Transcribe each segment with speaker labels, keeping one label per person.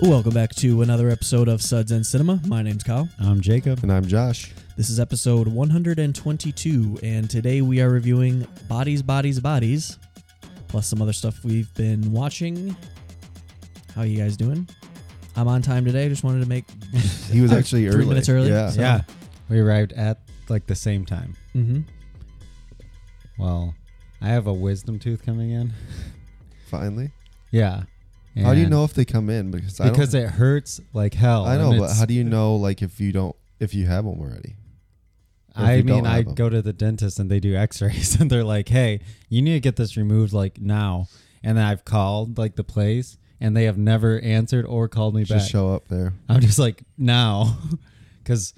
Speaker 1: Welcome back to another episode of Suds and Cinema. My name's Kyle.
Speaker 2: I'm Jacob.
Speaker 3: And I'm Josh.
Speaker 1: This is episode 122, and today we are reviewing Bodies, Bodies, Bodies, plus some other stuff we've been watching. How you guys doing? I'm on time today. Just wanted to make.
Speaker 3: He was actually
Speaker 1: Three
Speaker 3: early.
Speaker 1: minutes early?
Speaker 3: Yeah.
Speaker 1: So-
Speaker 2: yeah, we arrived at like the same time.
Speaker 1: Mm-hmm.
Speaker 2: Well, I have a wisdom tooth coming in.
Speaker 3: Finally.
Speaker 2: Yeah.
Speaker 3: how do you
Speaker 2: and-
Speaker 3: know if they come in? Because I
Speaker 2: Because
Speaker 3: don't,
Speaker 2: it hurts like hell.
Speaker 3: I know,
Speaker 2: and
Speaker 3: but
Speaker 2: it's-
Speaker 3: how do you know like if you don't if you have them already? if
Speaker 2: I
Speaker 3: you
Speaker 2: mean,
Speaker 3: don't
Speaker 2: I
Speaker 3: have 'em?
Speaker 2: go to the dentist and they do X-rays and they're like, "Hey, you need to get this removed like now." And then I've called like the place and they have never answered or called me
Speaker 3: Just
Speaker 2: back.
Speaker 3: show up there.
Speaker 2: I'm just like now, because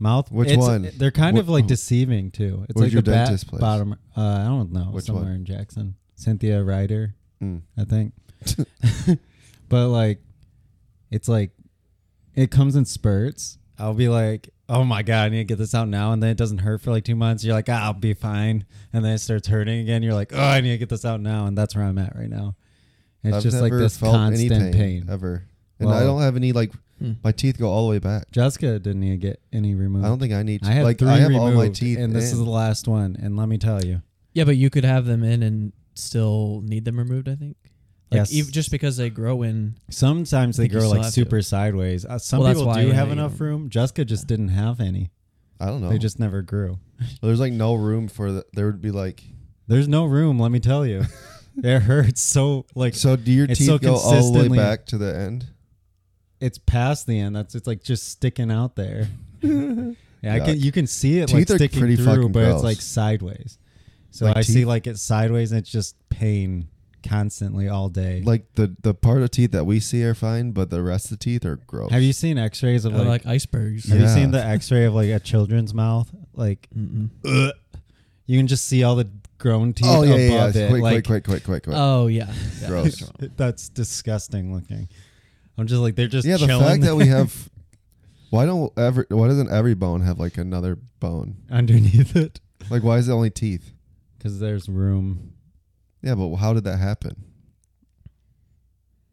Speaker 2: mouth.
Speaker 3: Which
Speaker 2: it's-
Speaker 3: one?
Speaker 2: They're kind
Speaker 3: Wh- oh.
Speaker 2: of like deceiving too. It's
Speaker 3: Where's
Speaker 2: like
Speaker 3: your
Speaker 2: the bat-
Speaker 3: dentist place?
Speaker 2: bottom. Uh, I don't know.
Speaker 3: Which
Speaker 2: somewhere
Speaker 3: one?
Speaker 2: in Jackson, Cynthia Ryder,
Speaker 3: Mm.
Speaker 2: I think. but like, it's like, it comes in spurts. I'll be like, oh my god, I need to get this out now, and then it doesn't hurt for like two months. You're like, ah, I'll be fine, and then it starts hurting again. You're like, oh, I need to get this out now, and that's where I'm at right now. It's
Speaker 3: I've
Speaker 2: just like
Speaker 3: never
Speaker 2: this
Speaker 3: felt
Speaker 2: constant
Speaker 3: any
Speaker 2: pain.
Speaker 3: ever. And I
Speaker 2: Well-
Speaker 3: don't have any like
Speaker 1: Hmm.
Speaker 3: my teeth go all the way back.
Speaker 2: Jessica didn't even get any removed.
Speaker 3: I don't think I need
Speaker 2: I had
Speaker 3: like
Speaker 2: three
Speaker 3: I have
Speaker 2: removed,
Speaker 3: all my teeth
Speaker 2: and this
Speaker 3: in.
Speaker 2: is the last one. And let me tell you,
Speaker 1: Yeah, but you could have them in and still need them removed. I think. Like,
Speaker 2: Yes.
Speaker 1: ev- just because they grow in.
Speaker 2: sometimes they
Speaker 1: think you
Speaker 2: grow
Speaker 1: still
Speaker 2: like
Speaker 1: have
Speaker 2: super sideways. Uh, some
Speaker 1: Well, that's
Speaker 2: people
Speaker 1: why,
Speaker 2: do
Speaker 1: yeah,
Speaker 2: have
Speaker 1: you
Speaker 2: enough
Speaker 1: don't-
Speaker 2: room. Jessica just didn't have any.
Speaker 3: I don't know.
Speaker 2: They just never grew.
Speaker 3: There's like no room for the, there would be like
Speaker 2: There's no room. Let me tell you, it hurts so like
Speaker 3: So do your
Speaker 2: It's
Speaker 3: teeth
Speaker 2: so
Speaker 3: go all the way
Speaker 2: consistently-
Speaker 3: back to the end?
Speaker 2: it's past the end. That's it's like just sticking out there. yeah, I can.
Speaker 3: Yuck.
Speaker 2: You can see it
Speaker 3: Teeth
Speaker 2: like
Speaker 3: are
Speaker 2: sticking
Speaker 3: pretty
Speaker 2: through,
Speaker 3: fucking
Speaker 2: but it's
Speaker 3: gross.
Speaker 2: like sideways. So
Speaker 3: Like
Speaker 2: I see
Speaker 3: teeth?
Speaker 2: like it's sideways, and it's just pain constantly all day.
Speaker 3: Like the the part of teeth that we see are fine, but the rest of the teeth are gross.
Speaker 2: have you seen X-rays of
Speaker 1: Like,
Speaker 2: like
Speaker 1: like icebergs.
Speaker 2: Have you
Speaker 3: Yeah.
Speaker 2: seen the X-ray of like a children's mouth? Like
Speaker 1: Mm-mm.
Speaker 2: you can just see all the grown teeth
Speaker 3: Oh yeah, yeah,
Speaker 2: above
Speaker 3: yeah.
Speaker 2: it.
Speaker 3: Quick,
Speaker 2: like uh,
Speaker 3: quick, quick, quick, quick, quick.
Speaker 1: Oh yeah. Yeah.
Speaker 3: Gross.
Speaker 2: that's disgusting looking. I'm just like they're just
Speaker 3: yeah, the
Speaker 2: chilling
Speaker 3: fact that we have. Why don't every? Why doesn't every bone have like another bone?
Speaker 2: underneath it
Speaker 3: Like, why is it only teeth?
Speaker 2: because there's room.
Speaker 3: Yeah, but how did that happen?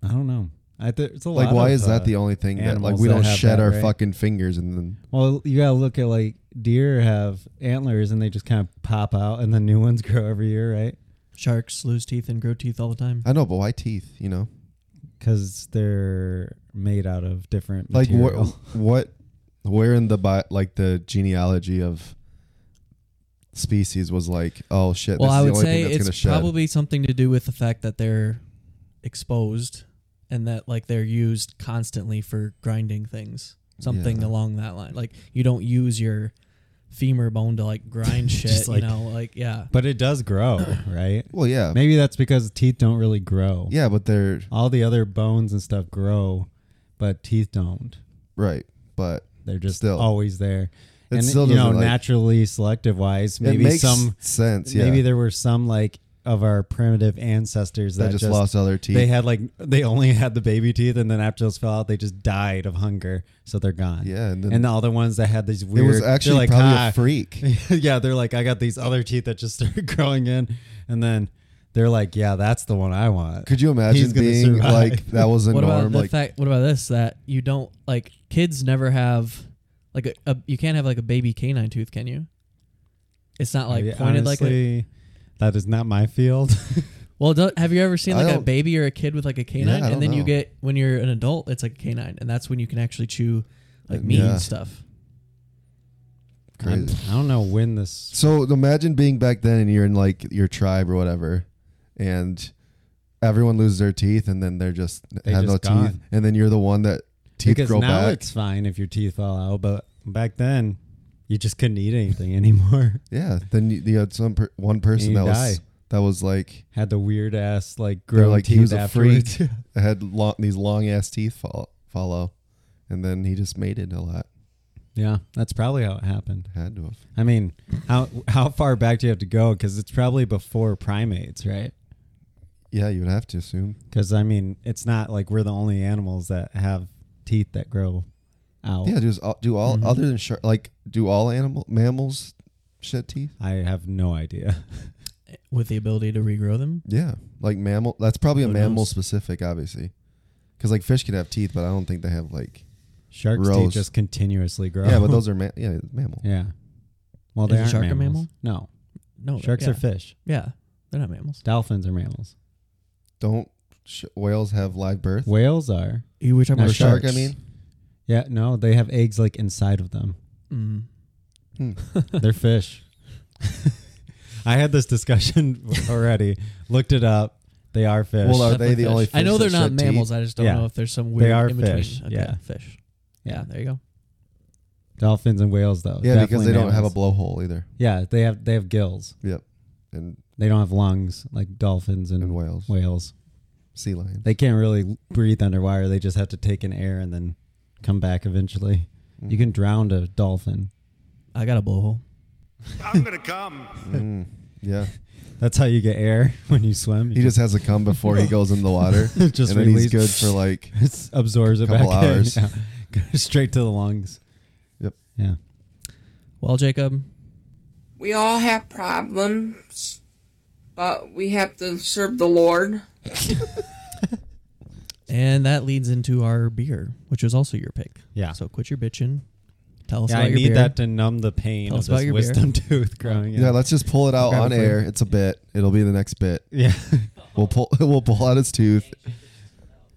Speaker 2: I don't know. I th- it's a
Speaker 3: Like,
Speaker 2: lot
Speaker 3: why
Speaker 2: of,
Speaker 3: is that
Speaker 2: uh,
Speaker 3: the only thing that like
Speaker 2: animals
Speaker 3: we
Speaker 2: that
Speaker 3: don't
Speaker 2: have
Speaker 3: shed
Speaker 2: that,
Speaker 3: our
Speaker 2: right?
Speaker 3: fucking fingers and then
Speaker 2: Well, you gotta look at like deer have antlers and they just kind of pop out and the new ones grow every year, right?
Speaker 1: Sharks lose teeth and grow teeth all the time.
Speaker 3: I know, but why teeth? You know,
Speaker 2: Because they're made out of different
Speaker 3: like what?
Speaker 2: material.
Speaker 3: What? Where in the bi- like the genealogy of species was like? Oh shit!
Speaker 1: well,
Speaker 3: this
Speaker 1: I
Speaker 3: is the
Speaker 1: would
Speaker 3: only
Speaker 1: say
Speaker 3: thing that's gonna
Speaker 1: it's
Speaker 3: shed.
Speaker 1: probably something to do with the fact that they're exposed and that like they're used constantly for grinding things. Something
Speaker 3: Yeah.
Speaker 1: along that line. Like you don't use your femur bone to like grind
Speaker 2: Just
Speaker 1: shit,
Speaker 2: like-
Speaker 1: you know, like yeah.
Speaker 2: But it does grow, right?
Speaker 3: well, yeah,
Speaker 2: Maybe that's because teeth don't really grow.
Speaker 3: yeah, but they're
Speaker 2: All the other bones and stuff grow, but teeth don't.
Speaker 3: right, but
Speaker 2: They're just
Speaker 3: Still.
Speaker 2: always there.
Speaker 3: It
Speaker 2: and
Speaker 3: still
Speaker 2: you know,
Speaker 3: doesn't, like-
Speaker 2: naturally selective wise,
Speaker 3: it
Speaker 2: maybe
Speaker 3: makes
Speaker 2: some
Speaker 3: sense. Yeah,
Speaker 2: maybe there were some like of our primitive ancestors
Speaker 3: that
Speaker 2: that,
Speaker 3: just lost all their teeth.
Speaker 2: They had like they only had the baby teeth, and then after those fell out, they just died of hunger, so they're gone.
Speaker 3: Yeah, and then
Speaker 2: and all the ones that had these
Speaker 3: it
Speaker 2: weird,
Speaker 3: was
Speaker 2: they're
Speaker 3: actually
Speaker 2: like,
Speaker 3: probably
Speaker 2: "Ah."
Speaker 3: a freak.
Speaker 2: yeah, they're like, I got these other teeth that just started growing in, and then they're like, yeah, that's the one I want.
Speaker 3: Could you imagine
Speaker 2: He's gonna
Speaker 3: being
Speaker 2: survive.
Speaker 3: like that was the
Speaker 1: What about
Speaker 3: norm?
Speaker 1: the
Speaker 3: Like
Speaker 1: fact what about this that you don't like kids never have like a, a you can't have like a baby canine tooth, can you? It's not like
Speaker 2: I-
Speaker 1: pointed like a,
Speaker 2: honestly, that is not my field.
Speaker 1: Well, do, have you ever seen
Speaker 3: I
Speaker 1: like a
Speaker 3: don't-
Speaker 1: baby or a kid with like a canine,
Speaker 3: Yeah, I
Speaker 1: and
Speaker 3: don't
Speaker 1: then you
Speaker 3: know.
Speaker 1: get when you're an adult, it's like a canine, and that's when you can actually chew like meat
Speaker 3: Uh, Yeah.
Speaker 1: and stuff.
Speaker 2: I'm-
Speaker 3: crazy.
Speaker 2: I don't know when this.
Speaker 3: So imagine being back then and you're in like your tribe or whatever, and everyone loses their teeth and then they're just
Speaker 2: They
Speaker 3: have no
Speaker 2: just gone.
Speaker 3: teeth, and then you're the one that teeth
Speaker 2: because
Speaker 3: grow
Speaker 2: now
Speaker 3: back.
Speaker 2: it's fine if your teeth fall out, but back then you just couldn't eat anything anymore.
Speaker 3: Yeah, then you, you had some per, one person
Speaker 2: you
Speaker 3: that
Speaker 2: die.
Speaker 3: was that was like
Speaker 2: Had the weird ass like
Speaker 3: they're
Speaker 2: grown
Speaker 3: like
Speaker 2: teeth
Speaker 3: he was a
Speaker 2: afterwards.
Speaker 3: freak. had long, these long ass teeth follow, follow, and then he just made it a lot.
Speaker 2: yeah, that's probably how it happened.
Speaker 3: Had to have.
Speaker 2: I mean, how how far back do you have to go? Because it's probably before primates, right?
Speaker 3: Yeah, you would have to assume.
Speaker 2: Because I mean, it's not like we're the only animals that have teeth that grow out.
Speaker 3: Yeah, just all, do all
Speaker 2: Mm-hmm.
Speaker 1: Mhm.
Speaker 3: other than shark, like do all animal mammals shed teeth?
Speaker 2: I have no idea.
Speaker 1: With the ability to regrow them,
Speaker 3: Yeah, like mammal. That's probably a
Speaker 1: Who
Speaker 3: mammal
Speaker 1: knows?
Speaker 3: specific, obviously, Because like fish can have teeth, but I don't think they have like.
Speaker 2: Sharks teeth
Speaker 3: Gross.
Speaker 2: just continuously grow.
Speaker 3: Yeah, but those are ma- yeah mammal.
Speaker 2: yeah. Well,
Speaker 1: Is
Speaker 2: they
Speaker 1: a
Speaker 2: aren't
Speaker 1: shark a
Speaker 2: mammals.
Speaker 1: mammal?
Speaker 2: No,
Speaker 3: Oh,
Speaker 1: No,
Speaker 2: sharks
Speaker 1: yeah.
Speaker 2: are fish.
Speaker 1: Yeah, they're not mammals.
Speaker 2: Dolphins are mammals.
Speaker 3: Don't sh- whales have live birth?
Speaker 2: Whales are.
Speaker 1: You were talking
Speaker 2: No,
Speaker 3: or
Speaker 1: about
Speaker 3: shark? I
Speaker 1: sharks.
Speaker 3: mean,
Speaker 2: Yeah, no, they have eggs like inside of them.
Speaker 1: Mm.
Speaker 2: They're fish. I had this discussion already. Looked it up. They are fish.
Speaker 3: Well, are they the only? Fish
Speaker 1: I know
Speaker 3: that
Speaker 1: they're not
Speaker 3: shed teeth?
Speaker 1: mammals. I just don't
Speaker 2: Yeah.
Speaker 1: know if there's some
Speaker 2: They
Speaker 1: weird
Speaker 2: are
Speaker 1: in between.
Speaker 2: fish,
Speaker 1: Okay,
Speaker 2: yeah.
Speaker 1: fish. Yeah, there you go.
Speaker 2: dolphins and whales though.
Speaker 3: Yeah, because
Speaker 2: Oh, definitely
Speaker 3: they don't have a
Speaker 2: mammals.
Speaker 3: blowhole either,
Speaker 2: Yeah, they have they have gills.
Speaker 3: and
Speaker 2: They don't have lungs like dolphins and,
Speaker 3: and whales,
Speaker 2: whales.
Speaker 3: sea lions.
Speaker 2: They can't really breathe underwater. They just have to take in air and then come back eventually.
Speaker 3: Mm-hmm.
Speaker 2: You can drown a dolphin.
Speaker 1: I got a blowhole.
Speaker 4: I'm gonna come.
Speaker 3: Mm, yeah,
Speaker 2: That's how you get air when you swim. You
Speaker 3: he just has to come before he goes in the water,
Speaker 2: Just
Speaker 3: and then
Speaker 2: release-
Speaker 3: he's good for like.
Speaker 2: It absorbs it
Speaker 3: Couple
Speaker 2: back in.
Speaker 3: hours.
Speaker 2: Yeah. Goes straight to the lungs.
Speaker 3: Yep.
Speaker 2: Yeah.
Speaker 1: Well, Jacob,
Speaker 5: We all have problems, but we have to serve the Lord.
Speaker 1: and that leads into our beer, which was also your pick.
Speaker 2: Yeah.
Speaker 1: So quit your bitching. Tell us
Speaker 2: yeah,
Speaker 1: about
Speaker 2: I
Speaker 1: your
Speaker 2: need
Speaker 1: beer.
Speaker 2: that to numb the pain
Speaker 1: Tell
Speaker 2: of
Speaker 1: us about
Speaker 2: this
Speaker 1: your beer.
Speaker 2: wisdom tooth growing.
Speaker 3: Yeah, let's just pull it out
Speaker 2: Grab
Speaker 3: on
Speaker 2: a plate.
Speaker 3: air. It's a bit. It'll be the next bit.
Speaker 2: yeah.
Speaker 3: We'll pull. We'll pull out his tooth.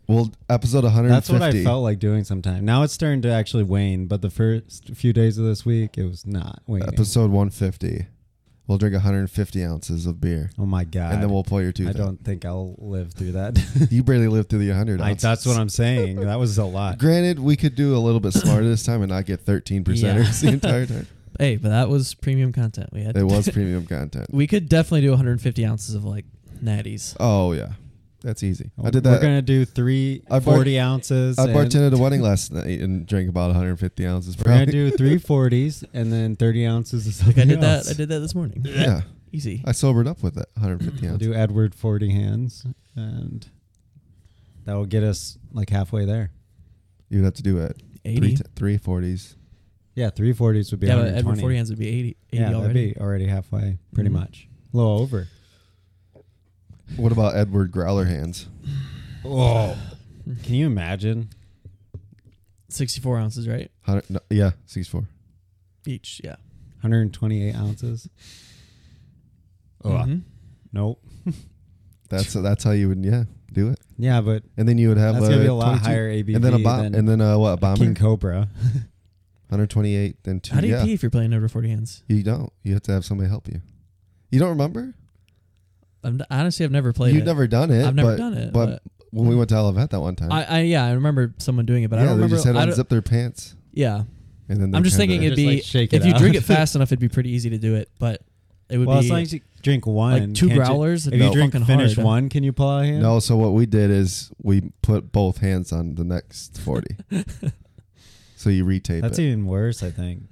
Speaker 3: We'll episode 150.
Speaker 2: That's what I felt like doing sometime. Now it's starting to actually wane, but the first few days of this week, it was not waning.
Speaker 3: Episode 150. We'll drink 150 ounces of beer,
Speaker 2: oh my god!
Speaker 3: and then we'll pull your tooth.
Speaker 2: I
Speaker 3: out.
Speaker 2: don't think I'll live through that.
Speaker 3: You barely lived through the 100.
Speaker 2: I,
Speaker 3: ounces.
Speaker 2: that's what I'm saying. That was a lot.
Speaker 3: Granted, we could do a little bit smarter this time and not get 13 percenters the entire time.
Speaker 1: Hey, but that was premium content. We had.
Speaker 3: It was premium content.
Speaker 1: we could definitely do 150 ounces of like natties.
Speaker 3: Oh yeah, that's easy. I did
Speaker 2: Oh, We're
Speaker 3: that.
Speaker 2: gonna do three
Speaker 3: I bar-
Speaker 2: 40 ounces.
Speaker 3: I
Speaker 2: and-
Speaker 3: bartended a wedding last night and drank about 150 ounces.
Speaker 2: We're gonna
Speaker 3: probably.
Speaker 2: do three 40s and then 30 ounces of
Speaker 1: Like
Speaker 2: something
Speaker 1: I did
Speaker 2: else.
Speaker 1: that. I did that this morning.
Speaker 3: Yeah,
Speaker 1: Easy.
Speaker 3: I sobered up with it. 150
Speaker 2: We'll
Speaker 3: ounces.
Speaker 2: do Edward 40 hands, and that will get us like halfway there.
Speaker 3: You'd have to do it.
Speaker 1: 80.
Speaker 3: Three, t- three 40s.
Speaker 2: Yeah, 340s would be
Speaker 1: Yeah, but
Speaker 2: 120.
Speaker 1: every 40 hands would be 80. 80
Speaker 2: yeah,
Speaker 1: already.
Speaker 2: that'd be already halfway, pretty
Speaker 1: Mhm.
Speaker 2: much. A little over.
Speaker 3: What about Edward Growler hands?
Speaker 2: Oh, can you imagine?
Speaker 1: 64 ounces, right?
Speaker 3: 100, no, yeah, 64.
Speaker 1: Each. Yeah.
Speaker 2: 128 ounces. Oh,
Speaker 1: Mhm.
Speaker 2: nope.
Speaker 3: That's that's how you would yeah do it.
Speaker 2: Yeah, but
Speaker 3: And then you would have
Speaker 2: that's gonna be a lot
Speaker 3: 22
Speaker 2: higher ABV
Speaker 3: And then a bomb.
Speaker 2: than
Speaker 3: And then a what? A bomber.
Speaker 2: King Cobra.
Speaker 3: 128. Then two.
Speaker 1: How do you
Speaker 3: yeah.
Speaker 1: pee if you're playing over 40 hands?
Speaker 3: You don't. You have to have somebody help you. You don't remember?
Speaker 1: I'm, honestly, I've never played
Speaker 3: You've
Speaker 1: it.
Speaker 3: never done it.
Speaker 1: I've never
Speaker 3: but,
Speaker 1: done it.
Speaker 3: But, when we went to Olivet that one time,
Speaker 1: I, I yeah, I remember someone doing it, but
Speaker 3: yeah,
Speaker 1: I don't
Speaker 3: they
Speaker 1: remember.
Speaker 3: just had
Speaker 1: I
Speaker 3: to
Speaker 1: don't-
Speaker 3: unzip their pants,
Speaker 1: yeah,
Speaker 3: and then they
Speaker 1: I'm just
Speaker 3: kinda-
Speaker 1: thinking it'd
Speaker 2: Just,
Speaker 1: be
Speaker 2: like, shake it
Speaker 1: if you
Speaker 2: out.
Speaker 1: drink it fast enough, it'd be pretty easy to do it. But it would
Speaker 2: Well,
Speaker 1: be
Speaker 2: as long as you drink one,
Speaker 1: like two
Speaker 2: can't you-
Speaker 1: growlers.
Speaker 2: if
Speaker 1: it'd
Speaker 2: you
Speaker 1: be
Speaker 2: drink
Speaker 1: fucking
Speaker 2: finish
Speaker 1: hard.
Speaker 2: one, can you pull out a hand?
Speaker 3: No, so what we did is we put both hands on the next forty. so you retape
Speaker 2: That's
Speaker 3: it.
Speaker 2: even worse, I think.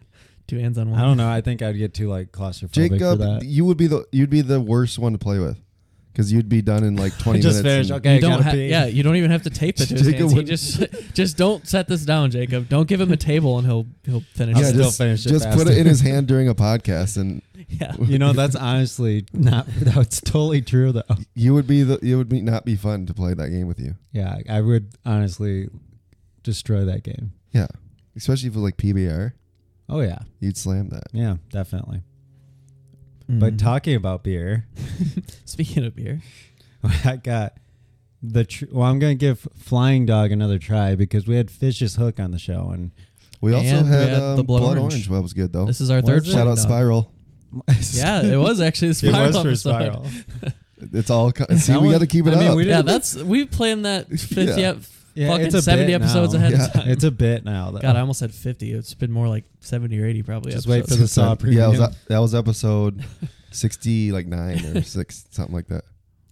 Speaker 1: two hands on one.
Speaker 2: I don't know. I think I'd get too like claustrophobic for
Speaker 3: Jacob,
Speaker 2: that.
Speaker 3: you would be the you'd be the worst one to play with, because you'd be done in like twenty
Speaker 2: Just
Speaker 3: minutes.
Speaker 2: finished,
Speaker 3: and-
Speaker 2: okay. Yeah,
Speaker 1: you don't
Speaker 2: gotta
Speaker 1: ha-
Speaker 2: pee.
Speaker 1: yeah, you don't even have to tape it to his
Speaker 3: Jacob
Speaker 1: hands. He
Speaker 3: would-
Speaker 1: just just don't set this down, Jacob. Don't give him a table and he'll he'll finish.
Speaker 2: I'll
Speaker 3: Yeah,
Speaker 1: it.
Speaker 2: still
Speaker 3: just,
Speaker 2: finish it
Speaker 3: just put
Speaker 2: faster.
Speaker 3: it in his hand during a podcast, and
Speaker 1: yeah.
Speaker 2: You know, that's honestly not. That's totally true, though.
Speaker 3: you would be the it would be not be fun to play that game with you.
Speaker 2: Yeah, I would honestly destroy that game.
Speaker 3: Yeah, especially if it was like PBR,
Speaker 2: Oh yeah,
Speaker 3: you'd slam that.
Speaker 2: yeah, definitely. But
Speaker 3: Mm-hmm.
Speaker 2: talking about beer,
Speaker 1: Mm. speaking of beer,
Speaker 2: I got the. Tr- well, I'm gonna give Flying Dog another try because we had Fish's Hook on the show, and
Speaker 3: We also
Speaker 1: And we
Speaker 3: had,
Speaker 1: had the
Speaker 3: um,
Speaker 1: Blood
Speaker 3: Blood,
Speaker 1: Orange.
Speaker 3: Orange. That was good though.
Speaker 1: this is our
Speaker 2: What
Speaker 1: third
Speaker 2: is Oh, it?
Speaker 3: Shout out
Speaker 1: Flying Dog.
Speaker 3: Spiral.
Speaker 1: Yeah, it was actually the
Speaker 2: it
Speaker 1: spiral.
Speaker 2: was for
Speaker 1: episode.
Speaker 2: Spiral.
Speaker 3: It's all co- see.
Speaker 2: That
Speaker 3: we
Speaker 2: one-
Speaker 3: got to keep it
Speaker 2: I mean,
Speaker 3: up.
Speaker 2: we
Speaker 1: Yeah,
Speaker 2: didn't-
Speaker 1: that's we planned that fifty
Speaker 3: Yeah.
Speaker 1: ep-
Speaker 2: Yeah,
Speaker 1: fucking
Speaker 2: it's a
Speaker 1: seventy
Speaker 2: bit
Speaker 1: episodes
Speaker 2: now.
Speaker 1: ahead
Speaker 3: Yeah.
Speaker 1: of time.
Speaker 2: It's a bit now, though.
Speaker 1: God, I almost said fifty. It's been more like seventy or eighty probably.
Speaker 2: Just wait for
Speaker 1: episodes.
Speaker 2: the saw
Speaker 3: yeah, it
Speaker 2: premium.
Speaker 3: was, that was episode sixty, like nine or six, something like that.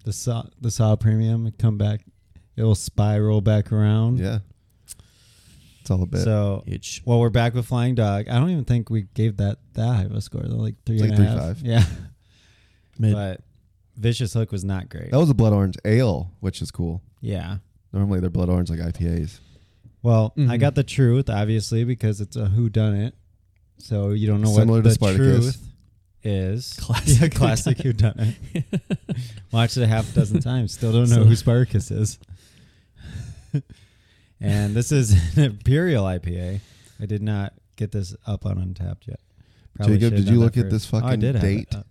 Speaker 2: the saw the saw premium come back. It'll spiral back around.
Speaker 3: Yeah, it's all a bit.
Speaker 2: Mm. So
Speaker 1: Huge.
Speaker 2: Well, we're back with Flying Dog. I don't even think we gave that that high of a score though, like three
Speaker 3: Like
Speaker 2: and a
Speaker 3: three
Speaker 2: half.
Speaker 3: five.
Speaker 2: Yeah,
Speaker 1: Mid.
Speaker 2: but Vicious Hook was not great.
Speaker 3: that was a blood orange ale, which is cool.
Speaker 2: Yeah.
Speaker 3: Normally they're blood orange like IPAs.
Speaker 2: Well, I
Speaker 1: Mhm.
Speaker 2: got the truth obviously because it's a who done it, so you don't know
Speaker 3: Similar
Speaker 2: what
Speaker 3: to
Speaker 2: the
Speaker 3: Spartacus.
Speaker 2: truth is.
Speaker 1: Classic
Speaker 2: yeah, classic who done it. Watched it a half dozen times. Still don't know
Speaker 1: So-
Speaker 2: who Spartacus is. and this is an Imperial IPA. I did not get this up on Untapped yet.
Speaker 3: Jacob,
Speaker 2: should've
Speaker 3: did you
Speaker 2: done that
Speaker 3: look at this
Speaker 2: first. I
Speaker 3: fucking
Speaker 2: did have it
Speaker 3: date?
Speaker 2: up.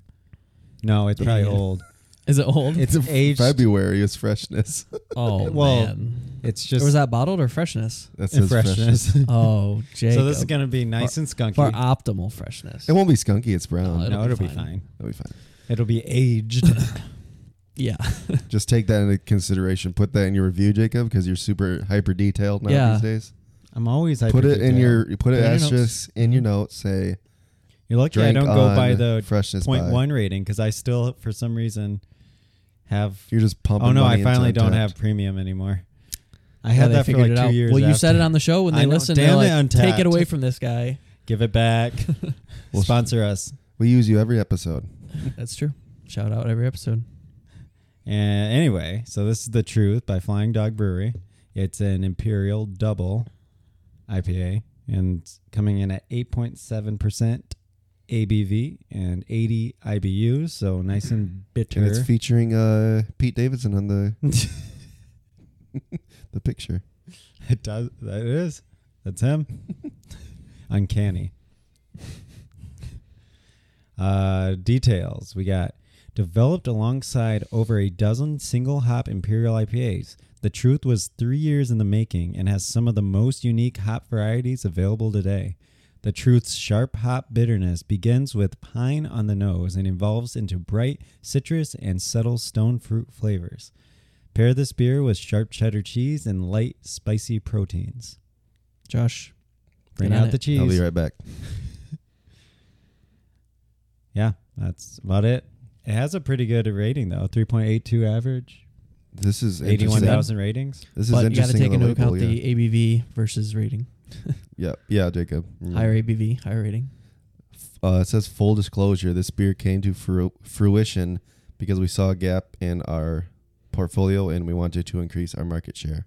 Speaker 2: No, it's probably
Speaker 1: Yeah.
Speaker 2: old.
Speaker 1: Is it old?
Speaker 2: It's aged.
Speaker 3: February is freshness.
Speaker 1: oh
Speaker 2: well,
Speaker 1: man.
Speaker 2: It's
Speaker 1: Or
Speaker 2: just
Speaker 1: was that bottled or freshness?
Speaker 3: That
Speaker 2: and
Speaker 3: says freshness.
Speaker 2: freshness.
Speaker 1: Oh, Jacob.
Speaker 2: so this is gonna be nice and skunky.
Speaker 1: for optimal freshness.
Speaker 3: It won't be skunky. It's brown.
Speaker 1: No,
Speaker 2: no, it'll be fine.
Speaker 3: That'll be fine.
Speaker 2: It'll be aged.
Speaker 1: yeah,
Speaker 3: Just take that into consideration. Put that in your review, Jacob, because you're super hyper detailed now
Speaker 1: Yeah.
Speaker 3: these days.
Speaker 2: I'm always
Speaker 3: Put it in
Speaker 2: hyper-detailed.
Speaker 3: your you put
Speaker 2: Put it
Speaker 3: it
Speaker 2: in your notes.
Speaker 3: asterisk in your notes. Say
Speaker 2: You're lucky I
Speaker 3: drink
Speaker 2: don't go
Speaker 3: on
Speaker 2: by the
Speaker 3: freshness
Speaker 2: point
Speaker 3: by.
Speaker 2: one rating because I still, for some reason, have.
Speaker 3: you're just pumping.
Speaker 2: Oh no,
Speaker 3: money
Speaker 2: I
Speaker 3: into
Speaker 2: finally don't
Speaker 3: Untapped.
Speaker 2: have premium anymore. I
Speaker 1: Yeah,
Speaker 2: had
Speaker 1: they
Speaker 2: that for
Speaker 1: figured
Speaker 2: like two
Speaker 1: it out.
Speaker 2: years.
Speaker 1: Well, you said
Speaker 2: after.
Speaker 1: it on the show when
Speaker 2: I
Speaker 1: they
Speaker 2: know.
Speaker 1: listened. They're
Speaker 2: Damn it,
Speaker 1: like, take it
Speaker 2: Untapped."
Speaker 1: away from this guy.
Speaker 2: Give it back. Sponsor us.
Speaker 3: We use you every episode.
Speaker 1: That's true. Shout out every episode.
Speaker 2: And anyway, so this is the truth by Flying Dog Brewery. It's an Imperial Double IPA and it's coming in at 8.7% ABV and 80 IBUs, so nice and bitter.
Speaker 3: And it's featuring uh, Pete Davidson on the the picture.
Speaker 2: It does. That is. That's him. Uncanny. Uh, details we got developed alongside over a dozen single hop imperial IPAs. The truth was three years in the making and has some of the most unique hop varieties available today. The truth's sharp hop bitterness begins with pine on the nose and evolves into bright citrus and subtle stone fruit flavors. Pair this beer with sharp cheddar cheese and light spicy proteins.
Speaker 1: Josh,
Speaker 2: Bring
Speaker 1: Get on
Speaker 2: out
Speaker 1: it.
Speaker 2: the
Speaker 3: I'll be
Speaker 2: cheese.
Speaker 3: right back.
Speaker 2: Yeah, that's about it. It has a pretty good rating though, 3.82 average,
Speaker 3: This is interesting.
Speaker 2: 81,000 ratings.
Speaker 3: This is
Speaker 1: but you got to
Speaker 3: interesting.
Speaker 1: take
Speaker 3: on
Speaker 1: into
Speaker 3: the label,
Speaker 1: account the
Speaker 3: yeah.
Speaker 1: ABV versus rating.
Speaker 3: yeah yeah Jacob. Mm.
Speaker 1: Higher ABV, higher rating.
Speaker 3: Uh, it says full disclosure: this beer came to fru- fruition because we saw a gap in our portfolio and we wanted to increase our market share.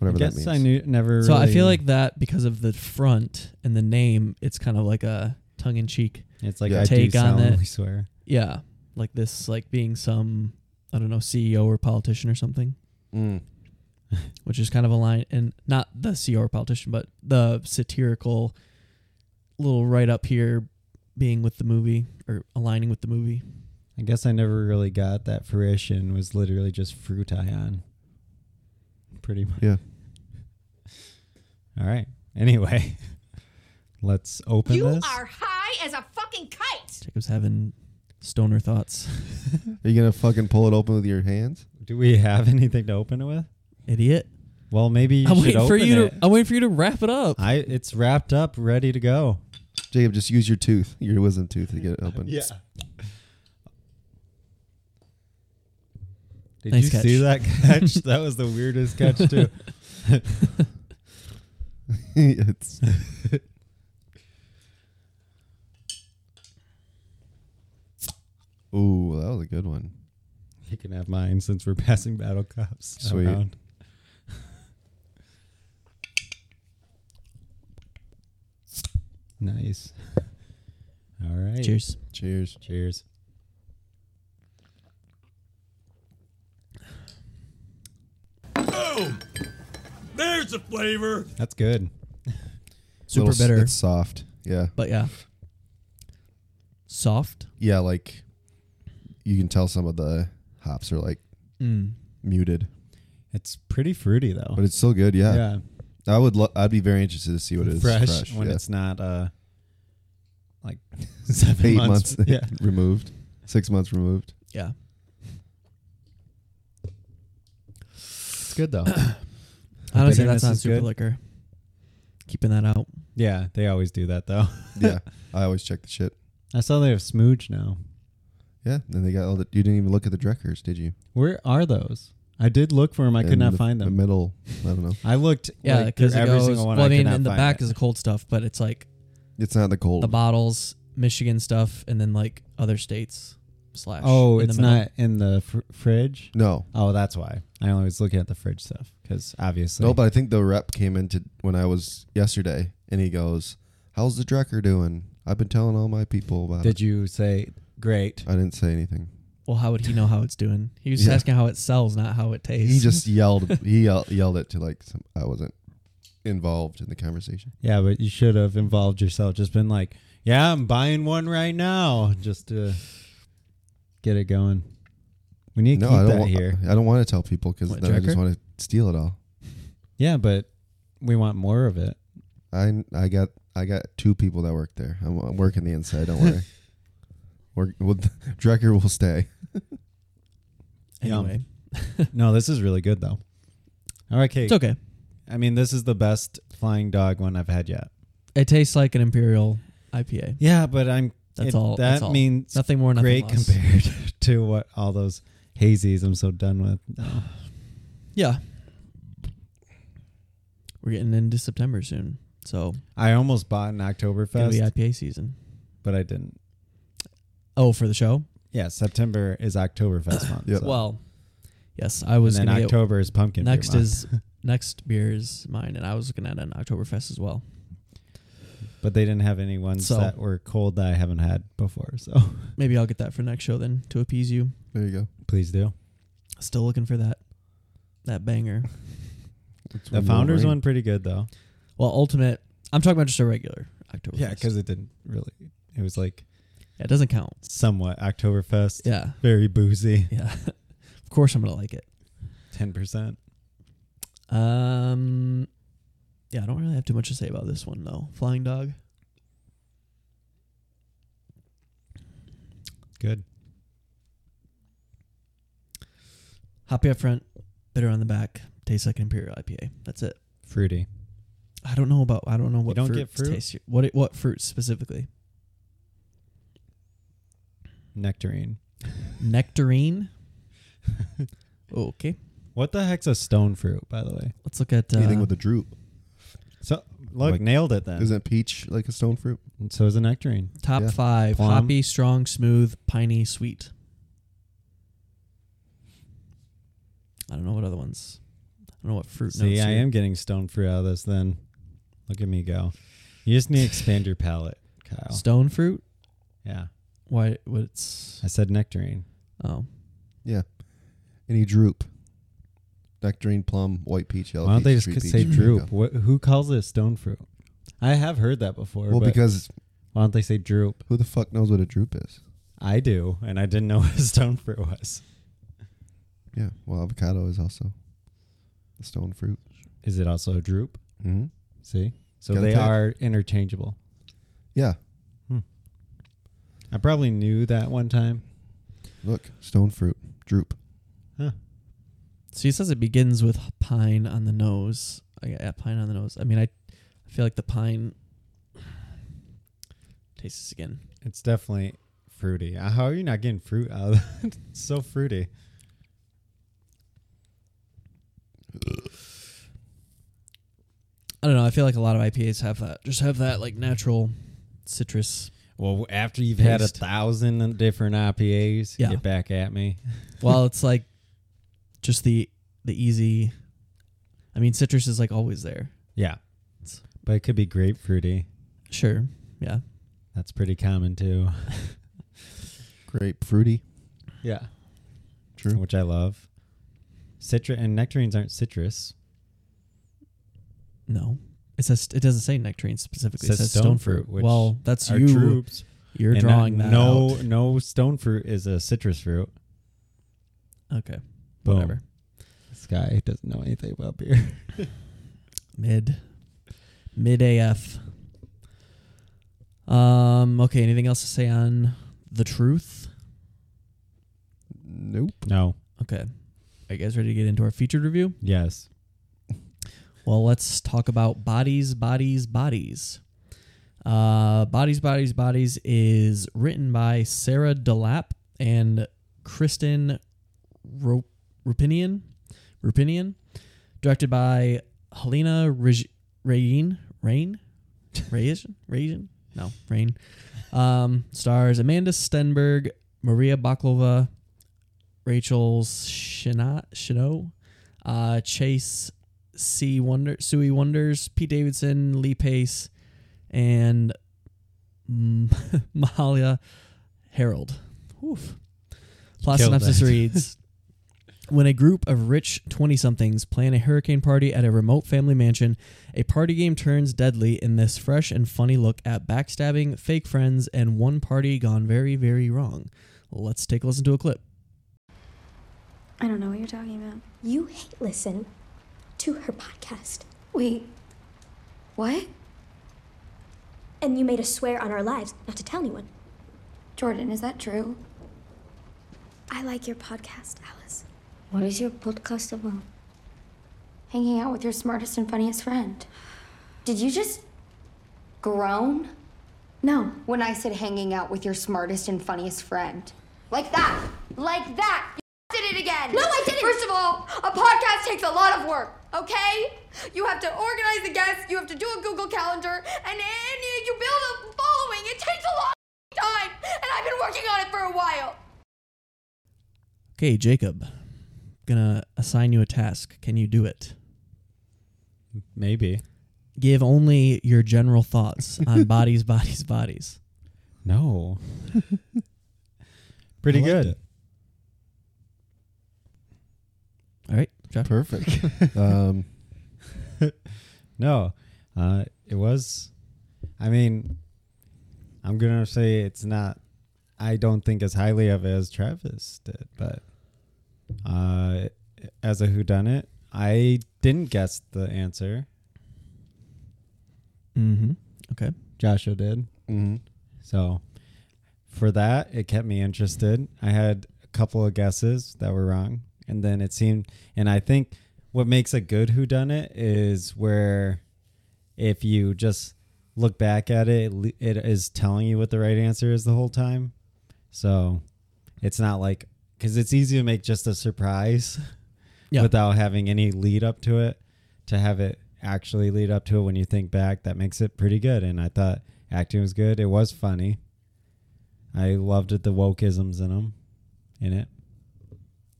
Speaker 3: Whatever
Speaker 2: I
Speaker 3: that
Speaker 2: guess
Speaker 3: means.
Speaker 2: I knew, never.
Speaker 1: So I feel
Speaker 2: really-
Speaker 1: like that because of the front and the name, it's kind of like a tongue in cheek.
Speaker 2: it's like
Speaker 3: Yeah.
Speaker 2: I
Speaker 1: Take
Speaker 2: do
Speaker 1: on
Speaker 2: solemnly
Speaker 1: that.
Speaker 2: swear.
Speaker 1: Yeah, like this, like being some I don't know CEO or politician or something,
Speaker 3: Mm.
Speaker 1: which is kind of a line and not the CEO or politician, but the satirical little right up here being with the movie or aligning with the movie.
Speaker 2: I guess I never really got that fruition. Was literally just fruition, pretty much.
Speaker 3: Yeah.
Speaker 2: All right. Anyway, let's open
Speaker 6: You
Speaker 2: this.
Speaker 6: are high as a fucking kite.
Speaker 1: Jacob's having stoner thoughts.
Speaker 3: Are you gonna fucking pull it open with your hands?
Speaker 2: Do we have anything to open it with?
Speaker 1: Idiot.
Speaker 2: Well, maybe you
Speaker 1: I'm
Speaker 2: should
Speaker 1: waiting
Speaker 2: open
Speaker 1: for you.
Speaker 2: it.
Speaker 1: To, I'm waiting for you to wrap it up.
Speaker 2: I it's wrapped up, ready to go.
Speaker 3: Jacob, just use your tooth, your wisdom tooth, to get it open.
Speaker 2: Did
Speaker 1: Nice
Speaker 2: you
Speaker 1: catch.
Speaker 2: see that catch? that was the weirdest catch too.
Speaker 3: it's Ooh, that was a good one.
Speaker 2: You can have mine since we're passing battle cups.
Speaker 3: Sweet.
Speaker 2: around. Nice. All right.
Speaker 1: Cheers.
Speaker 3: Cheers.
Speaker 2: Cheers.
Speaker 7: There's the flavor.
Speaker 2: That's good.
Speaker 1: Super
Speaker 3: Little s-
Speaker 1: bitter,
Speaker 3: It's soft. Yeah.
Speaker 1: but yeah, soft.
Speaker 3: Yeah, like you can tell some of the hops are like
Speaker 1: Mm.
Speaker 3: muted,
Speaker 2: It's pretty fruity though.
Speaker 3: but it's still good. Oh, Yeah.
Speaker 2: yeah.
Speaker 3: I would. Lo- I'd be very interested to see what it is
Speaker 2: fresh,
Speaker 3: fresh,
Speaker 2: when
Speaker 3: yeah.
Speaker 2: it's not uh like seven
Speaker 3: eight
Speaker 2: months.
Speaker 3: months,
Speaker 2: yeah.
Speaker 3: removed, six months removed.
Speaker 1: Yeah.
Speaker 2: It's good though.
Speaker 1: Honestly, that's
Speaker 2: bitterness
Speaker 1: not
Speaker 2: is
Speaker 1: super
Speaker 2: good.
Speaker 1: liquor. Keeping that out.
Speaker 2: yeah, they always do that though.
Speaker 3: Yeah, I always check the shit.
Speaker 2: I saw they have smooch now.
Speaker 3: Yeah, then they got all the. You didn't even look at the Dreckers, did you?
Speaker 2: Where are those? I did look for them. I could
Speaker 3: In
Speaker 2: not
Speaker 3: the-
Speaker 2: find
Speaker 3: The
Speaker 2: them.
Speaker 3: middle. I don't know.
Speaker 2: I looked.
Speaker 1: Yeah,
Speaker 2: like,
Speaker 1: because
Speaker 2: through
Speaker 1: it
Speaker 2: every
Speaker 1: goes.
Speaker 2: single one.
Speaker 1: well, I
Speaker 2: could
Speaker 1: mean,
Speaker 2: not
Speaker 1: in the
Speaker 2: find
Speaker 1: back
Speaker 2: it.
Speaker 1: is the cold stuff, but it's like
Speaker 3: It's not the cold.
Speaker 1: the bottles, Michigan stuff, and then like other states slash.
Speaker 2: oh,
Speaker 1: in the
Speaker 2: it's
Speaker 1: middle.
Speaker 2: not in the fr- fridge.
Speaker 3: no,
Speaker 2: Oh, that's why I only was looking at the fridge stuff because obviously.
Speaker 3: no. But I think the rep came into when I was yesterday, and he goes, "How's the Drecker doing?" I've been telling all my people about
Speaker 2: did
Speaker 3: it.
Speaker 2: you say great?
Speaker 3: I didn't say anything.
Speaker 1: Well, how would he know how it's doing? He was just
Speaker 3: Yeah.
Speaker 1: asking how it sells, not how it tastes.
Speaker 3: He just yelled. He yell, yelled it to like some. I wasn't involved in the conversation.
Speaker 2: Yeah, but you should have involved yourself. Just been like, yeah, I'm buying one right now, just to get it going. We need to
Speaker 3: No,
Speaker 2: keep
Speaker 3: I
Speaker 2: that
Speaker 3: don't. Wa-
Speaker 2: here.
Speaker 3: I don't want to tell people because
Speaker 1: What,
Speaker 3: then I just
Speaker 1: Jacker?
Speaker 3: want to steal it all.
Speaker 2: Yeah, but we want more of it.
Speaker 3: I I got I got two people that work there. I'm, I'm working the inside. Don't worry. We're, well, Drecker will stay.
Speaker 2: Yum.
Speaker 1: anyway.
Speaker 2: No, this is really good though. All right, Kate.
Speaker 1: It's okay.
Speaker 2: I mean, this is the best flying dog one I've had yet.
Speaker 1: It tastes like an imperial IPA.
Speaker 2: Yeah, but I'm.
Speaker 1: That's
Speaker 2: it-
Speaker 1: all.
Speaker 2: That
Speaker 1: that's all.
Speaker 2: means
Speaker 1: nothing more. Nothing
Speaker 2: great
Speaker 1: less.
Speaker 2: compared to what all those hazies I'm so done with. No.
Speaker 1: Yeah. We're getting into September soon, so
Speaker 2: I almost bought an
Speaker 1: it'll be
Speaker 2: Oktoberfest,
Speaker 1: IPA season.
Speaker 2: but I didn't.
Speaker 1: Oh, for the show.
Speaker 2: Yeah, September is Oktoberfest month.
Speaker 3: Yep.
Speaker 2: so-
Speaker 1: Well, yes, I was
Speaker 2: and
Speaker 1: gonna
Speaker 2: then
Speaker 1: get
Speaker 2: October is pumpkin. beer
Speaker 1: next
Speaker 2: month.
Speaker 1: is next beer is mine, and I was looking at an Oktoberfest as well.
Speaker 2: but they didn't have any ones
Speaker 1: So- Oh.
Speaker 2: that were cold that I haven't had before. So
Speaker 1: Maybe I'll get that for next show then to appease you.
Speaker 3: There you go.
Speaker 2: please do.
Speaker 1: Still looking for that that banger.
Speaker 3: That's
Speaker 2: The
Speaker 3: when
Speaker 2: founders
Speaker 3: Wolverine-
Speaker 2: one pretty good though.
Speaker 1: Well, ultimate. I'm talking about just a regular Oktoberfest.
Speaker 2: Yeah, because it didn't really. It was like
Speaker 1: Yeah, it doesn't count.
Speaker 2: somewhat Oktoberfest.
Speaker 1: Yeah,
Speaker 2: Very boozy.
Speaker 1: yeah. of course, I'm gonna like it.
Speaker 2: Ten percent.
Speaker 1: Um, yeah, I don't really have too much to say about this one though. Flying Dog.
Speaker 2: Good.
Speaker 1: Hoppy up front, bitter on the back. Tastes like an imperial IPA. That's it.
Speaker 2: Fruity.
Speaker 1: I don't know about. I don't know what
Speaker 2: don't
Speaker 1: fruit
Speaker 2: get fruit?
Speaker 1: tastes. your- What it- what fruit specifically?
Speaker 2: Nectarine.
Speaker 1: Nectarine. Oh, okay,
Speaker 2: What the heck's a stone fruit, by the way?
Speaker 1: let's look at. Uh,
Speaker 3: Anything with a droop.
Speaker 2: So look,
Speaker 3: Like-
Speaker 2: nailed it then.
Speaker 3: Isn't peach like a stone fruit?
Speaker 2: so is a nectarine.
Speaker 1: top
Speaker 3: yeah.
Speaker 1: five:
Speaker 2: Plum.
Speaker 1: hoppy, strong, smooth, piney, sweet. I don't know what other ones. I don't know what fruit.
Speaker 2: See,
Speaker 1: notes
Speaker 2: I
Speaker 1: here.
Speaker 2: am getting stone fruit out of this. Then look at me go. You just need to expand your palate, Kyle.
Speaker 1: stone fruit.
Speaker 2: Yeah,
Speaker 1: Why? What's?
Speaker 2: I said nectarine.
Speaker 1: Oh,
Speaker 3: Any droop? Nectarine, plum, white peach, yellow
Speaker 2: Why don't they just
Speaker 3: peach, sweet
Speaker 2: could
Speaker 3: peach.
Speaker 2: say
Speaker 3: There you
Speaker 2: droop?
Speaker 3: go.
Speaker 2: What, who calls it stone fruit? I have heard that before.
Speaker 3: Well,
Speaker 2: but
Speaker 3: because
Speaker 2: why don't they say droop?
Speaker 3: who the fuck knows what a droop is?
Speaker 2: I do, and I didn't know what stone fruit was.
Speaker 3: Yeah. Well, avocado is also a stone fruit.
Speaker 2: Is it also a droop?
Speaker 3: Mm-hmm.
Speaker 2: See, so
Speaker 3: Gotta
Speaker 2: they
Speaker 3: tell you.
Speaker 2: are interchangeable.
Speaker 3: Yeah.
Speaker 2: I probably knew that one time.
Speaker 3: Look, stone fruit, droop.
Speaker 1: so he says it begins with pine on the nose. I got yeah, pine on the nose. I mean, I, I feel like the pine. Taste this again.
Speaker 2: It's definitely fruity. Uh, How are you not getting fruit out of that? It's so fruity.
Speaker 1: I don't know. I feel like a lot of IPAs have that. Just have that like natural citrus.
Speaker 2: Well, after you've had a
Speaker 1: Taste.
Speaker 2: thousand different IPAs,
Speaker 1: Yeah.
Speaker 2: get back at me.
Speaker 1: While it's like just the the easy. I mean, citrus is like always there.
Speaker 2: Yeah, but it could be grapefruity.
Speaker 1: Sure. Yeah.
Speaker 2: That's pretty common too.
Speaker 3: Grape, fruity.
Speaker 2: Yeah,
Speaker 3: True.
Speaker 2: which I love. Citrus and nectarines aren't citrus.
Speaker 1: No. It says it doesn't say nectarine specifically. It
Speaker 2: Says
Speaker 1: says
Speaker 2: stone
Speaker 1: stone,
Speaker 2: fruit,
Speaker 1: fruit.
Speaker 2: which
Speaker 1: well, that's
Speaker 2: are
Speaker 1: you.
Speaker 2: troops.
Speaker 1: You're
Speaker 2: And
Speaker 1: drawing
Speaker 2: not-
Speaker 1: that.
Speaker 2: No,
Speaker 1: out.
Speaker 2: no stone fruit is a citrus fruit.
Speaker 1: Okay.
Speaker 2: Boom.
Speaker 1: Whatever.
Speaker 2: This guy doesn't know anything about beer.
Speaker 1: Mid. Mid AF. Um. Okay. Anything else to say on the truth?
Speaker 3: Nope.
Speaker 2: No.
Speaker 1: Okay. Are you guys ready to get into our featured review?
Speaker 2: Yes.
Speaker 1: Well, let's talk about Bodies, Bodies, Bodies. Uh, Bodies, Bodies, Bodies is written by Sarah Delap and Kristen Ro- Rupinian. Rupinian. Directed by Helena Reg- Rain. Rain? Rain? Rain? No, Rain. Um, stars Amanda Stenberg, Maria Baklova, Rachel Shina- Shino, uh, Chase C Wonder, Suey Wonders, Pete Davidson, Lee Pace, and M- Mahalia Harold. Oof. Plot
Speaker 2: Kill
Speaker 1: synopsis
Speaker 2: that.
Speaker 1: reads When a group of rich 20 somethings plan a hurricane party at a remote family mansion, a party game turns deadly in this fresh and funny look at backstabbing, fake friends, and one party gone very, very wrong. Let's take a listen to a clip.
Speaker 8: I don't know what you're talking about.
Speaker 9: You hate listen to her podcast,
Speaker 8: Wait. What?
Speaker 9: and you made us swear on our lives not to tell anyone.
Speaker 8: Jordan, is that true?
Speaker 9: I like your podcast, Alice.
Speaker 10: What is your podcast about?
Speaker 8: Hanging out with your smartest and funniest friend.
Speaker 10: Did you just groan
Speaker 8: No.
Speaker 10: when I said hanging out with your smartest and funniest friend? Like that! Like that! You did it again! No, I didn't! First of all, a podcast takes a lot of work, okay? You have to organize the guests, you have to do a Google Calendar, and, and you- you build a following. It takes a lot of time, and I've been working on it for a while.
Speaker 1: Okay, Jacob, gonna assign you a task. Can you do it?
Speaker 2: Maybe.
Speaker 1: Give only your general thoughts on bodies, bodies, bodies.
Speaker 2: No. Pretty
Speaker 3: I liked
Speaker 2: good.
Speaker 3: it.
Speaker 1: All right, Jeff.
Speaker 3: Perfect. um,
Speaker 2: No. Uh, it was. I mean, I'm gonna say it's not. I don't think as highly of it as Travis did, but uh, as a whodunit, I didn't guess the answer.
Speaker 1: Mm-hmm. Okay.
Speaker 2: Joshua did.
Speaker 3: mhm.
Speaker 2: So for that, it kept me interested. I had a couple of guesses that were wrong, and then it seemed. And I think what makes a good whodunit is where if you just look back at it, it, le- it is telling you what the right answer is the whole time. So it's not like because it's easy to make just a surprise
Speaker 1: Yeah.
Speaker 2: without having any lead up to it. To have it actually lead up to it when you think back, that makes it pretty good. And I thought acting was good. It was funny. I loved it, the wokeisms in them, in it,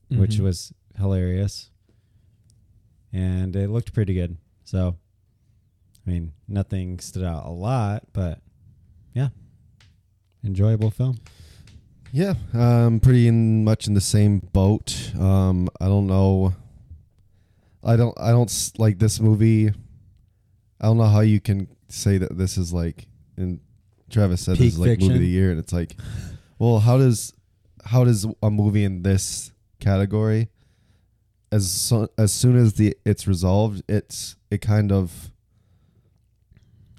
Speaker 2: which
Speaker 1: Mhm.
Speaker 2: was hilarious. And it looked pretty good. So, I mean, nothing stood out a lot, but yeah, enjoyable film.
Speaker 3: Yeah, um, pretty in, much in the same boat. Um, I don't know. I don't. I don't s- like this movie. I don't know how you can say that this is like. And Travis said
Speaker 2: Peak
Speaker 3: this is like movie
Speaker 2: fiction.
Speaker 3: of the year, and it's like, well, how does how does a movie in this category, as so, as soon as the it's resolved, it's it kind of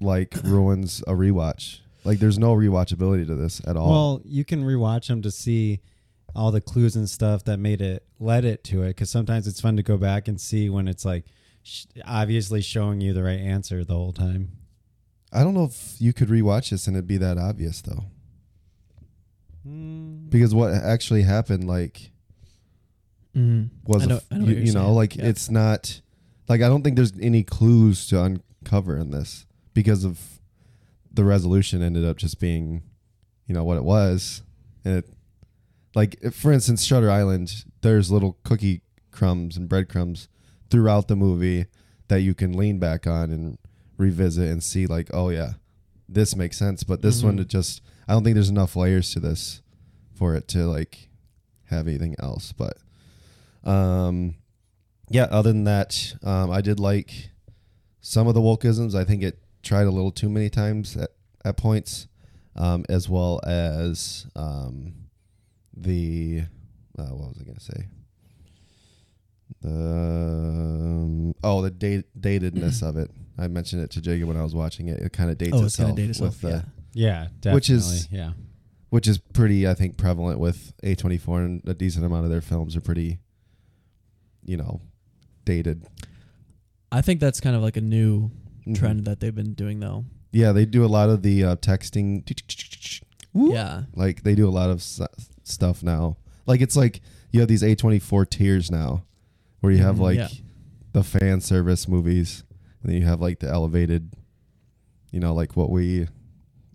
Speaker 3: like ruins a rewatch. Like, there's no rewatchability to this at all.
Speaker 2: Well, you can rewatch them to see all the clues and stuff that made it led it to it. Because sometimes it's fun to go back and see when it's like sh- obviously showing you the right answer the whole time.
Speaker 3: I don't know if you could rewatch this and it'd be that obvious though. Because what actually happened, like,
Speaker 1: Mhm.
Speaker 3: was
Speaker 1: I
Speaker 3: a
Speaker 1: know-
Speaker 3: f-
Speaker 1: I know what
Speaker 3: you,
Speaker 1: you're
Speaker 3: you know,
Speaker 1: saying.
Speaker 3: like
Speaker 1: Yeah.
Speaker 3: it's not, like I don't think there's any clues to uncover in this because of the resolution ended up just being, you know, what it was, and it, like if- for instance, Shutter Island, there's little cookie crumbs and breadcrumbs throughout the movie that you can lean back on and revisit and see, like, oh yeah, this makes sense, but this
Speaker 1: Mm-hmm.
Speaker 3: one it just, I don't think there's enough layers to this for it to like have anything else, but. Um, yeah, other than that, um, I did like some of the wokeisms. I think it tried a little too many times at, at points, um, as well as um, the uh, what was I gonna say? The um, oh, the date, datedness of it. I mentioned it to Jacob when I was watching it. It kind of dates
Speaker 1: Oh, it's gonna
Speaker 3: itself
Speaker 1: date itself.
Speaker 3: with uh, the
Speaker 1: Yeah.
Speaker 2: Yeah, definitely.
Speaker 3: Which is-
Speaker 2: yeah.
Speaker 3: which is pretty I think prevalent with A24 and a decent amount of their films are pretty you know dated.
Speaker 1: I think that's kind of like a new
Speaker 3: Mm-hmm.
Speaker 1: trend that they've been doing though.
Speaker 3: Yeah, they do a lot of the uh, texting
Speaker 1: Yeah.
Speaker 3: like they do a lot of s- stuff now. Like it's like you have these A24 tiers now where you have
Speaker 1: Mhm,
Speaker 3: like
Speaker 1: yeah.
Speaker 3: the fan service movies and then you have like the elevated you know like what we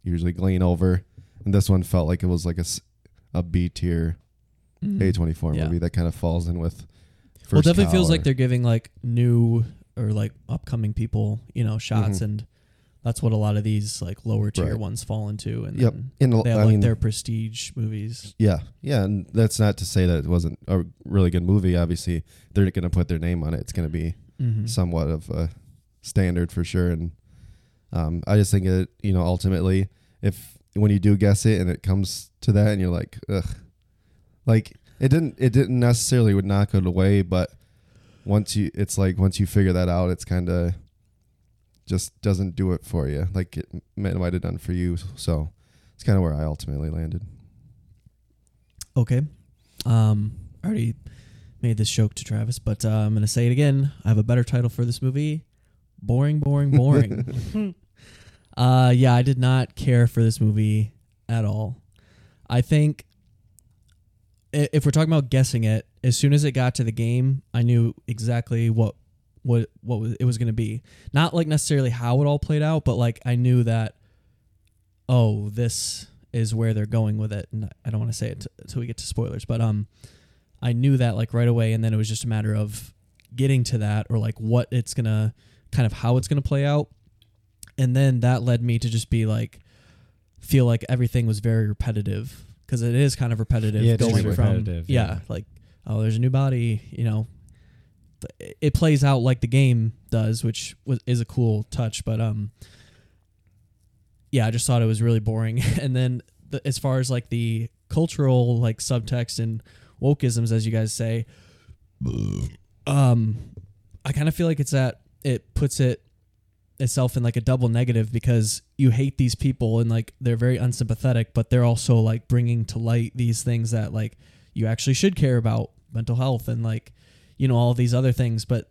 Speaker 3: usually glean over and this one felt like it was like a s- a B tier A24
Speaker 1: Mm-hmm. Yeah.
Speaker 3: movie that kind of falls in with first
Speaker 1: well, it definitely feels
Speaker 3: Cow
Speaker 1: like
Speaker 3: or-
Speaker 1: they're giving like new or like upcoming people, you know, shots and That's what a lot of these like lower tier
Speaker 3: Mm-hmm. Right.
Speaker 1: ones fall into, and
Speaker 3: Yep.
Speaker 1: then
Speaker 3: And,
Speaker 1: they have
Speaker 3: I
Speaker 1: like
Speaker 3: mean-
Speaker 1: their prestige movies.
Speaker 3: Yeah, yeah, and that's not to say that it wasn't a really good movie. Obviously, they're going to put their name on it. It's going to be
Speaker 1: Mhm.
Speaker 3: somewhat of a standard for sure. And um, I just think that you know, ultimately, if when you do guess it and it comes to that, and you're like, ugh, like it didn't, it didn't necessarily would knock it away, but once you, it's like once you figure that out, it's kind of just doesn't do it for you. Like it might might have done for you. So it's kind of where I ultimately landed.
Speaker 1: Okay. Um, I already made this joke to Travis, but uh, I'm going to say it again. I have a better title for this movie Boring, Boring, Boring. uh, yeah, I did not care for this movie at all. I think i- if we're talking about guessing it, as soon as it got to the game, I knew exactly what what what was- it was going to be. Not like necessarily how it all played out, but like I knew that oh, this is where they're going with it. And I don't want to say it t- until we get to spoilers, but um, I knew that like right away, and then it was just a matter of getting to that or like what it's gonna kind of how it's gonna play out, and then that led me to just be like feel like everything was very repetitive because it is kind of repetitive
Speaker 2: Yeah, it's
Speaker 1: going
Speaker 2: extremely
Speaker 1: from
Speaker 2: repetitive,
Speaker 1: yeah,
Speaker 2: yeah.
Speaker 1: like oh there's a new body you know Th- it plays out like the game does which was, is a cool touch but um yeah, I just thought it was really boring. And then the, as far as like the cultural like subtext and wokeisms, as you guys say, um, I kind of feel like it's that it puts it itself in like a double negative because you hate these people and like they're very unsympathetic, but they're also like bringing to light these things that like you actually should care about mental health and like you know all these other things, but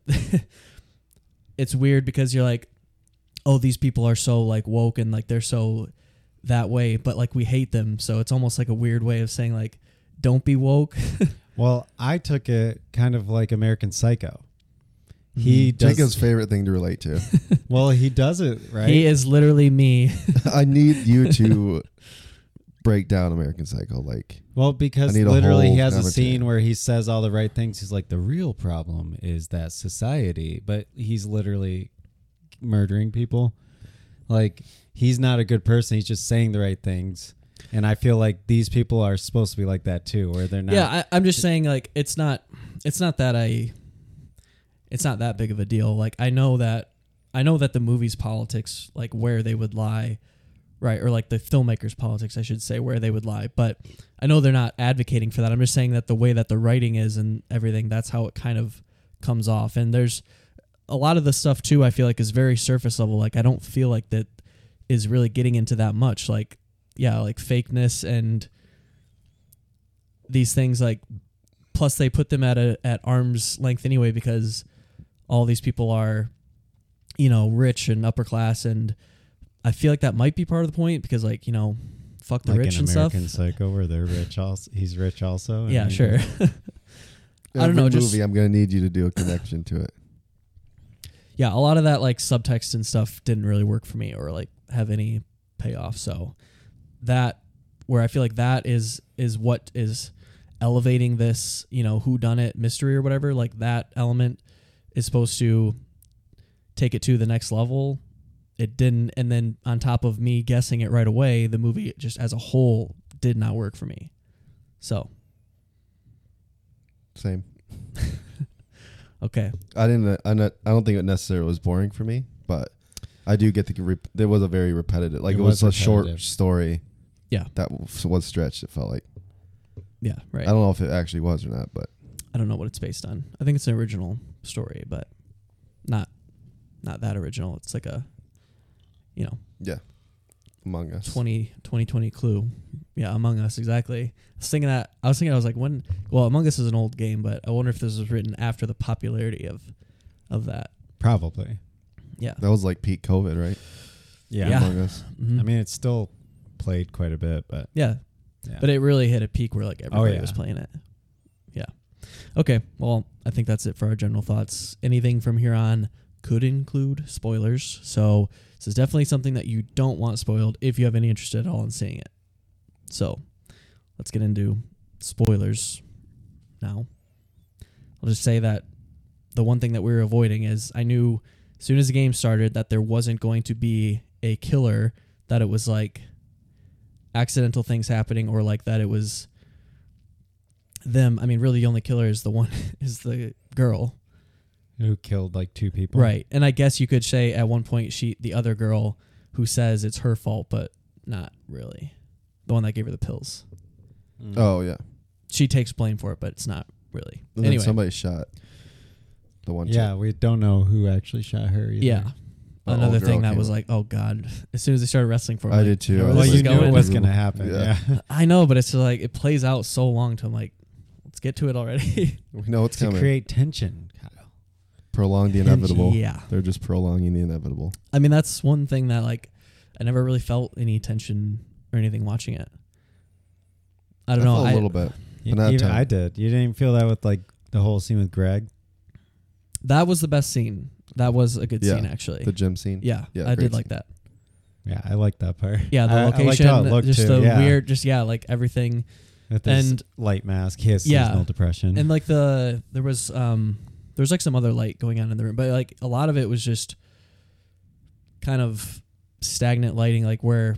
Speaker 1: it's weird because you're like oh these people are so like woke and like they're so that way but like we hate them so it's almost like a weird way of saying like don't be woke
Speaker 2: Well, I took it kind of like American Psycho.
Speaker 1: Hmm.
Speaker 2: He does.
Speaker 3: Jacob's favorite thing to relate to.
Speaker 2: well, he does it right.
Speaker 1: he is literally me
Speaker 3: I need you to break down American Psycho. Like,
Speaker 2: Well, because
Speaker 3: I need a
Speaker 2: literally he
Speaker 3: whole
Speaker 2: has a
Speaker 3: commentary.
Speaker 2: scene where he says all the right things. He's like, the real problem is that society, but he's literally murdering people. Like, he's not a good person. He's just saying the right things. And I feel like these people are supposed to be like that too, where they're not.
Speaker 1: yeah I, i'm just saying like it's not it's not that i it's not that big of a deal like i know that i know that the movie's politics like where they would lie right or like the filmmakers politics i should say where they would lie but i know they're not advocating for that i'm just saying that the way that the writing is and everything that's how it kind of comes off and there's a lot of the stuff too i feel like is very surface level like i don't feel like that is really getting into that much like yeah like fakeness and these things like plus they put them at a at arm's length anyway because all these people are you know rich and upper class and i feel like that might be part of the point because like you know fuck the
Speaker 2: like
Speaker 1: rich
Speaker 2: an
Speaker 1: and stuff
Speaker 2: American Psycho, where they're rich. Also, he's rich also. and
Speaker 1: yeah
Speaker 2: he-
Speaker 1: sure
Speaker 3: every
Speaker 1: I don't know,
Speaker 3: Movie,
Speaker 1: just-
Speaker 3: I'm gonna need you to do a connection to it.
Speaker 1: yeah, a lot of that like subtext and stuff didn't really work for me or like have any payoff. So that where I feel like that is is what is elevating this, you know, who done it mystery or whatever, like that element is supposed to take it to the next level. It didn't and then on top of me guessing it right away, the movie just as a whole did not work for me. So,
Speaker 3: Same.
Speaker 1: okay.
Speaker 3: I didn't. I, not, I don't think it necessarily was boring for me, but I do get the. Rep- there was a very repetitive. Like
Speaker 2: It
Speaker 3: it, was,
Speaker 2: was
Speaker 3: a short
Speaker 2: repetitive.
Speaker 3: story.
Speaker 1: Yeah.
Speaker 3: That was was stretched. It felt like
Speaker 1: Yeah, right.
Speaker 3: I don't know if it actually was or not, but
Speaker 1: I don't know what it's based on. I think it's an original story, but not not that original. It's like a you know,
Speaker 3: Among Us.
Speaker 1: 20, 2020 clue. Yeah, Among Us exactly. I was thinking that I was thinking I was like when well, Among Us is an old game, but I wonder if this was written after the popularity of of that.
Speaker 2: probably.
Speaker 1: Yeah.
Speaker 3: That was like peak COVID, right?
Speaker 2: Yeah.
Speaker 1: Yeah.
Speaker 3: Among Us.
Speaker 1: Mhm.
Speaker 2: I mean, it's still played quite a bit, but
Speaker 1: yeah.
Speaker 2: Yeah. Oh,
Speaker 1: But it really hit a peak where like everybody
Speaker 2: yeah.
Speaker 1: was playing it. Yeah. Okay, well, I think that's it for our general thoughts. Anything from here on could include spoilers. So, this is definitely something that you don't want spoiled if you have any interest at all in seeing it. So, let's get into spoilers now. I'll just say that the one thing that we were avoiding is I knew as soon as the game started that there wasn't going to be a killer that it was like accidental things happening or like that it was them. I mean, really, the only killer is the one is the girl,
Speaker 2: Who killed like two people?
Speaker 1: right? And I guess you could say at one point she, the other girl, who says it's her fault, but not really. The one that gave her the pills,
Speaker 3: Oh yeah.
Speaker 1: she takes blame for it, but it's not really.
Speaker 3: And
Speaker 1: anyway,
Speaker 3: then somebody shot the one.
Speaker 2: Yeah,
Speaker 3: chick.
Speaker 2: we don't know who actually shot her. Either.
Speaker 1: yeah.
Speaker 3: The old
Speaker 1: Another
Speaker 3: girl
Speaker 1: thing that
Speaker 3: came
Speaker 1: was
Speaker 3: up.
Speaker 1: like, oh god! As soon as they started wrestling for, it,
Speaker 3: I
Speaker 1: I'm
Speaker 3: did
Speaker 1: like,
Speaker 3: too. I
Speaker 1: where
Speaker 3: was
Speaker 2: Well,
Speaker 1: this
Speaker 2: you
Speaker 1: is
Speaker 3: like,
Speaker 2: knew it
Speaker 1: going.
Speaker 2: was gonna happen. Yeah.
Speaker 3: Yeah.
Speaker 1: I know, but it's like it plays out so long to I'm like, let's get to it already.
Speaker 3: We know it's
Speaker 2: to
Speaker 3: coming.
Speaker 2: create tension, Kyle.
Speaker 3: Prolong the inevitable.
Speaker 1: yeah.
Speaker 3: They're just prolonging the inevitable.
Speaker 1: I mean, that's one thing that like I never really felt any tension or anything watching it. I don't know.
Speaker 3: felt
Speaker 1: I,
Speaker 3: a little bit.
Speaker 2: You-
Speaker 3: But not a
Speaker 2: even
Speaker 3: ton.
Speaker 2: I did. You didn't even feel that with like the whole scene with Greg.
Speaker 1: That was the best scene. That was a good
Speaker 3: Yeah,
Speaker 1: scene actually.
Speaker 3: The gym scene.
Speaker 1: yeah,
Speaker 3: yeah,
Speaker 1: I
Speaker 3: great
Speaker 1: did like
Speaker 3: scene.
Speaker 1: that.
Speaker 2: Yeah, I like that part.
Speaker 1: Yeah, the
Speaker 2: I, I liked
Speaker 1: location,
Speaker 2: how it looked
Speaker 1: just
Speaker 2: too.
Speaker 1: the
Speaker 2: yeah.
Speaker 1: weird, just yeah, like everything,
Speaker 2: With this
Speaker 1: and-
Speaker 2: light mask. He has
Speaker 1: Yeah.
Speaker 2: seasonal depression.
Speaker 1: and like the there was um there was like some other light going on in the room, but like a lot of it was just kind of stagnant lighting, like where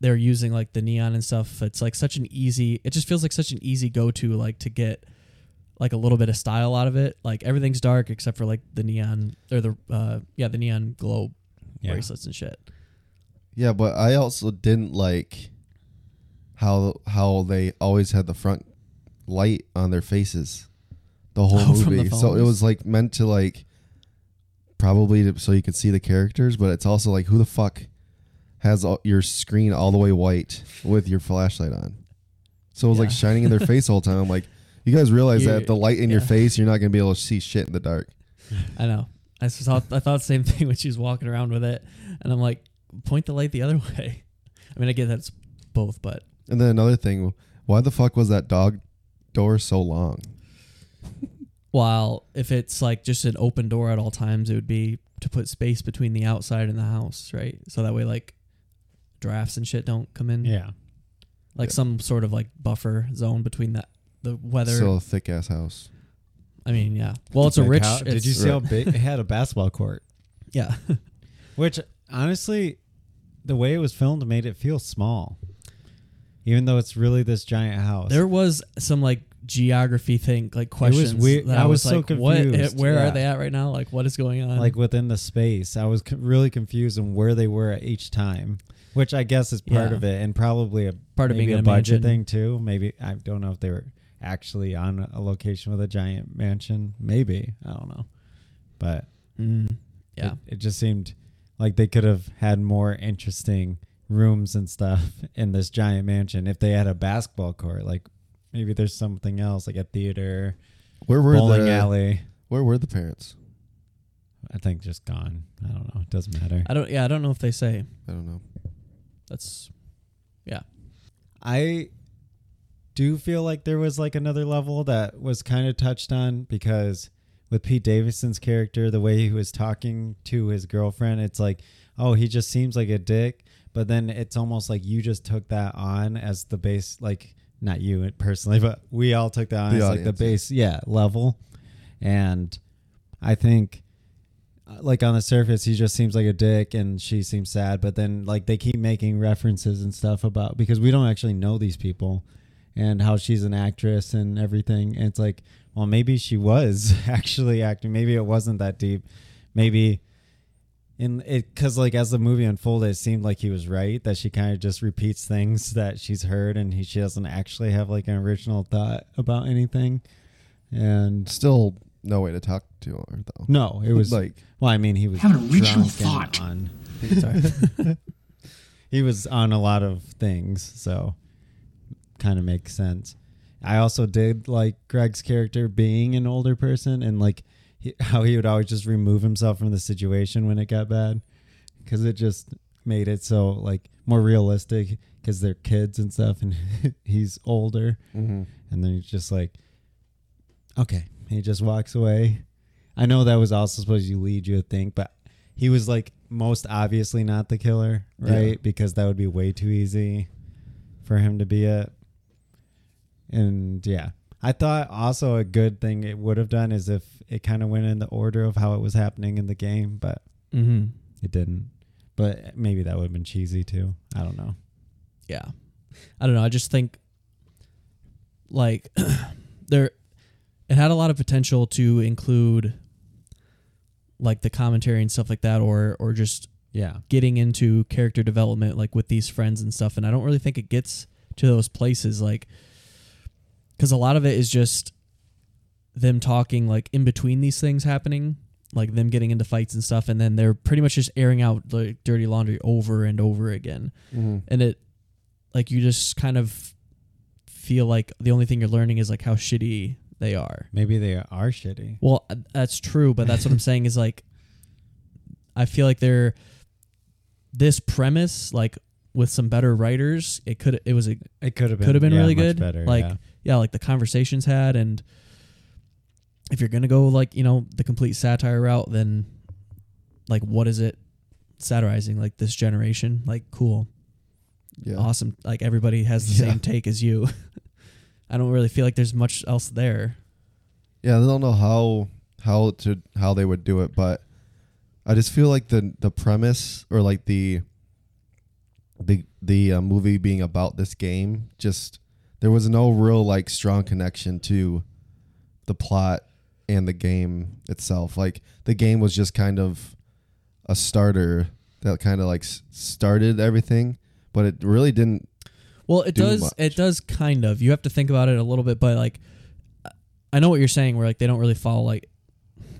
Speaker 1: they're using like the neon and stuff. It's like such an easy. It just feels like such an easy go to, like to get like a little bit of style out of it. Like everything's dark except for like the neon or the uh yeah the neon globe
Speaker 2: yeah.
Speaker 1: bracelets and shit.
Speaker 3: Yeah, but I also didn't like how how they always had the front light on their faces the whole
Speaker 1: Oh, from the
Speaker 3: movie. so it
Speaker 1: phones?
Speaker 3: was like meant to like probably to, so you could see the characters, but it's also like who the fuck has all, your screen all the way white with your flashlight on? So it was like
Speaker 1: Yeah.
Speaker 3: shining in their face all the time. I'm like, you guys realize
Speaker 1: You-
Speaker 3: that the light in your
Speaker 1: yeah.
Speaker 3: face, you're not gonna be able to see shit in the dark.
Speaker 1: I know. I thought I thought the same thing when she was walking around with it, and I'm like, point the light the other way. I mean, I get that's both, but
Speaker 3: And then another thing, why the fuck was that dog door so long?
Speaker 1: while if it's like just an open door at all times, it would be to put space between the outside and the house, right? So that way, like drafts and shit don't come in.
Speaker 2: Yeah.
Speaker 1: Like some sort of like buffer zone between that the weather.
Speaker 3: Still a thick ass house.
Speaker 1: I mean, yeah. Well, it's a
Speaker 2: Like
Speaker 1: rich.
Speaker 2: how- did
Speaker 1: it's-
Speaker 2: you see how big it had a basketball court?
Speaker 1: Yeah.
Speaker 2: Which honestly, the way it was filmed made it feel small. Even though it's really this giant house.
Speaker 1: There was some like geography thing, like questions.
Speaker 2: weird.
Speaker 1: That
Speaker 2: I
Speaker 1: I was,
Speaker 2: was so
Speaker 1: like, what?
Speaker 2: confused.
Speaker 1: Where
Speaker 2: Yeah.
Speaker 1: are they at right now? Like, what is going on?
Speaker 2: like within the space. I was co- really confused on where they were at each time, which I guess is part
Speaker 1: Yeah.
Speaker 2: of it, and probably a
Speaker 1: Part of
Speaker 2: maybe
Speaker 1: being
Speaker 2: a
Speaker 1: in a mansion.
Speaker 2: budget thing too. Maybe I don't know if they were actually on a location with a giant mansion. Maybe I don't know, but
Speaker 1: Mm-hmm. yeah.
Speaker 2: it, it just seemed like they could have had more interesting rooms and stuff in this giant mansion if they had a basketball court. Like maybe there's something else, like a theater,
Speaker 3: Where were
Speaker 2: bowling
Speaker 3: the
Speaker 2: alley.
Speaker 3: Where were the parents?
Speaker 2: I think just gone. I don't know. It doesn't matter.
Speaker 1: I don't. Yeah, I don't know if they say.
Speaker 3: I don't know.
Speaker 1: That's. Yeah.
Speaker 2: I do feel like there was like another level that was kind of touched on because with Pete Davidson's character, the way he was talking to his girlfriend, it's like, oh, he just seems like a dick. But then it's almost like you just took that on as the base, like not you personally, but we all took that on
Speaker 3: The
Speaker 2: as like
Speaker 3: audience,
Speaker 2: the
Speaker 3: yeah.
Speaker 2: base, yeah, level. And I think uh, like on the surface he just seems like a dick and she seems sad but then like they keep making references and stuff about because we don't actually know these people and how she's an actress and everything and it's like well maybe she was actually acting maybe it wasn't that deep maybe and it because like as the movie unfolded it seemed like he was right that she kind of just repeats things that she's heard and he she doesn't actually have like an original thought about anything and
Speaker 3: Still no way to talk to her though.
Speaker 2: no it was
Speaker 3: like
Speaker 2: well, I mean, he was have an original thought. On, sorry, he was on a lot of things, so kind of makes sense. I also did like Greg's character being an older person and like he, how he would always just remove himself from the situation when it got bad because it just made it so like more realistic because they're kids and stuff and he's older and then he's just like okay he just walks away I know that was also supposed to lead you to think, but he was like most obviously not the killer, right?
Speaker 3: Yeah.
Speaker 2: Because that would be way too easy for him to be it. And yeah, I thought also a good thing it would have done is if it kind of went in the order of how it was happening in the game, but
Speaker 1: Mm-hmm.
Speaker 2: it didn't. But maybe that would have been cheesy too. I don't know.
Speaker 1: yeah i don't know i just think like there it had a lot of potential to include like the commentary and stuff like that or or just
Speaker 2: Yeah.
Speaker 1: getting into character development like with these friends and stuff and i don't really think it gets to those places like because a lot of it is just them talking like in between these things happening like them getting into fights and stuff and then they're pretty much just airing out like dirty laundry over and over again
Speaker 3: Mm-hmm.
Speaker 1: and it like you just kind of feel like the only thing you're learning is like how shitty they are
Speaker 2: Maybe they are shitty.
Speaker 1: well, uh, that's true, but that's what I'm saying is like, I feel like they're this premise like with some better writers, it could it was a
Speaker 2: It could have been
Speaker 1: could have been
Speaker 2: yeah,
Speaker 1: really
Speaker 2: much
Speaker 1: good.
Speaker 2: Better,
Speaker 1: like
Speaker 2: yeah.
Speaker 1: yeah. like the conversations had, and if you're gonna go like you know the complete satire route, then like what is it satirizing? Like this generation, like cool,
Speaker 3: Yeah.
Speaker 1: awesome. Like everybody has the
Speaker 3: Yeah.
Speaker 1: same take as you. I don't really feel like there's much else there.
Speaker 3: Yeah, I don't know how how to how they would do it, but I just feel like the the premise or like the the the uh, movie being about this game just there was no real like strong connection to the plot and the game itself. Like the game was just kind of a starter that kind of like s- started everything, but it really didn't.
Speaker 1: Well, it
Speaker 3: do
Speaker 1: does.
Speaker 3: much.
Speaker 1: It does kind of. You have to think about it a little bit, but like, I know what you're saying. Where like they don't really follow like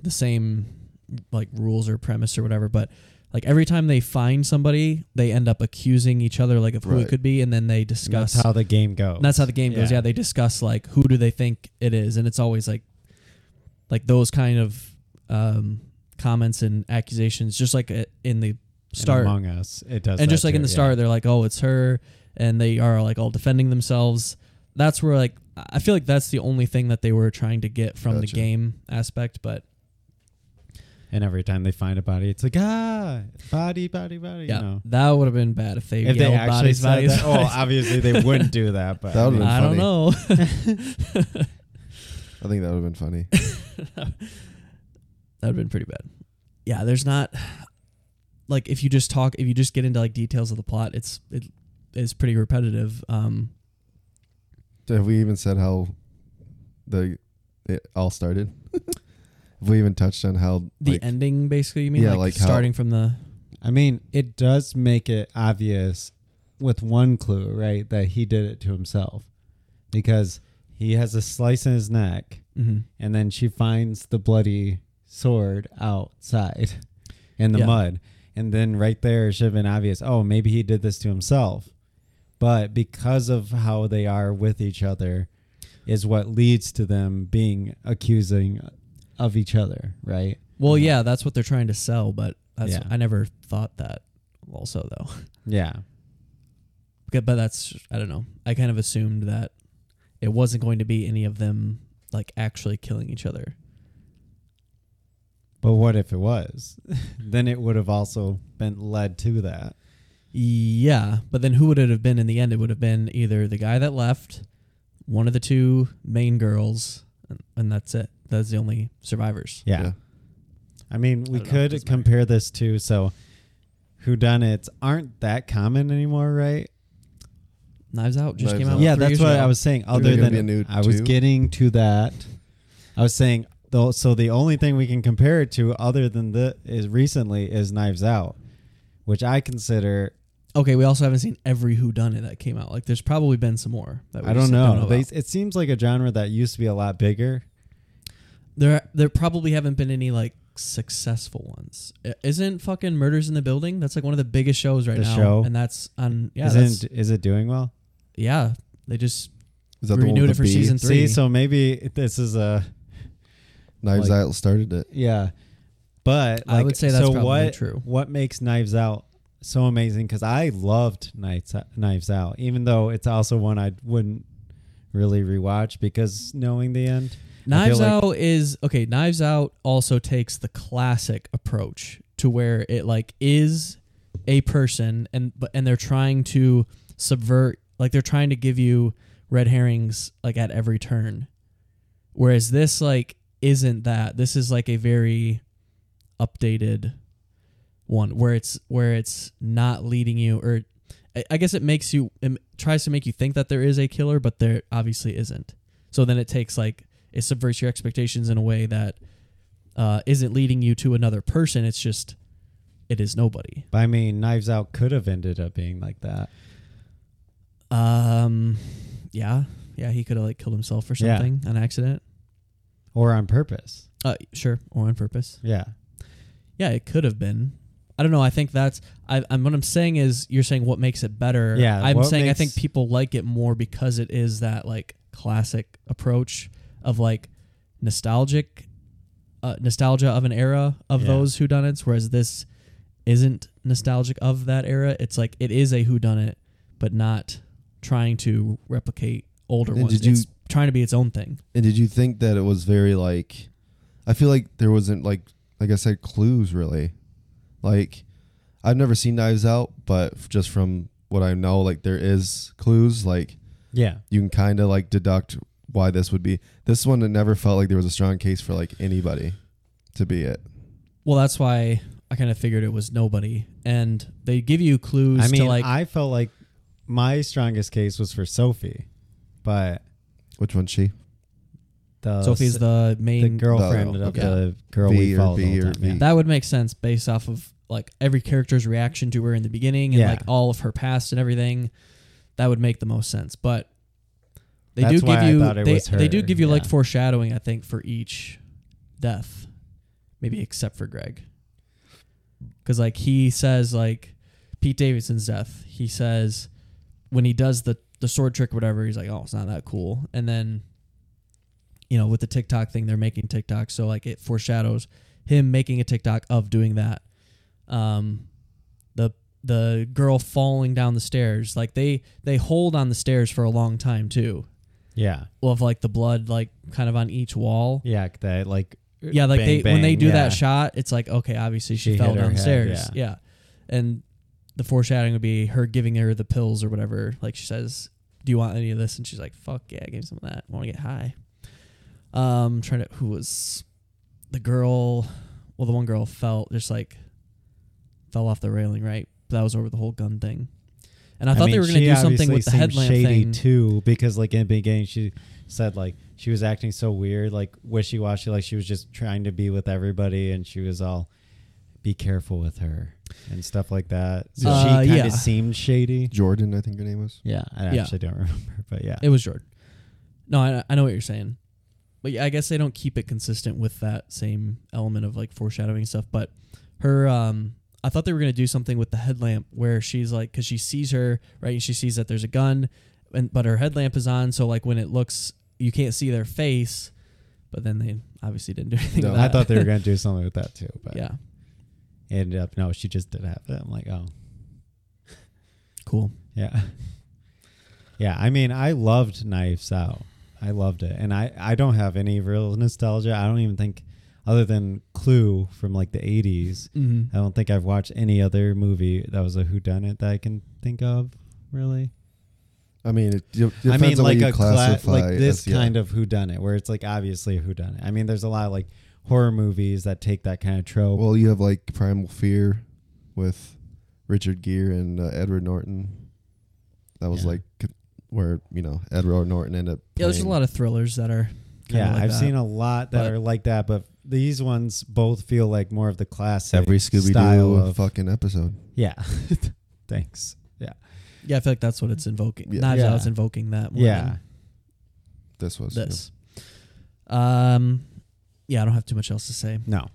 Speaker 1: the same like rules or premise or whatever. But like every time they find somebody, they end up accusing each other like of who
Speaker 3: Right.
Speaker 1: it could be, and then they
Speaker 2: And that's
Speaker 1: discuss.
Speaker 2: how the game goes.
Speaker 1: and that's how the game goes.
Speaker 2: Yeah.
Speaker 1: Yeah, they discuss like who do they think it is, and it's always like like those kind of um, comments and accusations, just like uh, in the
Speaker 2: And
Speaker 1: start
Speaker 2: Among Us. It does.
Speaker 1: and
Speaker 2: that
Speaker 1: just like in
Speaker 2: too,
Speaker 1: the
Speaker 2: yeah.
Speaker 1: start they're like oh it's her and they are like all defending themselves that's where like i I feel like that's the only thing that they were trying to get from the
Speaker 3: Gotcha.
Speaker 1: game aspect but
Speaker 2: And every time they find a body, it's like ah, body, body, body.
Speaker 1: yeah
Speaker 2: You know.
Speaker 1: that would have been bad if they
Speaker 2: If they
Speaker 1: yelled
Speaker 2: actually
Speaker 1: bodies
Speaker 2: said
Speaker 1: bodies,
Speaker 2: that, well,
Speaker 1: bodies.
Speaker 2: obviously they wouldn't do that. But
Speaker 3: That
Speaker 2: I
Speaker 3: would've
Speaker 2: mean,
Speaker 3: been
Speaker 1: i don't
Speaker 3: funny.
Speaker 1: know
Speaker 3: I think that would have been funny.
Speaker 1: that would have been pretty bad. Yeah, there's not like if you just talk if you just get into like details of the plot, it's it is pretty repetitive. Um
Speaker 3: Have we even said how the it all started? Have we even touched on how
Speaker 1: the
Speaker 3: like,
Speaker 1: ending basically you mean
Speaker 3: Yeah,
Speaker 1: like,
Speaker 3: like how-
Speaker 1: starting from the
Speaker 2: I mean, it does make it obvious with one clue, right, that he did it to himself because he has a slice in his neck,
Speaker 1: Mhm.
Speaker 2: and then she finds the bloody sword outside in the
Speaker 1: Yeah.
Speaker 2: mud. And then right there, it should have been obvious oh, maybe he did this to himself. But because of how they are with each other, is what leads to them being accusing of each other, right?
Speaker 1: Well, yeah, that's what they're trying to sell, but that's
Speaker 2: Yeah.
Speaker 1: I never thought that also though.
Speaker 2: Yeah.
Speaker 1: But but that's I don't know. I kind of assumed that it wasn't going to be any of them like actually killing each other.
Speaker 2: But what if it was? then it would have also been led to that.
Speaker 1: Yeah, but then who would it have been in the end? It would have been either the guy that left, one of the two main girls, and, and that's it. That's the only survivors.
Speaker 2: Yeah.
Speaker 3: Yeah.
Speaker 2: I mean, we
Speaker 1: don't know, it
Speaker 2: could
Speaker 1: doesn't
Speaker 2: compare this to so whodunits aren't that common anymore, right?
Speaker 1: Knives Out just
Speaker 3: Knives
Speaker 1: came out.
Speaker 3: Out.
Speaker 2: yeah,
Speaker 1: three
Speaker 2: that's
Speaker 1: years
Speaker 2: what
Speaker 1: ago.
Speaker 2: I was saying.
Speaker 3: there
Speaker 2: Other
Speaker 3: gonna
Speaker 2: than
Speaker 3: be a new
Speaker 2: I was
Speaker 3: two?
Speaker 2: getting to that, I was saying though. So the only thing we can compare it to, other than the is recently, is Knives Out, which I consider
Speaker 1: Okay, we also haven't seen every Who Done It that came out. Like, there's probably been some more. That we
Speaker 2: I
Speaker 1: just
Speaker 2: don't know. they,
Speaker 1: about.
Speaker 2: it seems like a genre that used to be a lot bigger.
Speaker 1: There, there probably haven't been any like successful ones. I- Isn't fucking Murders in the Building? That's like one of the biggest shows right
Speaker 2: The
Speaker 1: now.
Speaker 2: show?
Speaker 1: and that's on. Yeah, that's,
Speaker 2: Isn't is it doing well?
Speaker 1: yeah. They just
Speaker 3: is that the one
Speaker 1: renewed
Speaker 3: with
Speaker 1: it
Speaker 3: the
Speaker 1: for
Speaker 3: bee?
Speaker 1: season three.
Speaker 2: See, so maybe this is a
Speaker 3: Knives
Speaker 2: like-
Speaker 3: Out started it?
Speaker 2: yeah, but
Speaker 1: I would
Speaker 2: like,
Speaker 1: say that's
Speaker 2: so
Speaker 1: probably
Speaker 2: what,
Speaker 1: true.
Speaker 2: What makes Knives Out so amazing? Because I loved Knives Knives Out, even though it's also one I wouldn't really rewatch because knowing the end, I feel
Speaker 1: Knives
Speaker 2: like-
Speaker 1: Out is okay. Knives Out also takes the classic approach to where it like is a person and but and they're trying to subvert like they're trying to give you red herrings like at every turn. Whereas this like isn't that. This is like a very updated one where it's where it's not leading you or I- I guess it makes you it tries to make you think that there is a killer, but there obviously isn't. So then it takes like it subverts your expectations in a way that uh, isn't leading you to another person. It's just it is nobody.
Speaker 2: But I mean, Knives Out could have ended up being like that.
Speaker 1: Um, yeah, yeah, he could have like killed himself or
Speaker 2: Yeah.
Speaker 1: something, an accident.
Speaker 2: Or on purpose.
Speaker 1: Uh, sure, or on purpose.
Speaker 2: Yeah.
Speaker 1: Yeah, it could have been. I don't know. I think that's. I, I'm what I'm saying is you're saying what makes it better.
Speaker 2: Yeah,
Speaker 1: I'm
Speaker 2: what
Speaker 1: saying I
Speaker 2: makes-
Speaker 1: think people like it more because it is that like classic approach of like nostalgic, uh, nostalgia of an era of
Speaker 2: Yeah.
Speaker 1: those whodunits, whereas this isn't nostalgic of that era. It's like it is a whodunit, but not trying to replicate older
Speaker 3: And
Speaker 1: ones.
Speaker 3: did you-
Speaker 1: it's trying to be its own thing.
Speaker 3: And did you think that it was very like? I feel like there wasn't like like I said clues really. Like, I've never seen Knives Out, but f- just from what I know, like there is clues. Like
Speaker 2: Yeah.
Speaker 3: you can kind of like deduct why this would be. This one, it never felt like there was a strong case for like anybody to be it.
Speaker 1: Well, that's why I kind of figured it was nobody, and they give you clues
Speaker 2: I mean,
Speaker 1: to like.
Speaker 2: I felt like my strongest case was for Sophie, but
Speaker 3: Which one's she?
Speaker 2: the
Speaker 1: Sophie's the
Speaker 2: Uh, the Oh,
Speaker 1: main
Speaker 2: girlfriend
Speaker 3: the-
Speaker 2: of
Speaker 1: okay.
Speaker 2: the girl
Speaker 3: V
Speaker 2: we
Speaker 3: Oh, or
Speaker 2: followed.
Speaker 3: V
Speaker 2: the whole
Speaker 3: or
Speaker 2: time, yeah.
Speaker 3: V.
Speaker 1: That would make sense based off of like every character's reaction to her in the beginning and
Speaker 2: Yeah.
Speaker 1: like all of her past and everything. That would make the most sense, but they
Speaker 2: That's
Speaker 1: do
Speaker 2: why
Speaker 1: give
Speaker 2: I
Speaker 1: you
Speaker 2: thought it
Speaker 1: they,
Speaker 2: was
Speaker 1: they do
Speaker 2: her,
Speaker 1: give you like
Speaker 2: yeah.
Speaker 1: foreshadowing. I think for each death, maybe except for Greg, because like he says like Pete Davidson's death. He says when he does the the sword trick, or whatever. He's like, oh, it's not that cool, and then you know, with the TikTok thing, they're making TikTok. So like it foreshadows him making a TikTok of doing that. Um, the the girl falling down the stairs, like they they hold on the stairs for a long time too,
Speaker 2: yeah,
Speaker 1: of like the blood like kind of on each wall.
Speaker 2: yeah, that like uh,
Speaker 1: Yeah, like
Speaker 2: bang,
Speaker 1: they when they
Speaker 2: bang,
Speaker 1: do
Speaker 2: yeah.
Speaker 1: that shot, it's like okay, obviously she,
Speaker 2: She
Speaker 1: fell
Speaker 2: hit her
Speaker 1: down the
Speaker 2: head,
Speaker 1: stairs. Yeah. and the foreshadowing would be her giving her the pills or whatever. Like she says, "Do you want any of this?" And she's like, "Fuck yeah, give me some of that. I want to get high." Um, trying to who was the girl? Well, the one girl fell just like fell off the railing, right? That was over the whole gun thing. And I, thought
Speaker 2: mean,
Speaker 1: they were going to
Speaker 2: she
Speaker 1: do something
Speaker 2: obviously
Speaker 1: with the
Speaker 2: seemed
Speaker 1: headlamp
Speaker 2: shady
Speaker 1: thing.
Speaker 2: too, because like in the beginning she said like she was acting so weird, like wishy washy, like she was just trying to be with everybody, and she was all be careful with her and stuff like that. So she
Speaker 1: Uh,
Speaker 2: kind of
Speaker 1: yeah.
Speaker 2: seemed shady.
Speaker 3: Jordan, I think her name was.
Speaker 2: Yeah, I
Speaker 1: Yeah.
Speaker 2: actually don't remember, but yeah,
Speaker 1: It was Jordan. No, I, I know what you're saying. But yeah, I guess they don't keep it consistent with that same element of like foreshadowing and stuff. But her, um, I thought they were gonna do something with the headlamp where she's like, because she sees her right, and she sees that there's a gun, and but her headlamp is on, so like when it looks, you can't see their face. But then they obviously didn't do anything.
Speaker 3: No,
Speaker 1: with
Speaker 2: I
Speaker 1: that.
Speaker 2: thought they were gonna do something with that too, but
Speaker 1: yeah,
Speaker 2: it ended up no, she just did have it. I'm like, oh,
Speaker 1: cool.
Speaker 2: Yeah. Yeah, I mean, I loved Knives Out. I loved it. And I, I don't have any real nostalgia. I don't even think, other than Clue from like the 80s,
Speaker 1: hmm
Speaker 2: I don't think I've watched any other movie that was a whodunit that I can think of, really.
Speaker 3: I mean, it d- depends
Speaker 2: I mean,
Speaker 3: on
Speaker 2: like
Speaker 3: what you
Speaker 2: a cla-
Speaker 3: classify.
Speaker 2: like this
Speaker 3: as, yeah.
Speaker 2: kind of whodunit, where it's like obviously a whodunit. I mean, there's a lot of like horror movies that take that kind of trope.
Speaker 3: Well, you have like Primal Fear with Richard Gere and uh, Edward Norton. That was
Speaker 2: Yeah.
Speaker 3: like c- where you know Edward Norton ended up.
Speaker 1: Yeah, there's a
Speaker 3: playing-
Speaker 1: lot of thrillers that are. kinda
Speaker 2: yeah,
Speaker 1: like
Speaker 2: I've
Speaker 1: that.
Speaker 2: seen a lot that
Speaker 1: But-
Speaker 2: are like that, but these ones both feel like more of the classic
Speaker 3: every Scooby
Speaker 2: style
Speaker 3: Doo
Speaker 2: of
Speaker 3: fucking episode.
Speaker 2: Yeah. Thanks. Yeah.
Speaker 1: Yeah, I feel like that's what it's invoking.
Speaker 3: Yeah.
Speaker 1: Knives
Speaker 2: Yeah.
Speaker 1: Out's invoking that. More than
Speaker 2: Yeah.
Speaker 3: This was yeah.
Speaker 1: this. Um, yeah, I don't have too much else to say.
Speaker 2: No.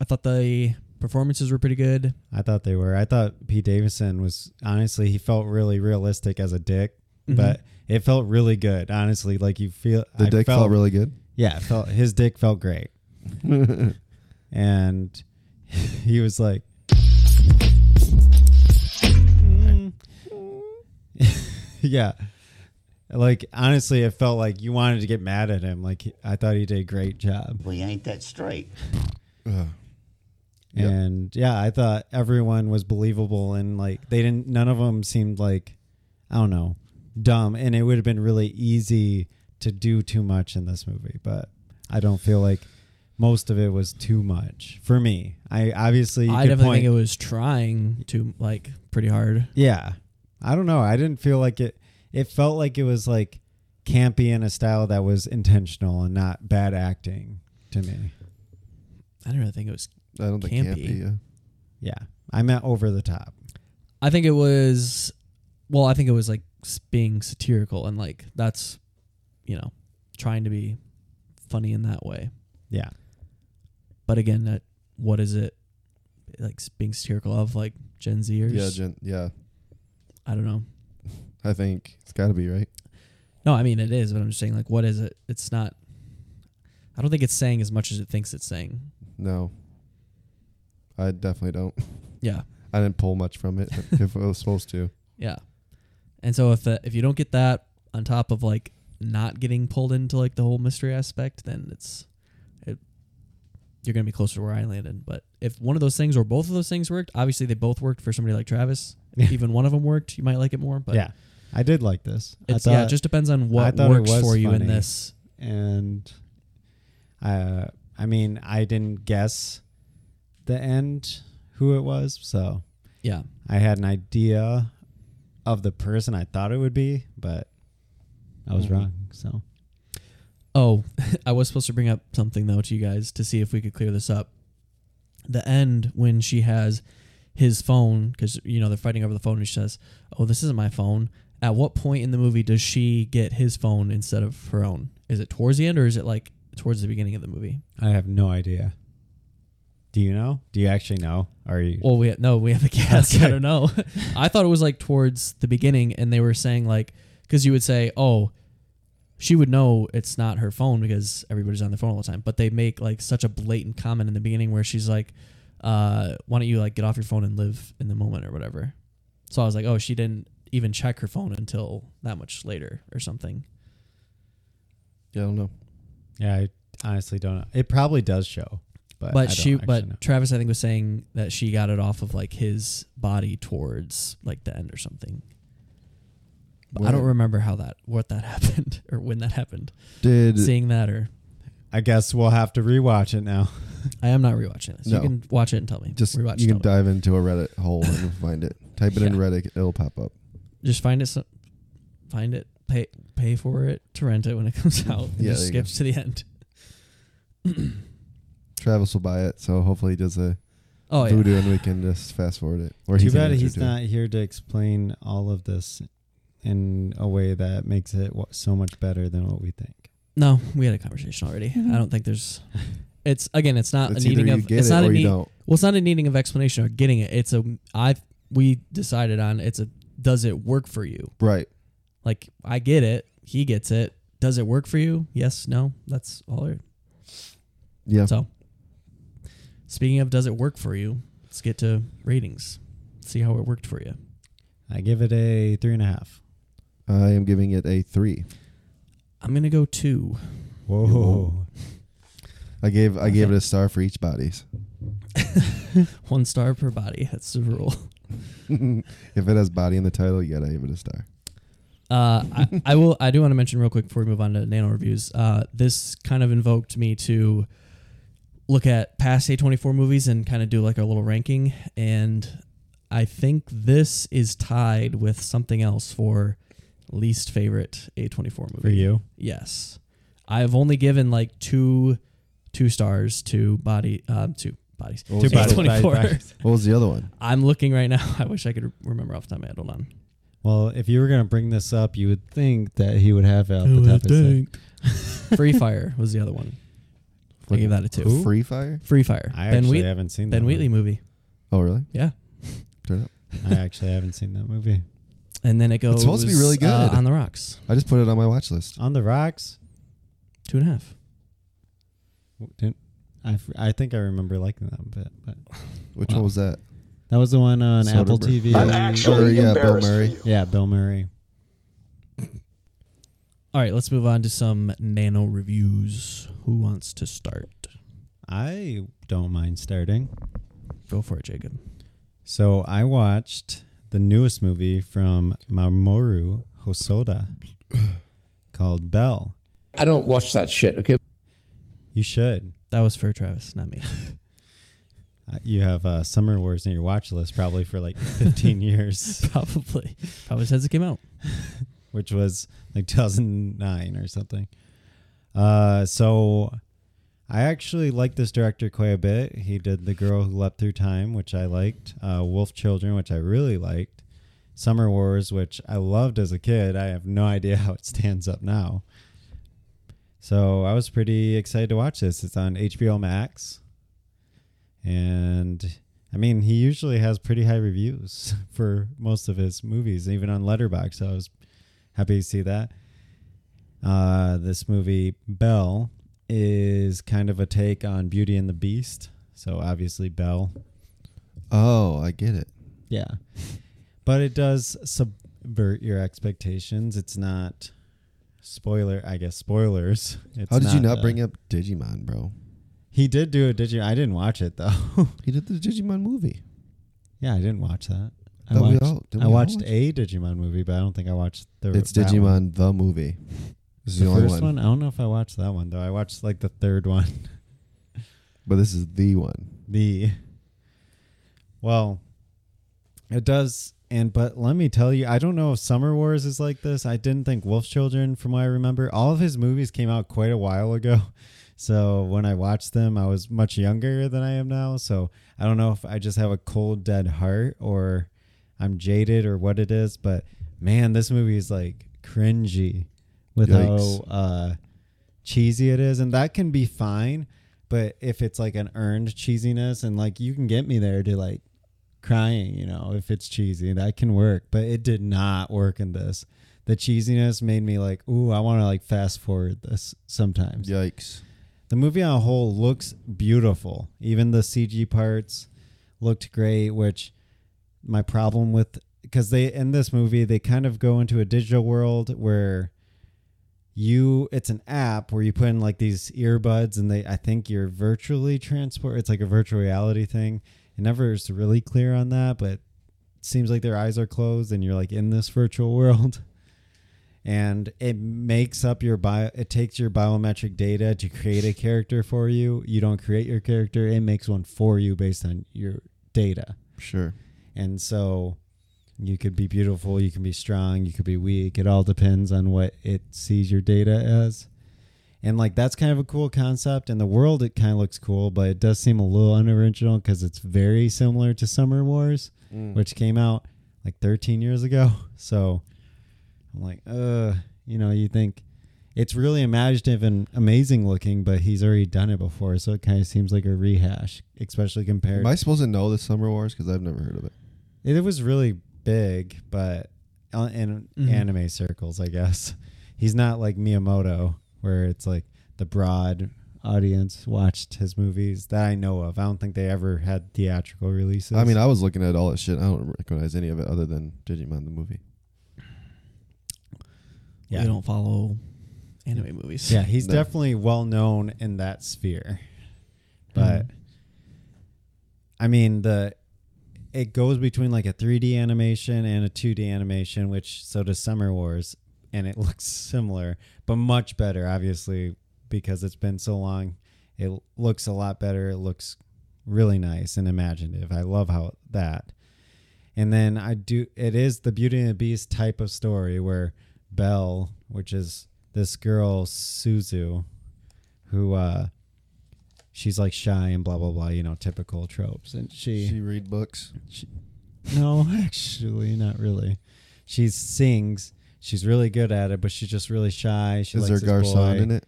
Speaker 1: I thought the performances were pretty good.
Speaker 2: I thought they were. I thought Pete Davidson was honestly he felt really realistic as a dick,
Speaker 1: Mhm.
Speaker 2: but it felt really good. Honestly, like you feel
Speaker 3: Mm-hmm. The
Speaker 2: I
Speaker 3: dick felt, really good.
Speaker 2: Yeah, it felt his dick felt great. and he was like Yeah. Like honestly, it felt like you wanted to get mad at him. Like I thought he did a great job.
Speaker 7: We ain't that straight.
Speaker 3: Ugh. Yep.
Speaker 2: and yeah i thought everyone was believable and like they didn't none of them seemed like i don't know dumb and it would have been really easy to do too much in this movie but i don't feel like most of it was too much for me. I obviously you
Speaker 1: I
Speaker 2: could
Speaker 1: definitely
Speaker 2: point,
Speaker 1: think it was trying to like pretty hard.
Speaker 2: Yeah. I don't know. I didn't feel like it it felt like it was like campy in a style that was intentional and not bad acting to me.
Speaker 1: I don't really think it was.
Speaker 3: I don't think campy.
Speaker 1: Campy.
Speaker 3: yeah.
Speaker 2: Yeah. I meant over the top.
Speaker 1: I think it was. Well, I think it was like s- being satirical and like that's, you know, trying to be funny in that way.
Speaker 2: Yeah.
Speaker 1: But again, that what is it like s- being satirical of like Gen Zers?
Speaker 3: Yeah, gen- yeah.
Speaker 1: I don't know.
Speaker 3: I think it's got to be right.
Speaker 1: No, I mean it is, but I'm just saying like what is it? It's not. I don't think it's saying as much as it thinks it's saying.
Speaker 3: No, I definitely don't.
Speaker 1: Yeah.
Speaker 3: I didn't pull much from it if I was supposed to.
Speaker 1: Yeah. And so if the, if you don't get that on top of like not getting pulled into like the whole mystery aspect, then it's it, you're gonna be closer to where I landed. But if one of those things or both of those things worked, obviously they both worked for somebody like Travis. If even one of them worked, you might like it more. But
Speaker 2: yeah. I did like this. I
Speaker 1: it's, yeah, it
Speaker 2: thought-
Speaker 1: just depends on
Speaker 2: I
Speaker 1: what
Speaker 2: thought it
Speaker 1: works
Speaker 2: was
Speaker 1: for you
Speaker 2: funny.
Speaker 1: in this.
Speaker 2: and uh, I mean, I didn't guess the end who it was, so
Speaker 1: Yeah,
Speaker 2: I had an idea of the person I thought it would be, but I was
Speaker 1: Mm-hmm.
Speaker 3: Mhm.
Speaker 2: wrong. So
Speaker 1: Oh, I was supposed to bring up something though to you guys to see if we could clear this up. The end when she has his phone because you know they're fighting over the phone and she says, "Oh, this isn't my phone." At what point in the movie does she get his phone instead of her own? Is it towards the end or is it like towards the beginning of the movie?
Speaker 2: I have no idea. Do you know? Do you actually know? Are you?
Speaker 1: Well, we no, we have a guess. I
Speaker 2: Okay.
Speaker 1: don't know. I thought it was like towards the beginning, and they were saying like because you would say, "Oh, she would know it's not her phone because everybody's on their phone all the time." But they make like such a blatant comment in the beginning where she's like, uh, "Why don't you like get off your phone and live in the moment or whatever?" So I was like, "Oh, she didn't even check her phone until that much later or something."
Speaker 3: Yeah, I don't know.
Speaker 2: yeah, I honestly don't know. It probably does show, but I
Speaker 1: but
Speaker 2: don't
Speaker 1: she
Speaker 2: actually
Speaker 1: but
Speaker 2: know.
Speaker 1: Travis I think was saying that she got it off of like his body towards like the end or something. But I don't
Speaker 3: Where-
Speaker 1: remember how that what that happened or when that happened.
Speaker 3: Did
Speaker 1: Seeing that or
Speaker 2: I guess we'll have to rewatch it now.
Speaker 1: I am not rewatching this.
Speaker 3: No.
Speaker 1: You can watch it and tell me.
Speaker 3: just
Speaker 1: rewatch
Speaker 3: you
Speaker 1: it.
Speaker 3: can dive into a Reddit hole and find it. Type it in
Speaker 1: Yeah.
Speaker 3: Reddit, it'll pop up.
Speaker 1: Just find it so- find it pay pay for it to rent it when it comes out. and
Speaker 3: Yeah,
Speaker 1: just
Speaker 3: there you go.
Speaker 1: skips to the end.
Speaker 3: Travis will buy it, so hopefully he does a
Speaker 1: Oh yeah.
Speaker 3: voodoo and we can just fast forward it. Or
Speaker 2: Too
Speaker 3: he can
Speaker 2: bad
Speaker 3: answer
Speaker 2: he's
Speaker 3: to it.
Speaker 2: not here to explain all of this in a way that makes it wa- so much better than what we think.
Speaker 1: No, we had a conversation already. I don't think there's it's again it's not
Speaker 3: It's
Speaker 1: a
Speaker 3: either
Speaker 1: needing
Speaker 3: you
Speaker 1: of
Speaker 3: get
Speaker 1: it's
Speaker 3: it
Speaker 1: not a
Speaker 3: or you
Speaker 1: need,
Speaker 3: don't.
Speaker 1: Well, it's not a needing of explanation or getting it. It's a I we decided on. It's a does it work for you?
Speaker 3: Right.
Speaker 1: Like I get it, he gets it. Does it work for you? Yes, no. That's all. Right.
Speaker 3: Yeah.
Speaker 1: So, speaking of, does it work for you? Let's get to ratings. See how it worked for you.
Speaker 2: I give it a three and a half.
Speaker 3: I am giving it a three.
Speaker 1: I'm gonna go two.
Speaker 3: Oh,
Speaker 2: Whoa.
Speaker 3: I gave I gave it a star for each bodies.
Speaker 1: One star per body. That's the rule.
Speaker 3: If it has body in the title, you gotta give it a star.
Speaker 1: Uh, I, I will. I do want to mention real quick before we move on to nano reviews. Uh, this kind of invoked me to look at past A24 movies and kind of do like a little ranking. And I think this is tied with something else for least favorite A24 movie.
Speaker 2: For you?
Speaker 1: Yes. I've only given like two two stars to body um to bodies.
Speaker 3: What was,
Speaker 2: Two
Speaker 3: the other
Speaker 2: bodies.
Speaker 3: one?
Speaker 1: A24.
Speaker 3: What was the other one?
Speaker 1: I'm looking right now. I wish I could remember off the top of my head. Hold on.
Speaker 2: Well, if you were going to bring this up, you would think that he would have it off the top of his head.
Speaker 1: Free Fire was the other one. I
Speaker 3: What-
Speaker 1: gave that a two.
Speaker 3: Free Fire?
Speaker 1: Free Fire.
Speaker 2: I
Speaker 1: ben
Speaker 2: actually
Speaker 1: Wheat-
Speaker 2: haven't seen that
Speaker 1: Ben Wheatley
Speaker 2: one.
Speaker 1: movie.
Speaker 3: Oh really?
Speaker 1: Yeah.
Speaker 3: Turn it up.
Speaker 2: I actually haven't seen that movie.
Speaker 1: And then it goes.
Speaker 3: It's supposed to be really
Speaker 1: uh,
Speaker 3: good.
Speaker 1: on the rocks.
Speaker 3: I just put it on my watch list.
Speaker 2: On the Rocks?
Speaker 1: Two and a half.
Speaker 2: w- Didn't, I, f- I think I remember liking that a bit, but
Speaker 3: Which
Speaker 2: Wow.
Speaker 3: one was that?
Speaker 2: that was the one on Apple
Speaker 3: Soderbergh.
Speaker 2: TV.
Speaker 3: I'm Or, yeah, Bill Murray.
Speaker 2: yeah, Bill Murray.
Speaker 1: All right, let's move on to some nano reviews. Who wants to start?
Speaker 2: I don't mind starting.
Speaker 1: Go for it, Jacob.
Speaker 2: So I watched the newest movie from Mamoru Hosoda called Bell.
Speaker 11: I don't watch that shit, okay?
Speaker 2: You should.
Speaker 1: That was for Travis, not me.
Speaker 2: Uh, You have uh, Summer Wars in your watch list probably for like 15 years,
Speaker 1: Probably. Probably since it came out.
Speaker 2: which was like 2009 or something. Uh, so I actually like this director quite a bit. He did The Girl Who Leapt Through Time, which I liked, uh, Wolf Children, which I really liked, Summer Wars, which I loved as a kid. I have no idea how it stands up now. So I was pretty excited to watch this. It's on HBO Max. And I mean, he usually has pretty high reviews for most of his movies, even on Letterboxd. So I was happy to see that. Uh, this movie, Belle, is kind of a take on Beauty and the Beast. So obviously, Belle
Speaker 3: Oh, I get it.
Speaker 2: yeah. But it does subvert your expectations. It's not spoiler, I guess spoilers. It's
Speaker 3: How did you not
Speaker 2: uh,
Speaker 3: bring up Digimon, bro?
Speaker 2: He did do a Digimon. I didn't watch it though.
Speaker 3: He did the Digimon movie.
Speaker 2: yeah, I didn't watch that. I
Speaker 3: Thought we
Speaker 2: watched,
Speaker 3: all- didn't
Speaker 2: I
Speaker 3: we all
Speaker 2: watched
Speaker 3: watch
Speaker 2: a Digimon movie, but I don't think I watched the
Speaker 3: It's
Speaker 2: that
Speaker 3: Digimon
Speaker 2: one.
Speaker 3: the movie. This is
Speaker 2: The,
Speaker 3: the, only
Speaker 2: first
Speaker 3: one.
Speaker 2: one. I don't know if I watched that one though. I watched like the third one.
Speaker 3: but this is the one.
Speaker 2: the well it does and but let me tell you i don't know if summer wars is like this i didn't think wolf's children from what i remember all of his movies came out quite a while ago so when i watched them i was much younger than i am now so i don't know if i just have a cold dead heart or i'm jaded or what it is but man this movie is like cringy with
Speaker 3: Yikes.
Speaker 2: how uh cheesy it is and that can be fine but if it's like an earned cheesiness and like you can get me there to like crying you know if it's cheesy that can work but it did not work in this the cheesiness made me like ooh i want to like fast forward this sometimes
Speaker 3: Yikes.
Speaker 2: the movie on a whole looks beautiful even the cg parts looked great which my problem with because they in this movie they kind of go into a digital world where you it's an app where you put in like these earbuds and they i think you're virtually transport it's like a virtual reality thing it never is really clear on that but it seems like their eyes are closed and you're like in this virtual world and it makes up your bio it takes your biometric data to create a character for you you don't create your character it makes one for you based on your data
Speaker 3: Sure.
Speaker 2: and so you could be beautiful, you can be strong, you could be weak. It all depends on what it sees your data as. And like that's kind of a cool concept. In the world, it kind of looks cool, but it does seem a little unoriginal because it's very similar to Summer Wars, which came out like 13 years ago. So I'm like, uh, you know, you think it's really imaginative and amazing looking, but he's already done it before, so it kind of seems like a rehash, especially compared.
Speaker 3: Am I supposed to know the Summer Wars? Because I've never heard of it.
Speaker 2: It, it was really big, but uh, in
Speaker 1: Mhm.
Speaker 2: anime circles, I guess he's not like Miyamoto, where it's like the broad audience watched his movies that I know of. I don't think they ever had theatrical releases.
Speaker 3: I mean, I was looking at all that shit. I don't recognize any of it other than Digimon the movie.
Speaker 1: Yeah.
Speaker 2: Yeah.
Speaker 1: We don't follow anime movies.
Speaker 2: yeah, he's
Speaker 3: No.
Speaker 2: definitely well known in that sphere, but I mean the it goes between like a 3D animation and a 2D animation, which so does Summer Wars, and it looks similar, but much better, obviously, because it's been so long. It l- looks a lot better. It looks really nice and imaginative. I love how that. And then I do it is the Beauty and the Beast type of story where Belle, which is this girl Suzu, who uh she's like shy and blah blah blah, you know, typical tropes. And
Speaker 3: She read books.
Speaker 2: no, actually, not really. She sings. She's really good at it, but she's just really shy. She
Speaker 3: is
Speaker 2: likes
Speaker 3: there
Speaker 2: this
Speaker 3: Garcon
Speaker 2: boy.
Speaker 3: in it?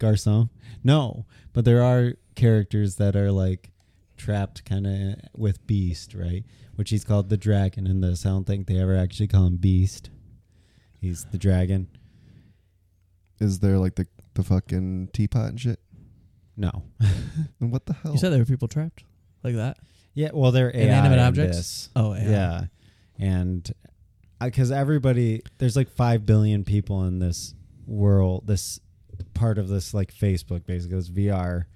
Speaker 2: Garcon? No, but there are characters that are like trapped kind of with Beast, right? Which he's called the Dragon in this. I don't think they ever actually call him Beast. He's the Dragon.
Speaker 3: Is there like the the fucking teapot and shit?
Speaker 2: No.
Speaker 3: And what the hell?
Speaker 1: You said there were people trapped like that.
Speaker 2: Yeah, well, they're AI
Speaker 1: Inanimate
Speaker 2: in
Speaker 1: objects?
Speaker 2: this.
Speaker 1: Oh, AI.
Speaker 2: yeah, and because everybody, there's like five billion people in this world, this part of this like Facebook, basically this VR,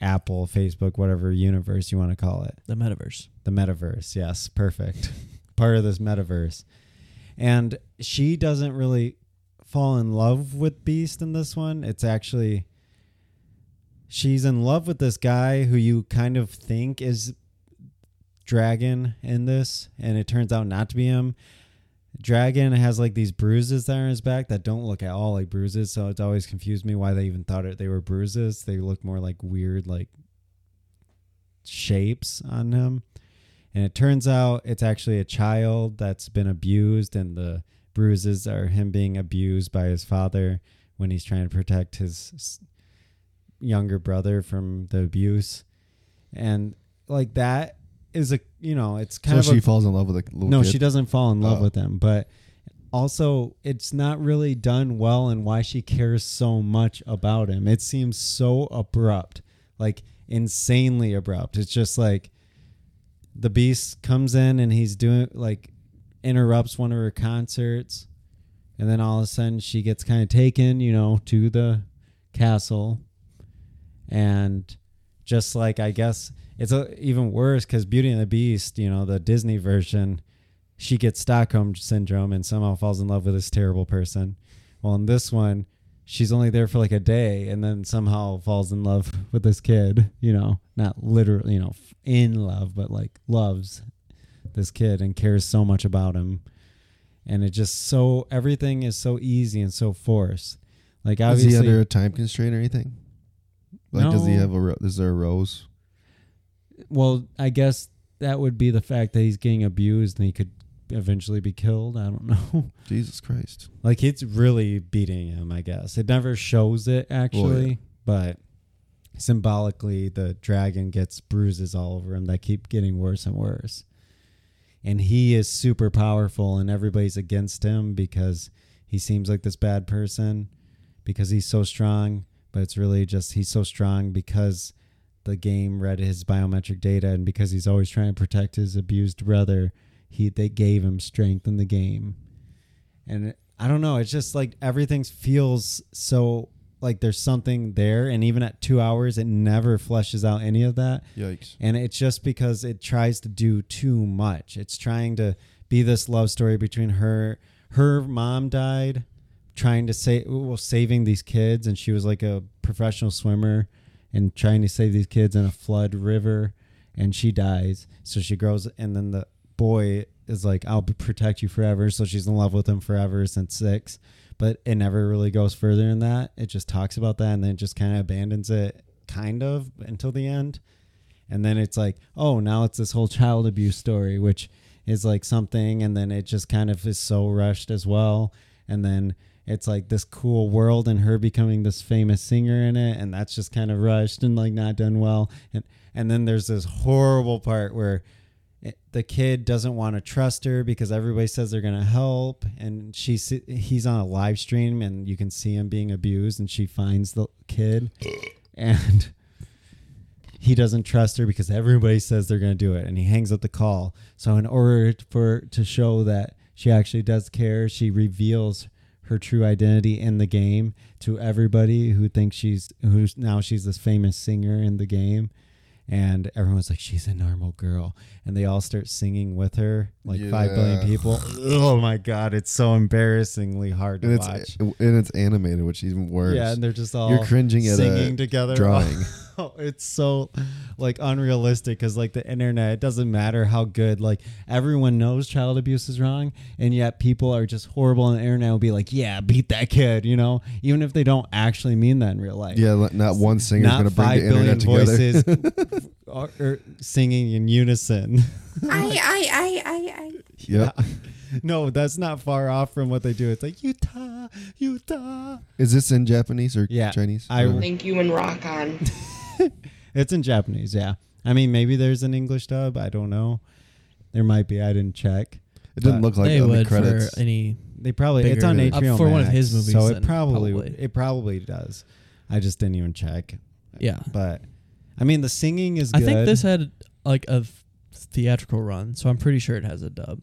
Speaker 2: Apple, Facebook, whatever universe you want to call it
Speaker 1: The metaverse.
Speaker 2: the metaverse. Yes, perfect. Part of this metaverse. And she doesn't really fall in love with Beast in this one. It's actually she's in love with this guy who you kind of think is Dragon in this, and it turns out not to be him. Dragon has like these bruises that are on his back that don't look at all like bruises, so it's always confused me why they even thought it they were bruises. They look more like weird like shapes on him. And it turns out it's actually a child that's been abused, and the bruises are him being abused by his father when he's trying to protect his s- younger brother from the abuse. And like that is a, you know, it's kind
Speaker 3: so
Speaker 2: of.
Speaker 3: she
Speaker 2: a,
Speaker 3: falls in love with a little
Speaker 2: no,
Speaker 3: kid.
Speaker 2: she doesn't fall in love
Speaker 3: Oh.
Speaker 2: with him, but also it's not really done well and why she cares so much about him. It seems so abrupt, like insanely abrupt. It's just like the beast comes in and he's doing like interrupts one of her concerts and then all of a sudden she gets kind of taken, you know, to the castle and just like I guess it's a, even worse because Beauty and the Beast, you know, the Disney version, she gets Stockholm syndrome and somehow falls in love with this terrible person. Well, in this one, she's only there for like a day and then somehow falls in love with this kid. You know, not literally, you know, f- in love, but like loves this kid and cares so much about him. And it just so everything is so easy and so forced. Like
Speaker 3: Is
Speaker 2: obviously,
Speaker 3: he under a time constraint or anything? Like, does he
Speaker 2: No.
Speaker 3: have a? Ro- is there a rose?
Speaker 2: Well, I guess that would be the fact that he's getting abused and he could eventually be killed. I don't know.
Speaker 3: Jesus Christ!
Speaker 2: like it's really beating him, I guess. It never shows it actually, but symbolically the dragon gets bruises all over him that keep getting worse and worse. And he is super powerful and everybody's against him because he seems like this bad person because he's so strong, but it's really just he's so strong because the game read his biometric data and because he's always trying to protect his abused brother, he they gave him strength in the game and I don't know. It's just like everything feels so like there's something there, and even at two hours, it never fleshes out any of that.
Speaker 3: Yikes!
Speaker 2: And it's just because it tries to do too much. It's trying to be this love story between her, her mom died, trying to say, well, saving these kids, and she was like a professional swimmer and trying to save these kids in a flood river, and she dies. So she grows, and then the boy is like, I'll b- protect you forever. So she's in love with him forever since six. But it never really goes further than that. It just talks about that and then just kind of abandons it, kind of, until the end and then it's like oh now it's this whole child abuse story which is like something and then it just kind of is so rushed as well and then it's like this cool world and her becoming this famous singer in it and that's just kind of rushed and like not done well and and then there's this horrible part where it- the kid doesn't want to trust her because everybody says they're going to help and she se- he's on a live stream and you can see him being abused and she finds the kid and he doesn't trust her because everybody says they're going to do it and he hangs up the call so in order for to show that she actually does care she reveals her true identity in the game to everybody who thinks she's who's now she's this famous singer in the game and everyone's like she's a normal girl and they all start singing with her like 5 billion
Speaker 3: Yeah.
Speaker 2: people oh my god it's so embarrassingly hard to
Speaker 3: And
Speaker 2: watch
Speaker 3: it's and it's animated, which is even worse.
Speaker 2: yeah, and they're just all
Speaker 3: cringing at a
Speaker 2: singing together. Oh,
Speaker 3: drawing.
Speaker 2: it's so like unrealistic because like the internet, it doesn't matter how good. Like everyone knows child abuse is wrong, and yet people are just horrible on the internet. Will be like, yeah, beat that kid, you know, even if they don't actually mean that in real life.
Speaker 3: yeah, like, not one singer is
Speaker 2: Not
Speaker 3: going to bring
Speaker 2: five
Speaker 3: the
Speaker 2: billion
Speaker 3: internet together.
Speaker 2: voices are, are singing in unison.
Speaker 6: Oh
Speaker 5: I, I, I, I, I.
Speaker 3: yep.
Speaker 2: no, that's not far off from what they do. It's like Utah, Utah.
Speaker 3: Is this in Japanese or
Speaker 2: Yeah,
Speaker 3: Chinese?
Speaker 2: I-
Speaker 3: Whatever.
Speaker 5: Thank you and rock on.
Speaker 2: It's in Japanese, yeah. I mean, maybe there's an English dub. I don't know. There might be. I didn't check.
Speaker 3: it didn't
Speaker 2: but
Speaker 3: look like
Speaker 1: they
Speaker 3: on the
Speaker 1: would for
Speaker 3: credits.
Speaker 1: any.
Speaker 2: They probably it's
Speaker 3: bigger
Speaker 2: on
Speaker 3: than-
Speaker 2: HBO
Speaker 1: Uh, for one of
Speaker 2: Max,
Speaker 1: his movies
Speaker 2: So it
Speaker 1: then,
Speaker 2: probably,
Speaker 1: probably.
Speaker 2: it probably does. I just didn't even check.
Speaker 1: Yeah,
Speaker 2: But I mean, the singing is.
Speaker 1: I
Speaker 2: good.
Speaker 1: think this had like a f- theatrical run, so I'm pretty sure it has a dub.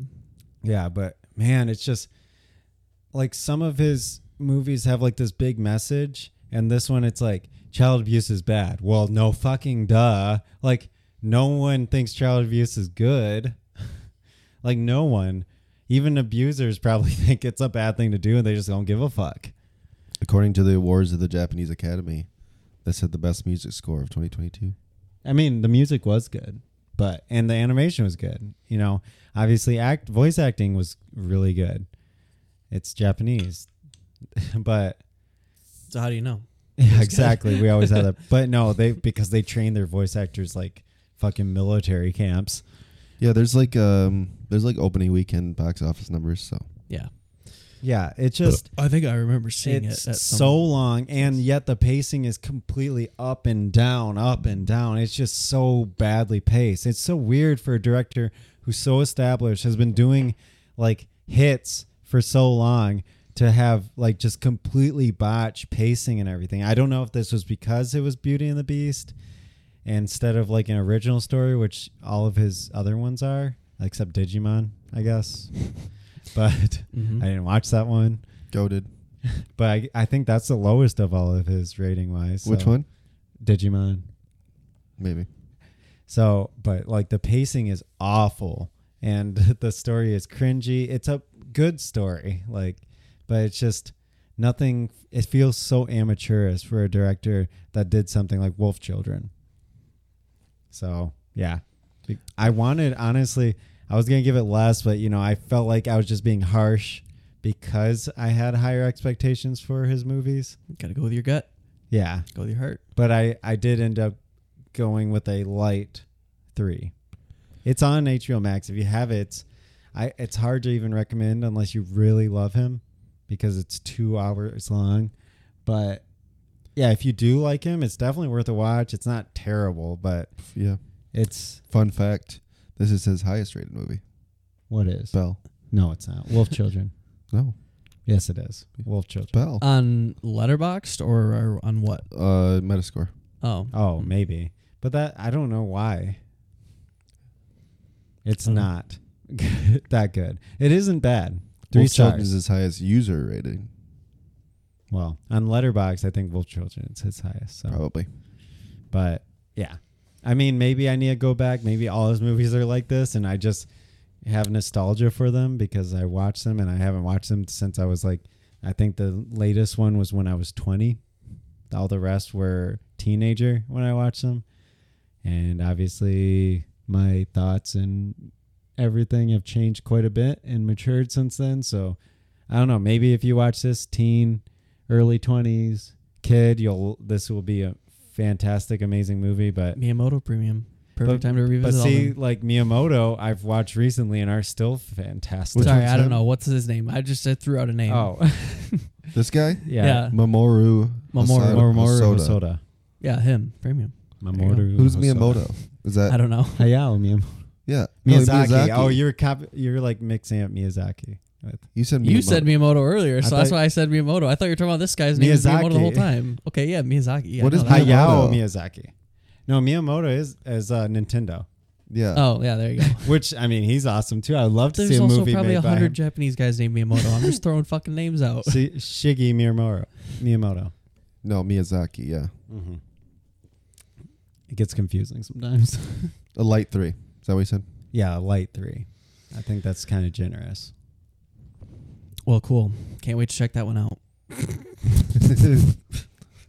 Speaker 2: Yeah, but man, it's just like some of his movies have like this big message, and this one it's like child abuse is bad. Well, no fucking duh. Like no one thinks child abuse is good. like no one, even abusers probably think it's a bad thing to do, and they just don't give a fuck.
Speaker 3: According to the awards of the Japanese Academy, that said the best music score of 2022.
Speaker 2: I mean, the music was good, but and the animation was good. You know, obviously, act voice acting was really good. It's Japanese, but
Speaker 1: So how do you know?
Speaker 2: yeah, exactly. We always had that. But no, they because they train their voice actors like fucking military camps.
Speaker 3: Yeah, there's like um there's like opening weekend box office numbers. So
Speaker 1: Yeah.
Speaker 2: Yeah, it just
Speaker 1: I think I remember seeing
Speaker 2: it's
Speaker 1: it. At some-
Speaker 2: so long, and yet the pacing is completely up and down, up and down. It's just so badly paced. It's so weird for a director who's so established, has been doing like hits for so long to have like just completely botch pacing and everything. I don't know if this was because it was Beauty and the Beast instead of like an original story, which all of his other ones are, except Digimon, I guess. But
Speaker 1: Mm-hmm.
Speaker 2: I didn't watch that one
Speaker 3: goaded.
Speaker 2: but I, I think that's the lowest of all of his rating wise.
Speaker 3: Which one?
Speaker 2: Digimon.
Speaker 3: Maybe.
Speaker 2: So, but like the pacing is awful and the story is cringy. It's a good story, like, but it's just nothing. It feels so amateurish for a director that did something like Wolf Children. So, yeah. I wanted, honestly, I was going to give it less, but, you know, I felt like I was just being harsh because I had higher expectations for his movies.
Speaker 1: gotta go with your gut.
Speaker 2: Yeah
Speaker 1: Go with your heart.
Speaker 2: but I I did end up going with a light three. It's on HBO Max. If you have it, it's, I it's hard to even recommend unless you really love him because it's two hours long. But yeah, if you do like him, it's definitely worth a watch. It's not terrible, but
Speaker 3: Yeah.
Speaker 2: it's
Speaker 3: Fun fact: This is his highest rated movie.
Speaker 2: what is
Speaker 3: Bell.
Speaker 2: no, it's not Wolf Children.
Speaker 3: No.
Speaker 2: Yes, it is Wolf Children.
Speaker 3: Bell.
Speaker 1: On Letterboxd or, or on what?
Speaker 3: Uh, Metascore.
Speaker 1: Oh,
Speaker 2: Oh, maybe, but that I don't know why. It's
Speaker 3: Um,
Speaker 2: not that good. It isn't bad. Three
Speaker 3: Wolf Children
Speaker 2: stars.
Speaker 3: is his highest user rating,
Speaker 2: well, on Letterbox, I think Wolf Children is his highest. So.
Speaker 3: probably.
Speaker 2: But yeah, I mean, maybe I need to go back. Maybe all his movies are like this, and I just have nostalgia for them because I watched them, and I haven't watched them since I was like, I think the latest one was when I was twenty. All the rest were teenager when I watched them, and obviously my thoughts and everything have changed quite a bit and matured since then. So I don't know. Maybe if you watch this teen, early twenties kid, you'll this will be a fantastic, amazing movie. But
Speaker 1: Miyamoto Premium. Perfect time to
Speaker 2: but
Speaker 1: revisit all
Speaker 2: see,
Speaker 1: them.
Speaker 2: like Miyamoto, I've watched recently and are still fantastic.
Speaker 1: Sorry,
Speaker 3: one's
Speaker 1: I don't
Speaker 3: him?
Speaker 1: know. What's his name? I just uh, threw out a name.
Speaker 2: Oh,
Speaker 3: This guy,
Speaker 2: yeah.
Speaker 1: Yeah.
Speaker 3: Mamoru.
Speaker 1: Mamoru-
Speaker 3: Hosoda-
Speaker 2: Mamoru
Speaker 3: Hosoda.
Speaker 2: Hosoda.
Speaker 1: Yeah, him. Premium.
Speaker 2: Mamoru
Speaker 3: Who's
Speaker 2: Hosoda.
Speaker 3: Miyamoto? Is that
Speaker 1: I don't know.
Speaker 2: Hayao Miyam-
Speaker 3: yeah? No,
Speaker 2: Miyazaki. Oh, you're cop- you're like mixing up Miyazaki. with-
Speaker 3: you said
Speaker 1: You said Miyamoto earlier, so that's
Speaker 2: thought-
Speaker 1: why I said Miyamoto. I thought you were talking about this guy's name is Miyamoto the whole
Speaker 2: Miyazaki.
Speaker 1: time. Okay, yeah, Miyazaki. Yeah,
Speaker 3: What
Speaker 1: I
Speaker 3: is
Speaker 1: know that.
Speaker 2: Hayao
Speaker 3: Miyamoto.
Speaker 2: Miyazaki. No, Miyamoto is is uh, Nintendo.
Speaker 3: Yeah.
Speaker 1: Oh, yeah, there you go.
Speaker 2: Which I mean, he's awesome too. I would love to
Speaker 1: There's
Speaker 2: see a
Speaker 1: also
Speaker 2: movie
Speaker 1: probably
Speaker 2: made
Speaker 1: a
Speaker 2: by him.
Speaker 1: hundred Japanese guys named Miyamoto. I'm just throwing fucking names out.
Speaker 2: Si- Shiggy Miyamoto. Miyamoto.
Speaker 3: No, Miyazaki. Yeah.
Speaker 2: It gets confusing sometimes.
Speaker 3: A light three. Is that what you said?
Speaker 2: yeah, a light three. I think that's kind of generous.
Speaker 1: Well, cool. Can't wait to check that one out.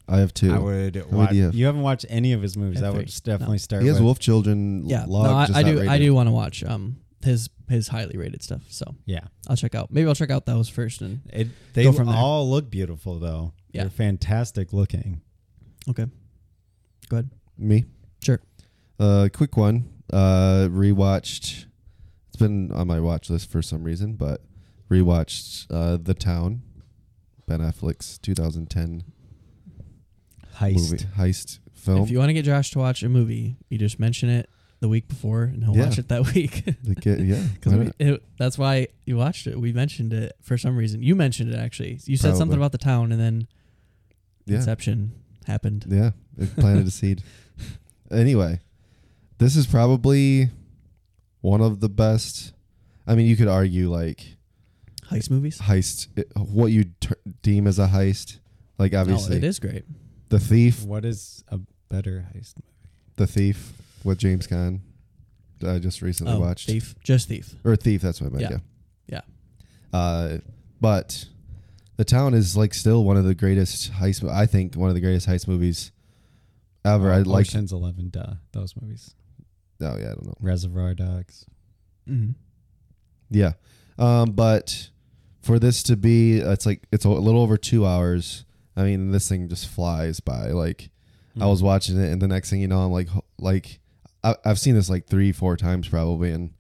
Speaker 3: I have two.
Speaker 2: I would.
Speaker 3: would
Speaker 2: Watch,
Speaker 3: you have?
Speaker 2: you haven't watched any of his movies.
Speaker 1: I
Speaker 2: I would
Speaker 1: think-
Speaker 2: just definitely
Speaker 1: no.
Speaker 2: start.
Speaker 3: He has
Speaker 2: with,
Speaker 3: Wolf Children.
Speaker 1: Yeah, no,
Speaker 3: Log,
Speaker 1: I,
Speaker 3: just
Speaker 1: I
Speaker 3: not
Speaker 1: do. I
Speaker 3: rated.
Speaker 1: do want to watch um his his highly rated stuff. So
Speaker 2: Yeah,
Speaker 1: I'll check out. Maybe I'll check out those first. And
Speaker 2: it, they
Speaker 1: Go from there.
Speaker 2: all look beautiful though.
Speaker 1: Yeah.
Speaker 2: They're fantastic looking.
Speaker 1: okay, go ahead.
Speaker 3: Me.
Speaker 1: Sure.
Speaker 3: Uh, quick one. Uh, rewatched. It's been on my watch list for some reason, but rewatched uh, The Town, Ben Affleck's 2010
Speaker 2: Heist.
Speaker 3: movie heist film.
Speaker 1: If you want to get Josh to watch a movie, you just mention it the week before, and he'll
Speaker 3: Yeah.
Speaker 1: watch it that week.
Speaker 3: They get- yeah, why
Speaker 1: Because
Speaker 3: not?
Speaker 1: that's why you watched it. We mentioned it for some reason. You mentioned it actually. You said something
Speaker 3: Probably.
Speaker 1: about the town, and then
Speaker 3: yeah,
Speaker 1: Inception happened.
Speaker 3: yeah, it planted a seed. Anyway, this is probably one of the best. I mean, you could argue like
Speaker 1: Heist movies.
Speaker 3: heist, it- what you ter- deem as a heist. Like
Speaker 1: Oh, it
Speaker 3: obviously,
Speaker 1: is great.
Speaker 3: the thief,
Speaker 2: What is a better heist?
Speaker 3: the thief with James Caan. that I just recently
Speaker 1: Oh,
Speaker 3: watched
Speaker 1: Thief, just Thief.
Speaker 3: or thief. That's what I meant.
Speaker 1: Yeah.
Speaker 3: Yeah.
Speaker 1: Yeah.
Speaker 3: Uh, but the town is like still one of the greatest heist. I think one of the greatest heist movies
Speaker 1: Uh,
Speaker 3: ever. I like.
Speaker 2: Ocean's Eleven, duh. Those movies.
Speaker 3: Oh yeah, I don't know.
Speaker 2: Reservoir Dogs.
Speaker 1: Mm-hmm.
Speaker 3: Yeah. Um, but for this to be, it's like it's a little over two hours. I mean, this thing just flies by. Like, I was watching it, and the next thing you know, I'm like, ho- like, I, I've seen this like three, four times probably, and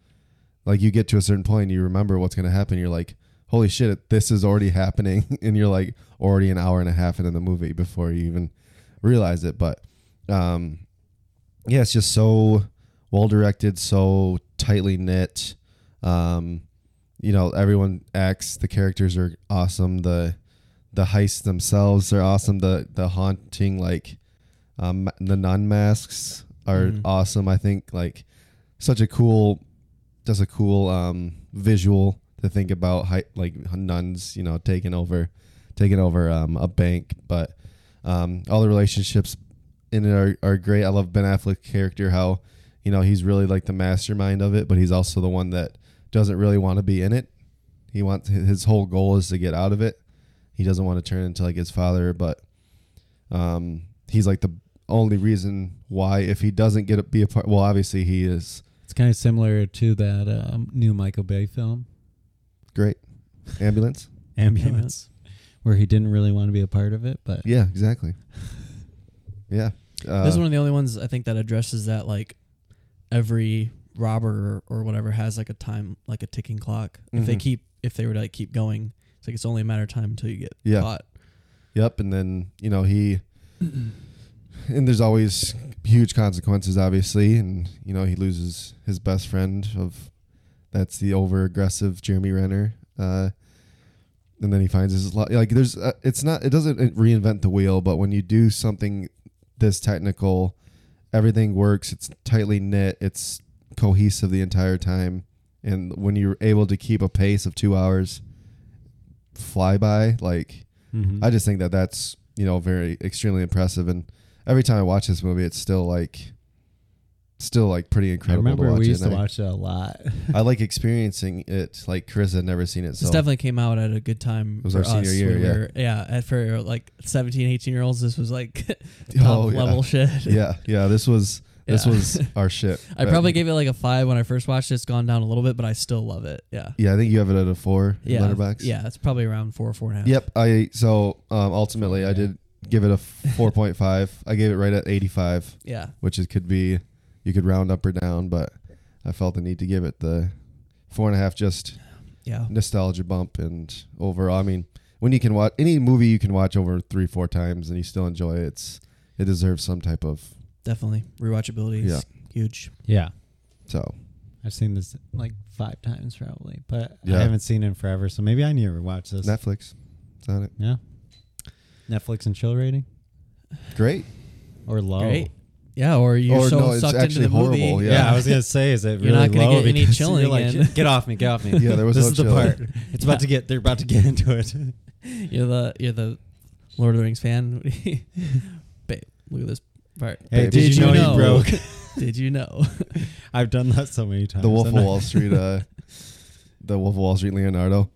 Speaker 3: like you get to a certain point, and you remember what's gonna happen. You're like, holy shit, this is already happening, and you're like already an hour and a half into the movie before you even realize it. But, um, yeah, it's just so well directed, so tightly knit. Um, you know, everyone acts. The characters are awesome. The the heists themselves are awesome. The the haunting like um, the nun masks are awesome. I think like such a cool, just a cool um, visual to think about. Hi- like nuns, you know, taking over, taking over um, a bank. But um, all the relationships in it are, are great. I love Ben Affleck's character. How you know he's really like the mastermind of it, but he's also the one that doesn't really want to be in it. He wants his whole goal is to get out of it. He doesn't want to turn into like his father, but um, he's like the only reason why if he doesn't get a, be a part. Well, obviously he is
Speaker 2: It's kind of similar to that um, new Michael Bay film,
Speaker 3: great. Ambulance.
Speaker 2: Ambulance, where he didn't really want to be a part of it, but
Speaker 3: yeah, exactly. Yeah. Uh,
Speaker 1: this is one of the only ones I think that addresses that like every robber or, or whatever has like a time like a ticking clock. If
Speaker 3: Mm-hmm.
Speaker 1: they keep if they were to like keep going, it's like it's only a matter of time until you get
Speaker 3: Yeah.
Speaker 1: caught.
Speaker 3: Yep, and then you know he, and there's always huge consequences, obviously, and you know he loses his best friend of, that's the over aggressive Jeremy Renner, uh, and then he finds his lo- like there's uh, it's not it doesn't reinvent the wheel, but when you do something this technical, everything works. It's tightly knit. It's cohesive the entire time, and when you're able to keep a pace of two hours, fly by like.
Speaker 2: Mm-hmm.
Speaker 3: I just think that that's you know very extremely impressive, and every time I watch this movie, it's still like, still like pretty
Speaker 2: I
Speaker 3: incredible.
Speaker 2: remember
Speaker 3: to watch
Speaker 2: we
Speaker 3: it,
Speaker 2: used to
Speaker 3: and I-
Speaker 2: watch uh, it a lot.
Speaker 3: I like experiencing it like Chris had never seen it, so
Speaker 1: This definitely came out at a good time.
Speaker 3: It was
Speaker 1: for
Speaker 3: our senior
Speaker 1: us.
Speaker 3: year,
Speaker 1: We
Speaker 3: yeah.
Speaker 1: were- yeah. at- for like 17, 18 year olds, this was like top
Speaker 3: Oh, yeah.
Speaker 1: level shit.
Speaker 3: yeah, yeah. This was this
Speaker 1: Yeah.
Speaker 3: was our shit.
Speaker 1: I probably gave it like a five when I first watched it. It's gone down a little bit, but I still love it. Yeah.
Speaker 3: yeah. I think you have it at a four. in
Speaker 1: Yeah.
Speaker 3: Letterbox.
Speaker 1: Yeah. It's probably around four, four and a half.
Speaker 3: Yep. I so um, ultimately I did give it a four point five. I gave it right at eighty five,
Speaker 1: Yeah.
Speaker 3: which is could be you could round up or down, but I felt the need to give it the four and a half just
Speaker 1: Yeah.
Speaker 3: nostalgia bump and overall. I mean, when you can watch any movie, you can watch over three, four times, and you still enjoy it. It's it deserves some type of
Speaker 1: Definitely. Rewatchability is huge.
Speaker 2: yeah,
Speaker 3: so.
Speaker 2: I've seen this like five times probably, but
Speaker 3: Yeah.
Speaker 2: I haven't seen it in forever, so maybe I need to watch this.
Speaker 3: Netflix, it's on it.
Speaker 2: yeah, Netflix and chill rating
Speaker 3: Great.
Speaker 2: or low.
Speaker 1: Great. Yeah. Or you're
Speaker 3: Oh. Or
Speaker 1: so
Speaker 3: no, it's
Speaker 1: sucked
Speaker 3: actually
Speaker 1: into the movie.
Speaker 3: horrible,
Speaker 2: Yeah. I was gonna say, is it
Speaker 1: You're
Speaker 2: really
Speaker 1: not gonna
Speaker 2: low?
Speaker 1: get any
Speaker 2: Because
Speaker 1: chilling
Speaker 2: you're like,
Speaker 1: in.
Speaker 2: Get off me! Get off me!
Speaker 3: Yeah, there was
Speaker 2: this
Speaker 3: no
Speaker 2: is the
Speaker 3: chilling.
Speaker 2: part. It's about to get. They're about to get into it.
Speaker 1: You're the you're the Lord of the Rings fan. Babe, look at this part.
Speaker 2: hey,
Speaker 3: Babe,
Speaker 2: did, you know, he broke?
Speaker 1: did you know?
Speaker 2: I've done that so many times.
Speaker 3: The Wolf of
Speaker 2: I'm not-
Speaker 3: Wall Street. Uh, the Wolf of Wall Street. Leonardo.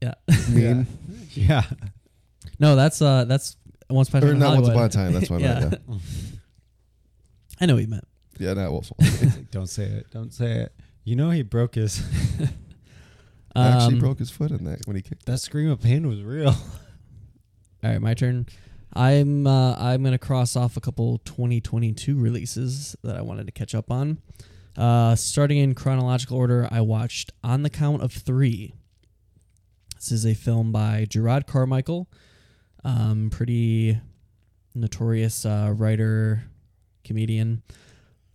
Speaker 1: yeah.
Speaker 3: Mean
Speaker 2: Yeah,
Speaker 1: No, that's uh that's once upon a
Speaker 3: or
Speaker 1: time. in
Speaker 3: not Once
Speaker 1: Hollywood.
Speaker 3: Upon a Time. That's what I
Speaker 1: yeah.
Speaker 3: meant.
Speaker 1: I know what you meant.
Speaker 3: Yeah, yeah not Wolf. of Wall Street.
Speaker 2: It's like, don't say it. Don't say it. You know he broke his.
Speaker 3: Actually
Speaker 1: Um,
Speaker 3: broke his foot in that when he kicked.
Speaker 2: that scream of pain was real.
Speaker 1: All right, my turn. I'm uh, I'm gonna cross off a couple 2022 releases that I wanted to catch up on. Uh, starting in chronological order, I watched On the Count of Three. This is a film by Gerard Carmichael, um, pretty notorious uh, writer, comedian,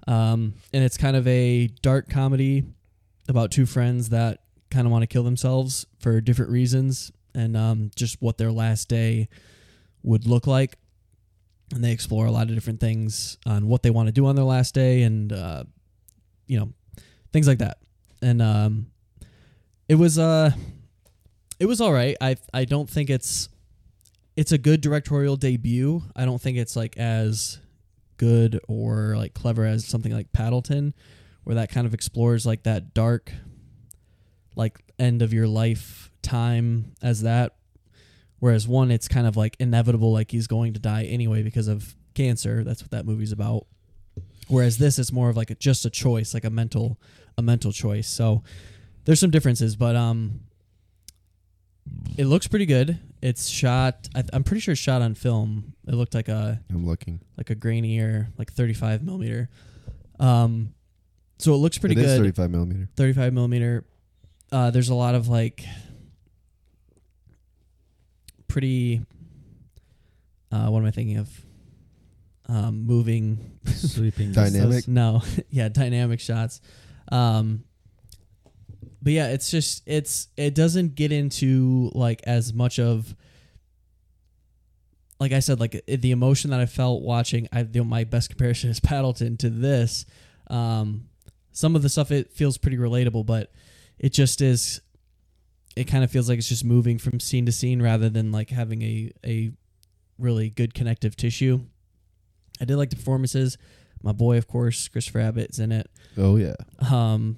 Speaker 1: um, and it's kind of a dark comedy about two friends that kind of want to kill themselves for different reasons and um, just what their last day would look like. And they explore a lot of different things on what they want to do on their last day and, uh, you know, things like that. And um, it was uh, it was all right. I I don't think it's it's a good directorial debut. I don't think it's like as good or like clever as something like Paddleton, where that kind of explores like that dark like end of your life time as that whereas one it's kind of like inevitable like he's going to die anyway because of cancer. That's what that movie's about. Whereas this is more of like a, just a choice, like a mental a mental choice. So there's some differences, but um, it looks pretty good. It's shot. I, I'm pretty sure it's shot on film. It looked like a
Speaker 3: I'm looking.
Speaker 1: like a grainier, like 35 millimeter. Um, so it looks pretty
Speaker 3: It is
Speaker 1: good.
Speaker 3: 35 millimeter.
Speaker 1: 35 millimeter. Uh, there's a lot of like pretty. Uh, what am I thinking of? Um, moving.
Speaker 2: Sweeping
Speaker 3: Dynamic.
Speaker 1: no, yeah, dynamic shots. Um, but yeah, it's just it's it doesn't get into like as much of like I said, like i the emotion that I felt watching. I the, my best comparison is Paddleton to this. Um, some of the stuff it feels pretty relatable, but it just is. It kind of feels like it's just moving from scene to scene rather than like having a a really good connective tissue. I did like the performances. My boy, of course, Christopher Abbott's in it.
Speaker 3: Oh yeah.
Speaker 1: Um,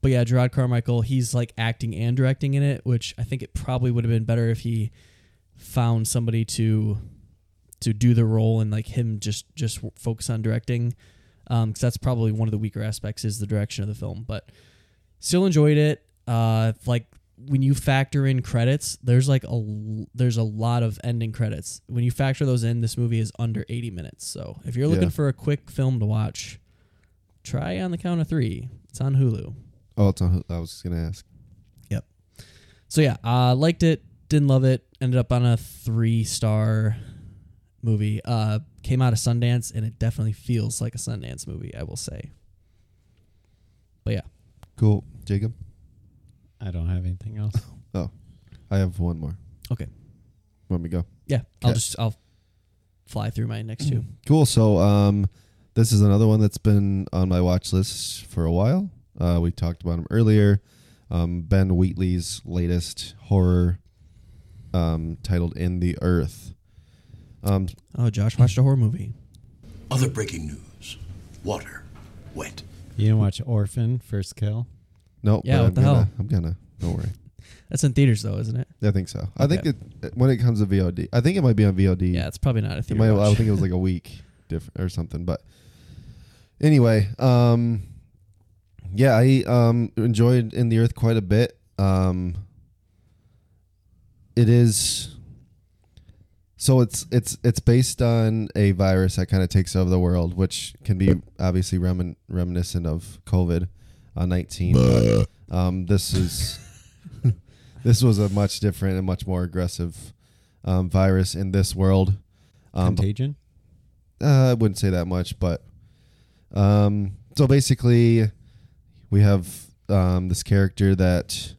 Speaker 1: but yeah, Gerard Carmichael, he's like acting and directing in it, which I think it probably would have been better if he found somebody to to do the role and like him just just w- focus on directing, because that's probably one of the weaker aspects is the direction of the film. But still enjoyed it. Uh, like when you factor in credits, there's like a l- there's a lot of ending credits. When you factor those in, this movie is under 80 minutes. So if you're looking
Speaker 3: Yeah.
Speaker 1: for a quick film to watch, Try on the count of three. It's on Hulu.
Speaker 3: Oh, it's on, I was just gonna ask.
Speaker 1: So yeah, uh, liked it. Didn't love it. Ended up on a three star movie. Uh, came out of Sundance, and it definitely feels like a Sundance movie. I will say. But yeah,
Speaker 3: Cool, Jacob.
Speaker 2: I don't have anything else.
Speaker 3: Oh, I have one more.
Speaker 1: Okay.
Speaker 3: Let me go.
Speaker 1: yeah. Mm. I'll
Speaker 3: Okay.
Speaker 1: just I'll fly through my next two.
Speaker 3: Cool. So, um, this is another one that's been on my watch list for a while. Uh, we talked about him earlier. Um, ben Wheatley's latest horror, um, titled "In the Earth." Um,
Speaker 1: Oh, Josh watched a horror movie.
Speaker 7: Other breaking news. Water. Wet.
Speaker 2: You didn't watch Orphan First Kill?
Speaker 3: no,
Speaker 1: Yeah,
Speaker 3: but
Speaker 1: what
Speaker 3: I'm
Speaker 1: the
Speaker 3: gonna,
Speaker 1: hell?
Speaker 3: I'm gonna. Don't worry.
Speaker 1: That's in theaters though, isn't it?
Speaker 3: I think so. I think it when it comes to VOD, I think it might be on VOD.
Speaker 1: Yeah, it's probably not a
Speaker 3: It
Speaker 1: theater.
Speaker 3: might, I
Speaker 1: watch.
Speaker 3: think it was like a week different or something. But anyway, um, yeah, I um, enjoyed In the Earth quite a bit. Um, it is so it's it's it's based on a virus that kind of takes over the world, which can be obviously remin- reminiscent of COVID uh, nineteen. But, um, this is this was a much different and much more aggressive um, virus in this world. Um,
Speaker 2: Contagion?
Speaker 3: uh, I wouldn't say that much, but um, so basically, we have um, this character that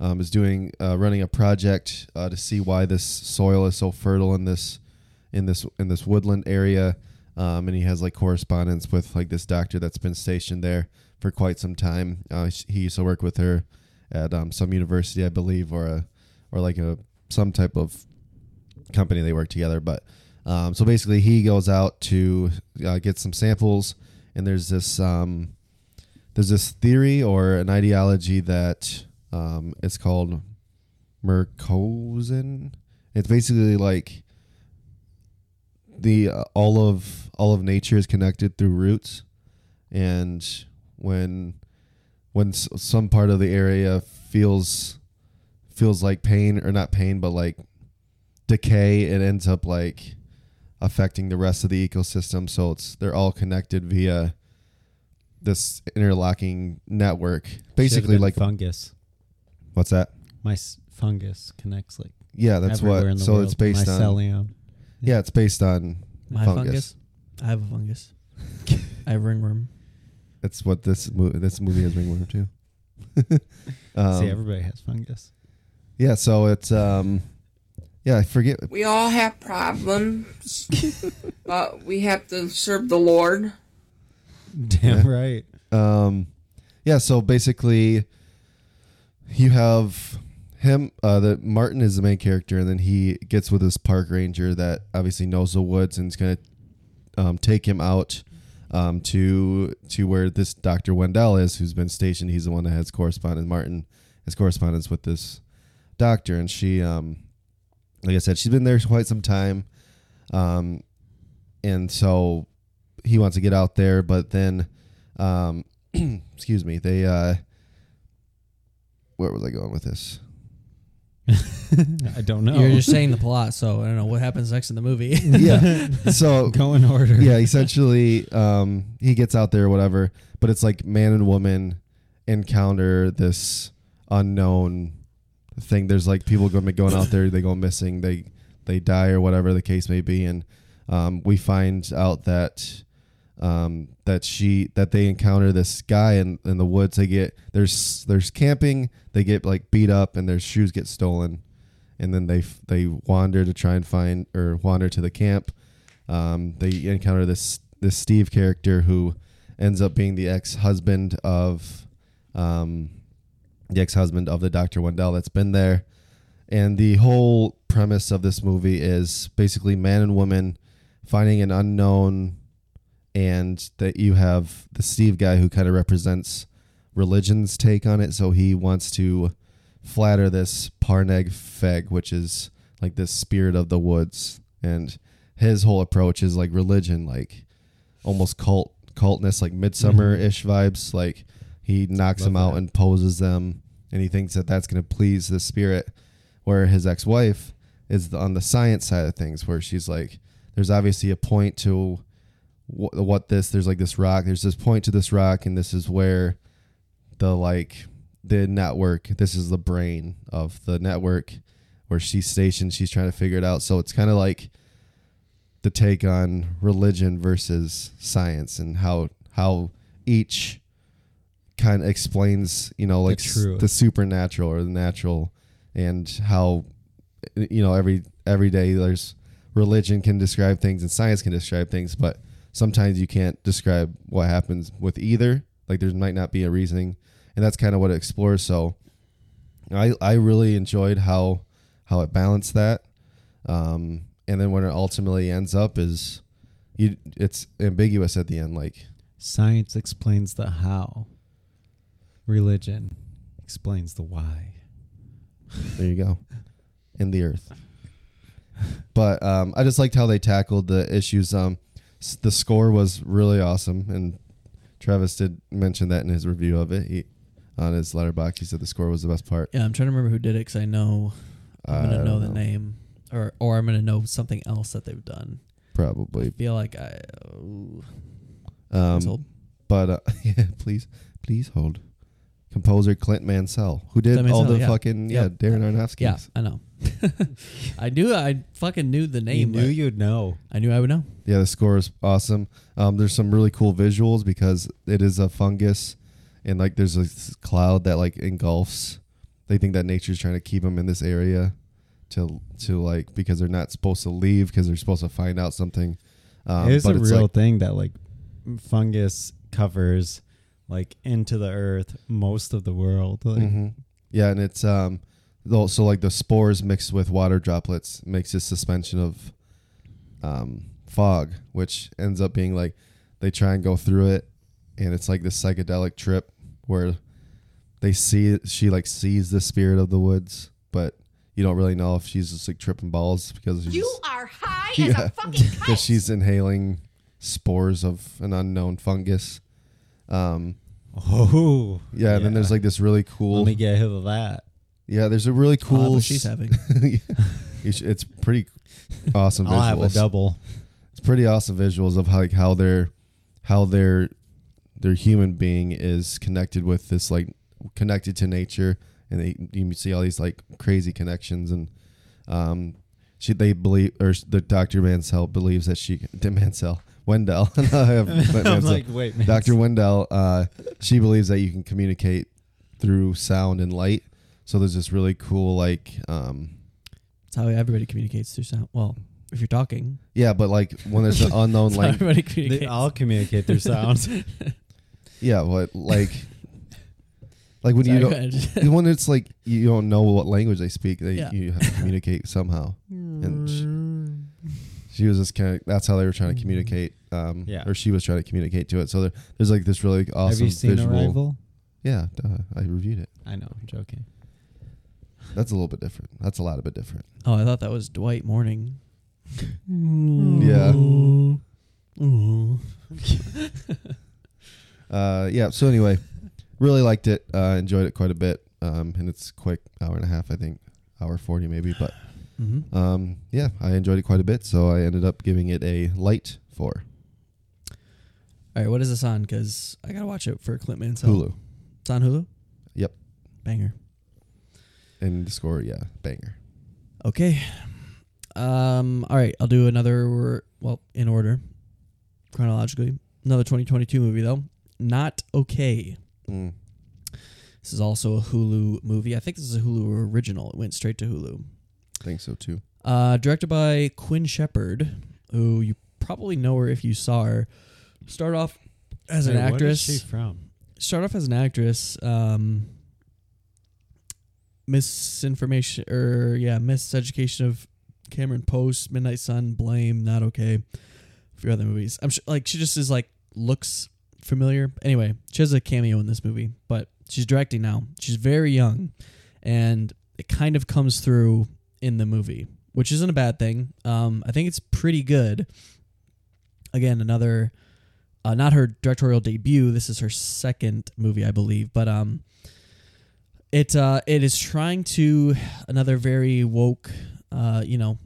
Speaker 3: um, is doing uh, running a project uh, to see why this soil is so fertile in this in this in this woodland area, um, and he has like correspondence with like this doctor that's been stationed there for quite some time. Uh, sh- he used to work with her at um, some university, I believe, or a or like a some type of company they work together. But um, so basically, he goes out to uh, get some samples, and there's this um, there's this theory or an ideology that um, it's called Mercosin. It's basically like the uh, all of all of nature is connected through roots, and when when s- some part of the area feels feels like pain or not pain but like decay it ends up like affecting the rest of the ecosystem so it's they're all connected via this interlocking network basically
Speaker 2: Should've
Speaker 3: like
Speaker 2: been fungus.
Speaker 3: what's that
Speaker 2: My s- fungus connects like
Speaker 3: yeah that's
Speaker 2: everywhere
Speaker 3: what
Speaker 2: in the
Speaker 3: so
Speaker 2: world.
Speaker 3: it's based on
Speaker 2: Mycelium.
Speaker 3: yeah it's based on
Speaker 1: My fungus. I have a fungus. I have ringworm.
Speaker 3: that's what this movie this movie is ringworm too um,
Speaker 2: See, everybody has fungus.
Speaker 3: yeah so it's um yeah i forget
Speaker 5: We all have problems, but we have to serve the Lord.
Speaker 2: Damn right.
Speaker 3: Um, yeah, so basically, you have him. Uh, the Martin is the main character, and then he gets with this park ranger that obviously knows the woods and is gonna um, take him out um, to to where this Doctor Wendell is, who's been stationed. He's the one that has correspondence. Martin has correspondence with this doctor, and she, um, like I said, she's been there quite some time. Um, and so he wants to get out there, but then, um, excuse me, they. Uh, where was I going with this?
Speaker 2: I don't know.
Speaker 1: You're just saying the plot, so I don't know what happens next in the movie.
Speaker 3: Yeah. so
Speaker 2: go in order.
Speaker 3: yeah, essentially, um, he gets out there, whatever. But it's like man and woman encounter this unknown thing. There's like people going going out there, they go missing, they they die or whatever the case may be, and um, we find out that um, that she that they encounter this guy in, in the woods. They get there's there's camping. They get like beat up and their shoes get stolen, and then they f- they wander to try and find or wander to the camp. Um, they encounter this this Steve character who ends up being the ex husband of um, the ex husband of the Doctor Wendell that's been there. And the whole premise of this movie is basically man and woman finding an unknown and that you have the Steve guy who kind of represents religion's take on it. So he wants to flatter this Parneg Feg, which is like this spirit of the woods. And his whole approach is like religion, like almost cult cultness, like midsummer ish vibes. Like he knocks them out and poses them, and he thinks that that's going to please the spirit. Where his ex wife is the- on the science side of things, where she's like, there's obviously a point to what, what this there's like this rock there's this point to this rock and this is where the like the network this is the brain of the network where she's stationed she's trying to figure it out so it's kind of like the take on religion versus science and how how each kind of explains you know like s-
Speaker 2: truth.
Speaker 3: the supernatural or the natural and how you know every every day there's religion can describe things and science can describe things but sometimes you can't describe what happens with either like there might not be a reasoning and that's kind of what it explores so i i really enjoyed how how it balanced that um and then when it ultimately ends up is you it's ambiguous at the end like
Speaker 2: Science explains the how. Religion explains the why.
Speaker 3: There you go. In the earth. But um, I just liked how they tackled the issues. Um, s- the score was really awesome, and Travis did mention that in his review of it. He, on his letterbox, he said the score was the best part.
Speaker 1: Yeah, I'm trying to remember who did it because I know I'm
Speaker 3: I
Speaker 1: gonna know
Speaker 3: don't
Speaker 1: the name, or or I'm gonna know something else that they've done.
Speaker 3: Probably.
Speaker 1: Feel like I oh,
Speaker 3: Um,
Speaker 1: sold.
Speaker 3: but uh, yeah, please, please hold. Composer Clint Mansell, who did
Speaker 1: Clint
Speaker 3: all
Speaker 1: Mansell,
Speaker 3: the
Speaker 1: yeah.
Speaker 3: fucking yeah
Speaker 1: Yep.
Speaker 3: Darren Aronofsky.
Speaker 1: yeah, I know. I knew I fucking knew the
Speaker 2: You
Speaker 1: name.
Speaker 2: knew
Speaker 1: but
Speaker 2: you'd know.
Speaker 1: I knew I would know.
Speaker 3: yeah, the score is awesome. Um, there's some really cool visuals because it is a fungus, and like there's a s- cloud that like engulfs. They think that nature's trying to keep them in this area, to to like because they're not supposed to leave because they're supposed to find out something. Um,
Speaker 2: it is a
Speaker 3: but
Speaker 2: real
Speaker 3: like,
Speaker 2: thing that like fungus covers like into the earth most of the world. Like,
Speaker 1: Mm-hmm.
Speaker 3: yeah, and it's um, though- so like the spores mixed with water droplets makes this suspension of um, fog, which ends up being like they try and go through it, and it's like this psychedelic trip where they see she like sees the spirit of the woods, but you don't really know if she's just like tripping balls because she's,
Speaker 6: You are high as
Speaker 3: Yeah.
Speaker 6: a fucking kite.
Speaker 3: because she's inhaling spores of an unknown fungus. Um,
Speaker 2: Oh,
Speaker 3: yeah, and then there's like this really cool.
Speaker 2: Let me get a hit of that.
Speaker 3: yeah, there's a really
Speaker 1: I'll have
Speaker 3: cool.
Speaker 1: what
Speaker 3: s-
Speaker 1: she's having.
Speaker 3: You should- it's pretty awesome.
Speaker 2: I'll have a
Speaker 3: visuals.
Speaker 2: double.
Speaker 3: it's pretty awesome visuals of how like how their how their their human being is connected with this like connected to nature and they you can see all these like crazy connections and um she they believe or the Dr. Mansell believes that she Tim Mansell Wendell I have Clint
Speaker 2: I'm
Speaker 3: Mansell.
Speaker 2: like, wait, man.
Speaker 3: Dr. Wendell, uh, she believes that you can communicate through sound and light. So there's this really cool, like, um,
Speaker 1: It's how everybody communicates through sound. Well, if you're talking,
Speaker 3: yeah, but like when there's an unknown
Speaker 1: it's how
Speaker 3: language,
Speaker 1: everybody
Speaker 2: They
Speaker 1: communicates.
Speaker 2: all communicate through sounds.
Speaker 3: Yeah, what like like when
Speaker 1: Sorry,
Speaker 3: you
Speaker 1: go
Speaker 3: don't
Speaker 1: ahead.
Speaker 3: when it's like you don't know what language they speak, they
Speaker 1: Yeah.
Speaker 3: you have to communicate somehow. And she, she was just kind of that's how they were
Speaker 1: Mm-hmm.
Speaker 3: trying to communicate. Um,
Speaker 2: Yeah.
Speaker 3: or she was trying to communicate to it. So there, there's like this really awesome
Speaker 2: have you seen
Speaker 3: visual.
Speaker 2: Arrival?
Speaker 3: Yeah, duh, I reviewed it.
Speaker 2: I know, I'm joking.
Speaker 3: That's a little bit different. That's a lot of bit different.
Speaker 1: oh, I thought that was Dwight Morning.
Speaker 3: Yeah,
Speaker 1: Ooh.
Speaker 3: Uh, yeah. So anyway, really liked it. Uh, enjoyed it quite a bit. Um, and it's quick, hour and a half, I think, hour forty maybe. But
Speaker 1: Mm-hmm.
Speaker 3: um, yeah, I enjoyed it quite a bit. So I ended up giving it a light four.
Speaker 1: All right, what is this on? Because I gotta watch it for Clint Mansell.
Speaker 3: Hulu.
Speaker 1: It's on Hulu.
Speaker 3: Yep.
Speaker 1: Banger.
Speaker 3: And the score, yeah, banger.
Speaker 1: Okay. Um. All right. I'll do another. Well, in order, chronologically. Another 2022 movie though. Not okay.
Speaker 3: Mm.
Speaker 1: This is also a Hulu movie. I think this is a Hulu original. It went straight to Hulu.
Speaker 3: I think so too.
Speaker 1: Uh, directed by Quinn Shepard, who you probably know her if you saw her. Start off as an
Speaker 2: Hey, where
Speaker 1: actress.
Speaker 2: is she from?
Speaker 1: start off as an actress. Um, misinformation or yeah, miseducation of Cameron Post, Midnight Sun, Blame, Not Okay, a few other movies. I'm sure like she just is like looks familiar. Anyway, she has a cameo in this movie, but she's directing now. She's very young, and it kind of comes through in the movie, which isn't a bad thing. Um, I think it's pretty good. Again, another uh, not her directorial debut. This is her second movie, I believe. But um, it uh, it is trying to another very woke, uh, you know,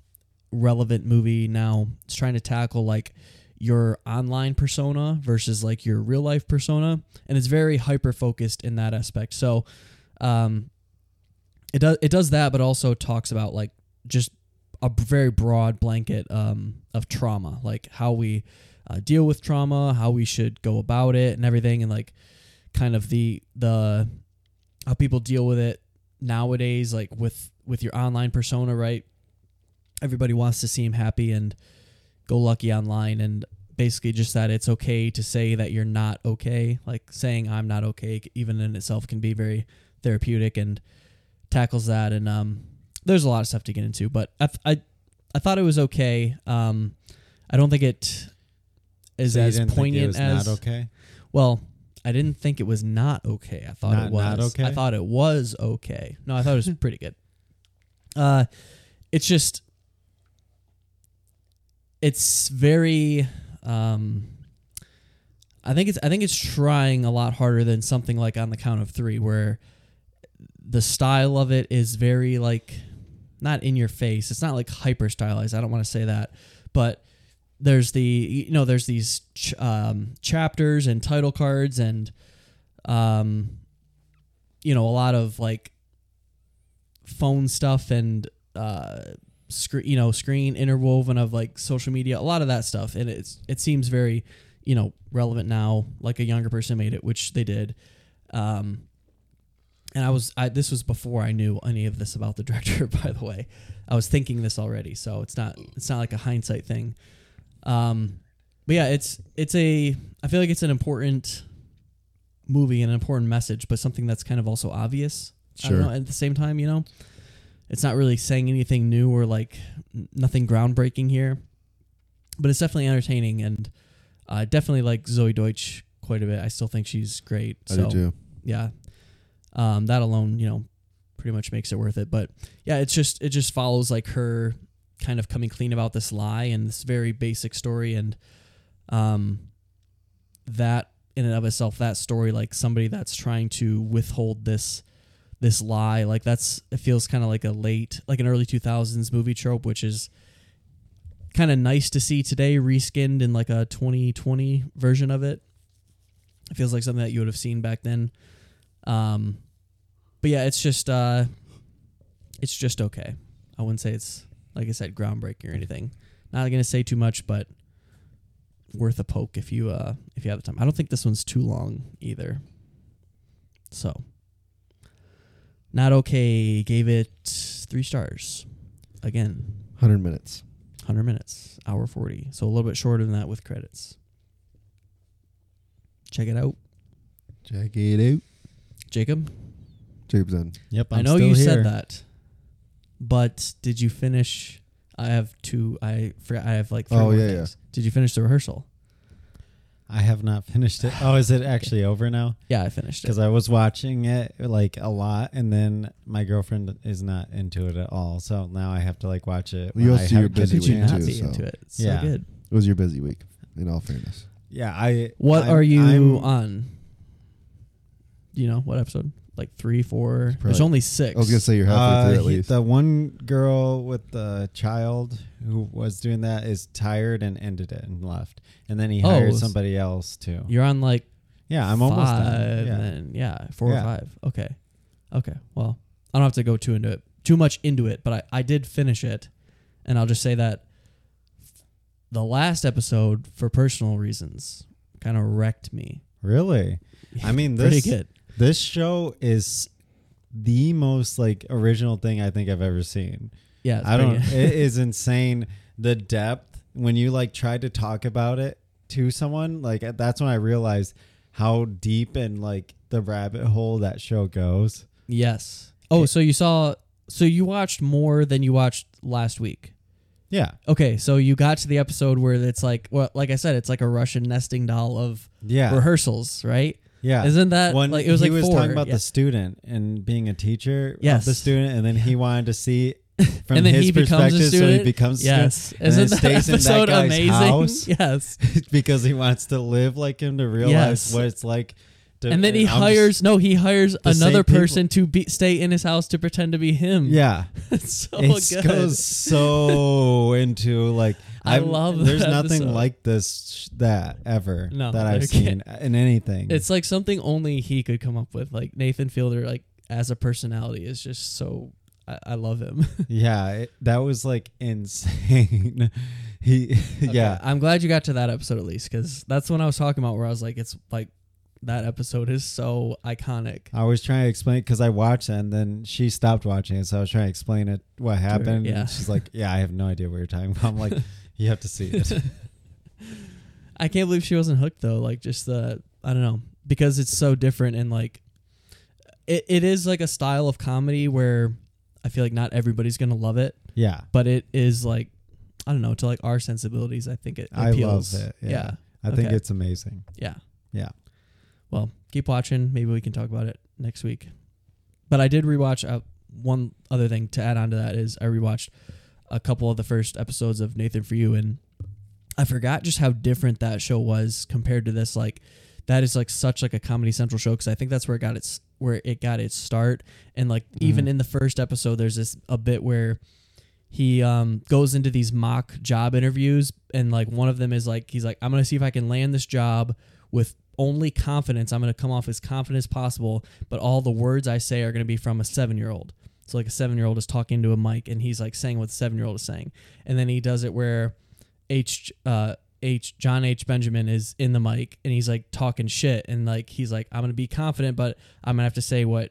Speaker 1: relevant movie now. It's trying to tackle like your online persona versus like your real life persona, and it's very hyper focused in that aspect. So, um, it does it does that, but also talks about like just a b- very broad blanket um, of trauma, like how we uh, deal with trauma, how we should go about it, and everything, and like kind of the the how people deal with it nowadays, like with with your online persona, right? Everybody wants to seem happy and go lucky online, and basically just that it's okay to say that you're not okay. Like saying I'm not okay, even in itself, can be very therapeutic and tackles that. And um, there's a lot of stuff to get into, but I th- I, I thought it was okay. Um, I don't think it is
Speaker 2: So you
Speaker 1: as
Speaker 2: didn't think it
Speaker 1: poignant
Speaker 2: was
Speaker 1: as
Speaker 2: not okay.
Speaker 1: well, I didn't think it was not okay. I thought
Speaker 2: Not-
Speaker 1: it was.
Speaker 2: not okay?
Speaker 1: I thought it was okay. No, I thought it was pretty good. Uh, it's just, it's very. Um, I think it's. I think it's trying a lot harder than something like on the count of three, where the style of it is very like not in your face. It's not like hyper stylized. I don't want to say that, but there's the you know there's these ch- um, chapters and title cards and um, you know a lot of like phone stuff and uh, screen you know screen interwoven of like social media a lot of that stuff and it's it seems very you know relevant now like a younger person made it which they did um, and I was I, this was before I knew any of this about the director. By the way, I was thinking this already, so it's not it's not like a hindsight thing. Um, but yeah, it's it's a I feel like it's an important movie and an important message, but something that's kind of also obvious. I don't
Speaker 3: Sure.
Speaker 1: know, at the same time, you know, it's not really saying anything new or like n- nothing groundbreaking here, but it's definitely entertaining and uh, definitely like Zoe Deutsch quite a bit. I still think she's great.
Speaker 3: I
Speaker 1: so
Speaker 3: do too.
Speaker 1: yeah um, that alone you know pretty much makes it worth it but yeah it's just it just follows like her kind of coming clean about this lie and this very basic story and um, that in and of itself that story like somebody that's trying to withhold this this lie like that's it feels kind of like a late like an early 2000s movie trope which is kind of nice to see today reskinned in like a 2020 version of it it feels like something that you would have seen back then um, but yeah, it's just uh, it's just okay. I wouldn't say it's like I said groundbreaking or anything. Not gonna say too much, but worth a poke if you uh if you have the time. I don't think this one's too long either. So, not okay. Gave it three stars. Again,
Speaker 3: Hundred minutes.
Speaker 1: hundred minutes, hour forty. So a little bit shorter than that with credits. Check it out,
Speaker 3: Check it out.
Speaker 1: Jacob.
Speaker 3: Jacob's done.
Speaker 2: Yep,
Speaker 1: i
Speaker 2: I'm
Speaker 1: know
Speaker 2: still
Speaker 1: you
Speaker 2: here.
Speaker 1: said that, but did you finish? I have two. I forgot. I have like. Three
Speaker 3: Oh,
Speaker 1: more
Speaker 3: yeah,
Speaker 1: things. Did you finish the rehearsal?
Speaker 2: I have not finished it. Oh, is it actually over now?
Speaker 1: Yeah, I finished it.
Speaker 2: Because I was watching it like a lot, and then my girlfriend is not into it at all. So now I have to like watch it.
Speaker 3: Well, you
Speaker 2: when
Speaker 3: also
Speaker 2: I
Speaker 3: you're
Speaker 2: have
Speaker 1: How
Speaker 2: kids
Speaker 3: busy
Speaker 1: could you
Speaker 2: again.
Speaker 1: not
Speaker 3: too,
Speaker 1: be
Speaker 3: so-
Speaker 1: into it? It's
Speaker 2: Yeah.
Speaker 1: so good.
Speaker 3: It was your busy week. in all fairness.
Speaker 2: Yeah, I.
Speaker 1: What
Speaker 2: I'm-
Speaker 1: are you
Speaker 2: I'm-
Speaker 1: on? Do You know what episode? Like three, four. There's
Speaker 3: probably-
Speaker 1: only six.
Speaker 3: I was gonna say you're halfway
Speaker 2: Uh,
Speaker 3: through at
Speaker 2: he-
Speaker 3: least.
Speaker 2: The one girl with the child who was doing that is tired and ended it and left. And then he
Speaker 1: Oh,
Speaker 2: hired
Speaker 1: s-
Speaker 2: somebody else too.
Speaker 1: You're on like
Speaker 2: Yeah, I'm almost
Speaker 1: five,
Speaker 2: done. Yeah.
Speaker 1: Then yeah, four or
Speaker 2: Yeah.
Speaker 1: five. Okay, okay. Well, I don't have to go too into it, too much into it, but I I did finish it, and I'll just say that the last episode, for personal reasons, kind of wrecked me.
Speaker 2: Really? I mean,
Speaker 1: Pretty
Speaker 2: this
Speaker 1: good.
Speaker 2: this show is the most like original thing I think I've ever seen.
Speaker 1: Yeah, it's
Speaker 2: I don't.
Speaker 1: pretty-
Speaker 2: it is insane the depth when you like tried to talk about it to someone. Like uh, that's when I realized how deep and like the rabbit hole that show goes.
Speaker 1: yes. Oh, so you saw. So you watched more than you watched last week.
Speaker 2: Yeah.
Speaker 1: Okay, so you got to the episode where it's like, well, like I said, it's like a Russian nesting doll of
Speaker 2: Yeah.
Speaker 1: rehearsals, right?
Speaker 2: Yeah.
Speaker 1: Isn't that
Speaker 2: when
Speaker 1: like it was
Speaker 2: he
Speaker 1: like
Speaker 2: was
Speaker 1: four?
Speaker 2: talking about
Speaker 1: yeah.
Speaker 2: the student and being a teacher
Speaker 1: Yes.
Speaker 2: of the student, and then he wanted to see from
Speaker 1: and then
Speaker 2: his
Speaker 1: he becomes
Speaker 2: perspective,
Speaker 1: a student.
Speaker 2: so he becomes a
Speaker 1: yes.
Speaker 2: student, and then
Speaker 1: Isn't that
Speaker 2: stays in
Speaker 1: episode
Speaker 2: that guy's
Speaker 1: amazing?
Speaker 2: house
Speaker 1: Yes.
Speaker 2: because he wants to live like him to realize
Speaker 1: Yes.
Speaker 2: what it's like. To,
Speaker 1: And then he
Speaker 2: I'm just-
Speaker 1: hires no, he hires
Speaker 2: same
Speaker 1: another
Speaker 2: people.
Speaker 1: person to be stay in his house to pretend to be him.
Speaker 2: yeah,
Speaker 1: it's so
Speaker 2: it
Speaker 1: good.
Speaker 2: goes so into like
Speaker 1: I
Speaker 2: I've-
Speaker 1: love that
Speaker 2: There's nothing
Speaker 1: episode.
Speaker 2: like this sh- that ever
Speaker 1: No,
Speaker 2: that I've
Speaker 1: there
Speaker 2: seen
Speaker 1: can't-
Speaker 2: in anything.
Speaker 1: It's like something only he could come up with. Like Nathan Fielder, like as a personality, is just so I, I love him.
Speaker 2: yeah, it, that was like insane. he yeah.
Speaker 1: I'm glad you got to that episode at least because that's when I was talking about where I was like, it's like that episode is so iconic.
Speaker 2: I was trying to explain because I watched it and then she stopped watching it, so I was trying to explain it what happened.
Speaker 1: yeah.
Speaker 2: And she's like, "Yeah, I have no idea what you're talking about." I'm like, "You have to see it."
Speaker 1: I can't believe she wasn't hooked though. Like just the I don't know because it's so different and like it, it is like a style of comedy where I feel like not everybody's gonna love it,
Speaker 2: Yeah,
Speaker 1: but it is like I don't know to like our sensibilities. I think it
Speaker 2: I love
Speaker 1: appeals.
Speaker 2: it. Yeah,
Speaker 1: yeah,
Speaker 2: I think
Speaker 1: Okay.
Speaker 2: it's amazing.
Speaker 1: yeah.
Speaker 2: Yeah.
Speaker 1: Well, keep watching. Maybe we can talk about it next week. But I did rewatch. Uh, one other thing to add on to that is I rewatched a couple of the first episodes of Nathan for You, and I forgot just how different that show was compared to this. Like that is like such like a Comedy Central show because I think that's where it got its where it got its start. And like even in the first episode, there's this a bit where he um, goes into these mock job interviews and like one of them is like he's like i'm gonna see if i can land this job with only confidence i'm gonna come off as confident as possible but all the words i say are gonna be from a seven year old so like a seven year old is talking to a mic and he's like saying what the seven year old is saying and then he does it where H uh H John H Benjamin is in the mic and he's like talking shit and like he's like I'm gonna be confident but I'm gonna have to say what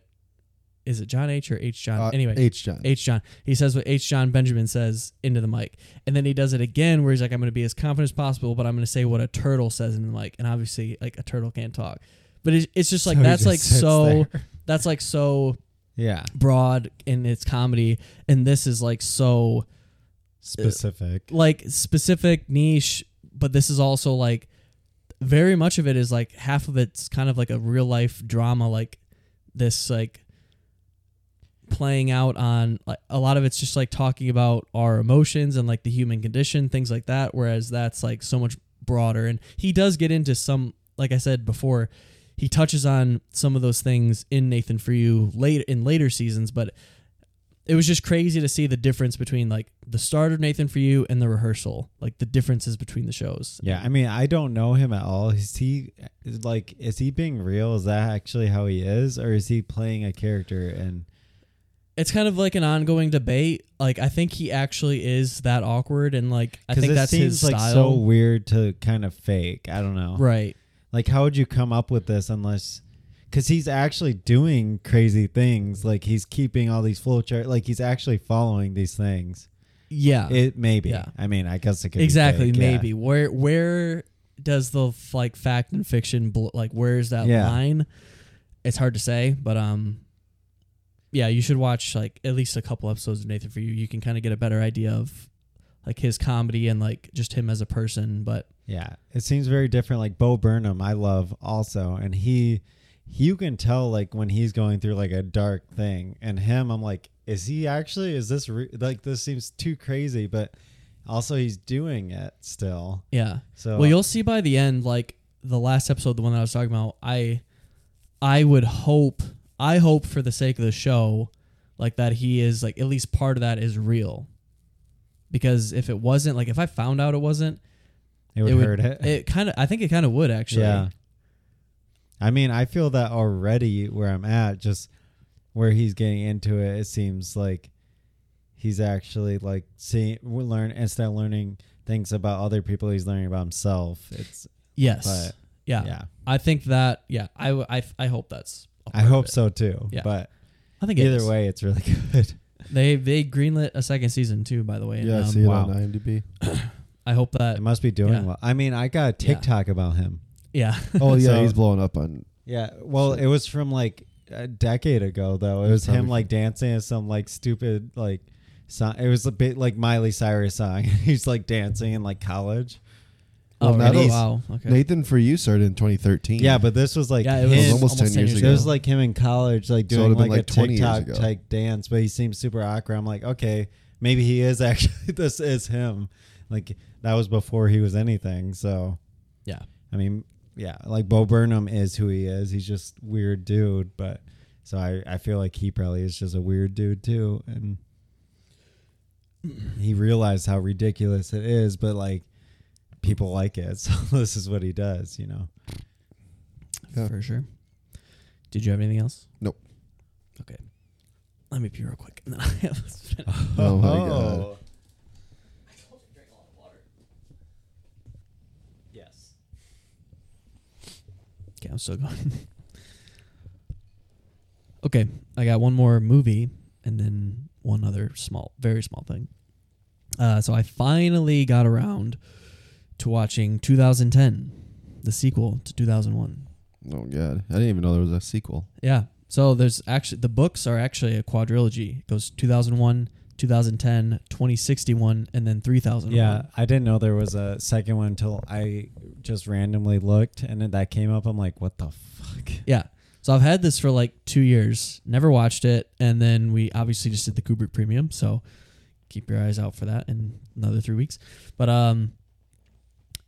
Speaker 1: is it John H or H John
Speaker 3: Uh,
Speaker 1: anyway
Speaker 3: H John.
Speaker 1: H John he says what H John Benjamin says into the mic and then he does it again where he's like I'm gonna be as confident as possible but I'm gonna say what a turtle says in the mic and obviously like a turtle can't talk but it's, it's just like
Speaker 2: So he
Speaker 1: that's
Speaker 2: just
Speaker 1: like
Speaker 2: sits
Speaker 1: so
Speaker 2: there.
Speaker 1: that's like so
Speaker 2: Yeah,
Speaker 1: Uh, broad in its comedy and this is like so
Speaker 2: specific.
Speaker 1: like specific niche, but this is also like very much of it is like half of it's kind of like a real life drama, like this like playing out on like a lot of it's just like talking about our emotions and like the human condition, things like that. Whereas that's like so much broader, and he does get into some, like I said before, he touches on some of those things in Nathan for You late in later seasons, but it was just crazy to see the difference between like the start of Nathan for You and the rehearsal, like the differences between the shows.
Speaker 2: yeah, I mean, I don't know him at all. Is he is, like, is he being real? Is that actually how he is, or is he playing a character? And
Speaker 1: It's kind of like an ongoing debate. Like I think he actually is that awkward, and like I
Speaker 2: because
Speaker 1: think
Speaker 2: it
Speaker 1: that's
Speaker 2: seems
Speaker 1: his
Speaker 2: like
Speaker 1: style.
Speaker 2: so weird to kind of fake. I don't know.
Speaker 1: right?
Speaker 2: Like, how would you come up with this unless? Because he's actually doing crazy things. Like he's keeping all these flowchart. Like he's actually following these things.
Speaker 1: Yeah.
Speaker 2: It maybe.
Speaker 1: Uh, Yeah.
Speaker 2: I mean, I guess it could
Speaker 1: exactly.
Speaker 2: Be fake, yeah.
Speaker 1: maybe where where does the f- like fact and fiction bl- like where is that
Speaker 2: Yeah.
Speaker 1: line? It's hard to say, but um, yeah, you should watch like at least a couple episodes of Nathan for You. You can kind of get a better idea of like his comedy and like just him as a person, but.
Speaker 2: Yeah, it seems very different. Like Bo Burnham, I love also, and he, you can tell like when he's going through like a dark thing, and him, I'm like, is he actually? Is this re-? like this seems too crazy? But Also, he's doing it still.
Speaker 1: Yeah.
Speaker 2: So-
Speaker 1: well, you'll see by the end, like the last episode, the one that I was talking about. I, I would hope, I hope for the sake of the show, like that he is like at least part of that is real, because if it wasn't, like if I found out it wasn't,
Speaker 2: It would, hurt it.
Speaker 1: kind of, I think it kind of would actually.
Speaker 2: Yeah. I mean, I feel that already where I'm at, just where he's getting into it, it seems like he's actually like seeing, we're learn instead of learning things about other people, he's learning about himself. It's,
Speaker 1: Yes.
Speaker 2: But,
Speaker 1: yeah.
Speaker 2: yeah.
Speaker 1: I think that. Yeah. I w- I f- I hope that's. a
Speaker 2: I
Speaker 1: part of
Speaker 2: hope
Speaker 1: it.
Speaker 2: so too.
Speaker 1: Yeah.
Speaker 2: But
Speaker 1: I think it
Speaker 2: either
Speaker 1: is.
Speaker 2: way, it's really good.
Speaker 1: they they greenlit a second season too. By the way. And,
Speaker 3: Yeah, I
Speaker 1: um,
Speaker 3: see it
Speaker 2: wow.
Speaker 3: on IMDb.
Speaker 1: I hope that.
Speaker 2: It must be doing
Speaker 1: Yeah.
Speaker 2: well. I mean, I got a
Speaker 1: Yeah.
Speaker 2: TikTok about him.
Speaker 1: Yeah.
Speaker 3: Oh yeah,
Speaker 2: So-
Speaker 3: he's blowing up on.
Speaker 2: Yeah. Well, it was from like a decade ago though. It was him
Speaker 3: probably
Speaker 2: like dancing to some like stupid like song. It was a bit like Miley Cyrus song. he's like dancing in like college.
Speaker 1: oh,
Speaker 3: Well,
Speaker 1: really?
Speaker 3: Nathan's-
Speaker 1: wow. Okay.
Speaker 3: Nathan for you started in 2013.
Speaker 2: Yeah, but this was like
Speaker 1: yeah, it
Speaker 2: him.
Speaker 1: was,
Speaker 3: was
Speaker 1: almost,
Speaker 3: almost
Speaker 1: 10,
Speaker 3: 10 years
Speaker 1: years
Speaker 2: It
Speaker 1: ago.
Speaker 2: was like him in college, like
Speaker 3: So it
Speaker 2: doing
Speaker 3: would've
Speaker 2: like,
Speaker 3: been,
Speaker 2: a
Speaker 3: like, 20 years
Speaker 2: TikTok
Speaker 3: ago.
Speaker 2: type dance, but he seems super awkward. I'm like, okay, maybe he is actually. This is him. Like that was before he was anything. So
Speaker 1: yeah.
Speaker 2: I mean, yeah, like Bo Burnham is who he is. He's just weird dude, but so I, I feel like he probably is just a weird dude too, and he realized how ridiculous it is, but like people like it, so this is what he does, you know.
Speaker 3: Yeah.
Speaker 1: For sure. Did you have anything else?
Speaker 3: Nope.
Speaker 1: Okay. Let me pee real quick. And then I have
Speaker 3: Oh my god.
Speaker 2: Yes.
Speaker 1: okay, I'm still going. okay, I got one more movie and then one other small, very small thing. Uh, so I finally got around to watching 2010, the sequel to 2001.
Speaker 3: Oh god. I didn't even know there was a sequel.
Speaker 1: Yeah. So there's actually the books are actually a quadrilogy. It goes 2001, 2010, 2061, and then 3001.
Speaker 2: Yeah, I didn't know there was a second one until I just randomly looked, and then that came up. I'm like, what the fuck?
Speaker 1: Yeah. So I've had this for like two years, never watched it, and then we obviously just did the Kubrick Premium. So keep your eyes out for that in another three weeks. But um,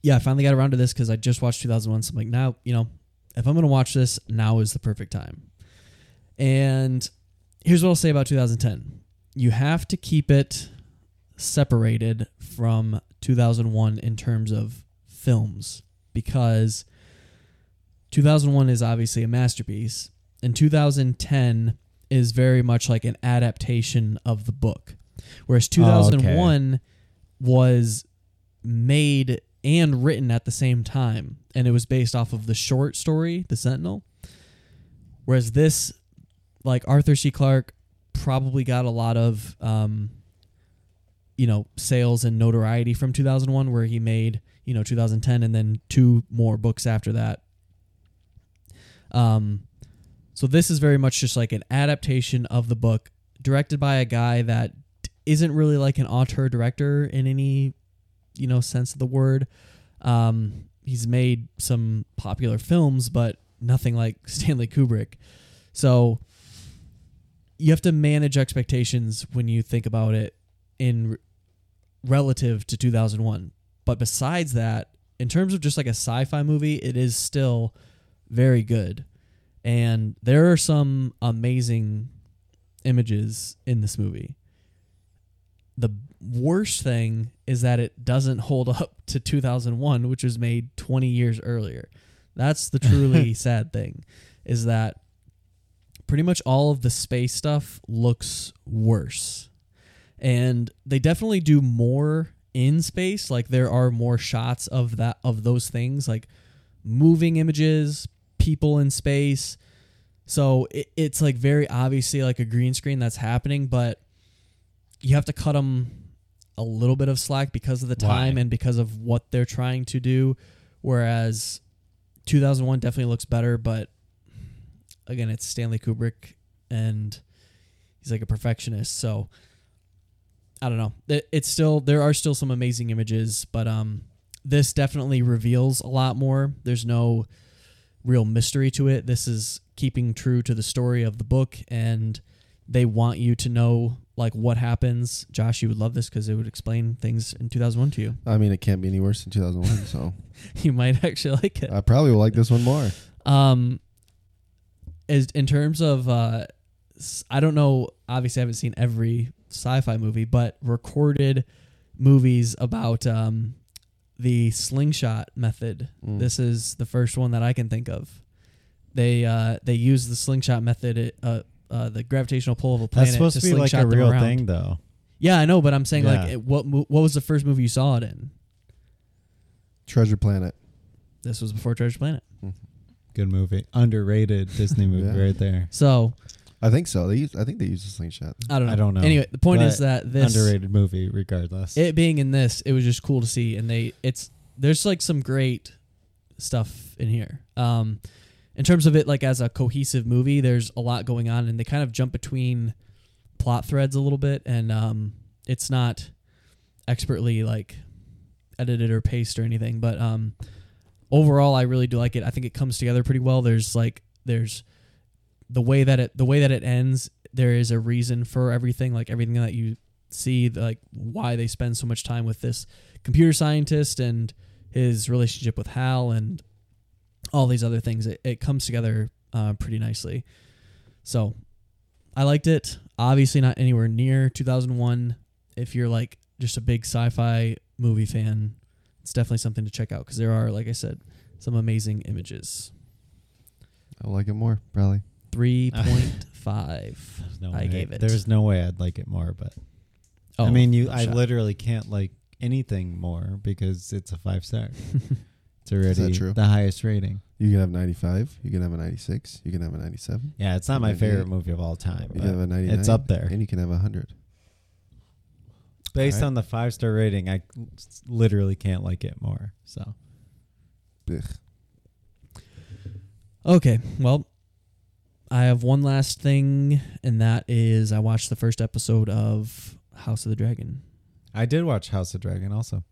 Speaker 1: yeah, I finally got around to this because I just watched 2001. So I'm like, now you know, if I'm gonna watch this, now is the perfect time. And here's what I'll say about 2010: you have to keep it separated from 2001 in terms of films because 2001 is obviously a masterpiece, and 2010 is very much like an adaptation of the book. Whereas 2001 was made and written at the same time, and it was based off of the short story, The Sentinel. Whereas this, like Arthur C. Clarke, probably got a lot of, um, you know, sales and notoriety from 2001, where he made, you know, 2010 and then two more books after that um, so this is very much just like an adaptation of the book, directed by a guy that isn't really like an auteur director in any, you know, sense of the word. Um, he's made some popular films, but nothing like Stanley Kubrick. So you have to manage expectations when you think about it in r- relative to 2001. But besides that, in terms of just like a sci-fi movie, it is still very good. And there are some amazing images in this movie. The worst thing is that it doesn't hold up to 2001, which was made 20 years earlier. That's the truly sad thing is that pretty much all of the space stuff looks worse. And they definitely do more in space, like there are more shots of that of those things like moving images, people in space. So it, it's like very obviously like a green screen that's happening, but you have to cut them a little bit of slack because of the time and because of what they're trying to do. Whereas 2001 definitely looks better, but again, it's Stanley Kubrick and he's like a perfectionist. So I don't know. It, it's still, there are still some amazing images, but, um, this definitely reveals a lot more. There's no real mystery to it. This is keeping true to the story of the book and they want you to know like what happens. Josh, you would love this because it would explain things in 2001 to you.
Speaker 3: I mean, it can't be any worse than 2001. So
Speaker 1: You might actually like it.
Speaker 3: I probably will like this one more.
Speaker 1: Um, is in terms of uh, s- I don't know. Obviously, I haven't seen every sci-fi movie, but recorded movies about um, the slingshot method.
Speaker 2: Mm.
Speaker 1: This is the first one that I can think of. They uh, they use the slingshot method, uh, uh, the gravitational pull of a planet
Speaker 2: That's supposed to be like
Speaker 1: slingshot
Speaker 2: a
Speaker 1: them
Speaker 2: real
Speaker 1: around.
Speaker 2: thing, though.
Speaker 1: Yeah, I know, but I'm saying like,
Speaker 2: Yeah.
Speaker 1: it, what mo- what was the first movie you saw it in?
Speaker 3: Treasure Planet.
Speaker 1: This was before Treasure Planet.
Speaker 2: Good movie, underrated Disney movie
Speaker 3: Yeah.
Speaker 2: right there.
Speaker 1: So
Speaker 3: I think so. They use. I think they use the slingshot.
Speaker 1: I don't know.
Speaker 2: I don't know.
Speaker 1: Anyway, the point is
Speaker 2: But
Speaker 1: that this
Speaker 2: underrated movie, regardless.
Speaker 1: it being in this, it was just cool to see. And they, it's there's like some great stuff in here. Um, in terms of it, like as a cohesive movie, there's a lot going on, and they kind of jump between plot threads a little bit, and um, it's not expertly like edited or paced or anything. But um, overall, I really do like it. I think it comes together pretty well. There's like there's the way that it the way that it ends. There is a reason for everything, like everything that you see the, like why they spend so much time with this computer scientist and his relationship with Hal and all these other things. It, it comes together uh, pretty nicely. So I liked it. Obviously, not anywhere near 2001. If you're like just a big sci fi movie fan, it's definitely something to check out because there are, like I said, some amazing images.
Speaker 3: I like it more probably.
Speaker 1: 3.5.
Speaker 2: There's no
Speaker 1: I
Speaker 2: way-
Speaker 1: gave it. Oh,
Speaker 2: There's no way I'd like it more, but I mean, you, I literally can't like anything more because it's a five star. it's already
Speaker 3: true?
Speaker 2: the highest rating.
Speaker 3: You can have 95. You can have a 96. You can have a 97.
Speaker 2: Yeah, it's not my
Speaker 3: 98.
Speaker 2: favorite movie of all time. but
Speaker 3: You can have a 99.
Speaker 2: It's up there.
Speaker 3: And you can have a 100.
Speaker 2: Based
Speaker 3: Alright.
Speaker 2: on the five star rating, I s- literally can't like it more. So
Speaker 3: Blech.
Speaker 1: Okay, well, I have one last thing, and that is I watched the first episode of House of the Dragon.
Speaker 2: I did watch House of Dragon also.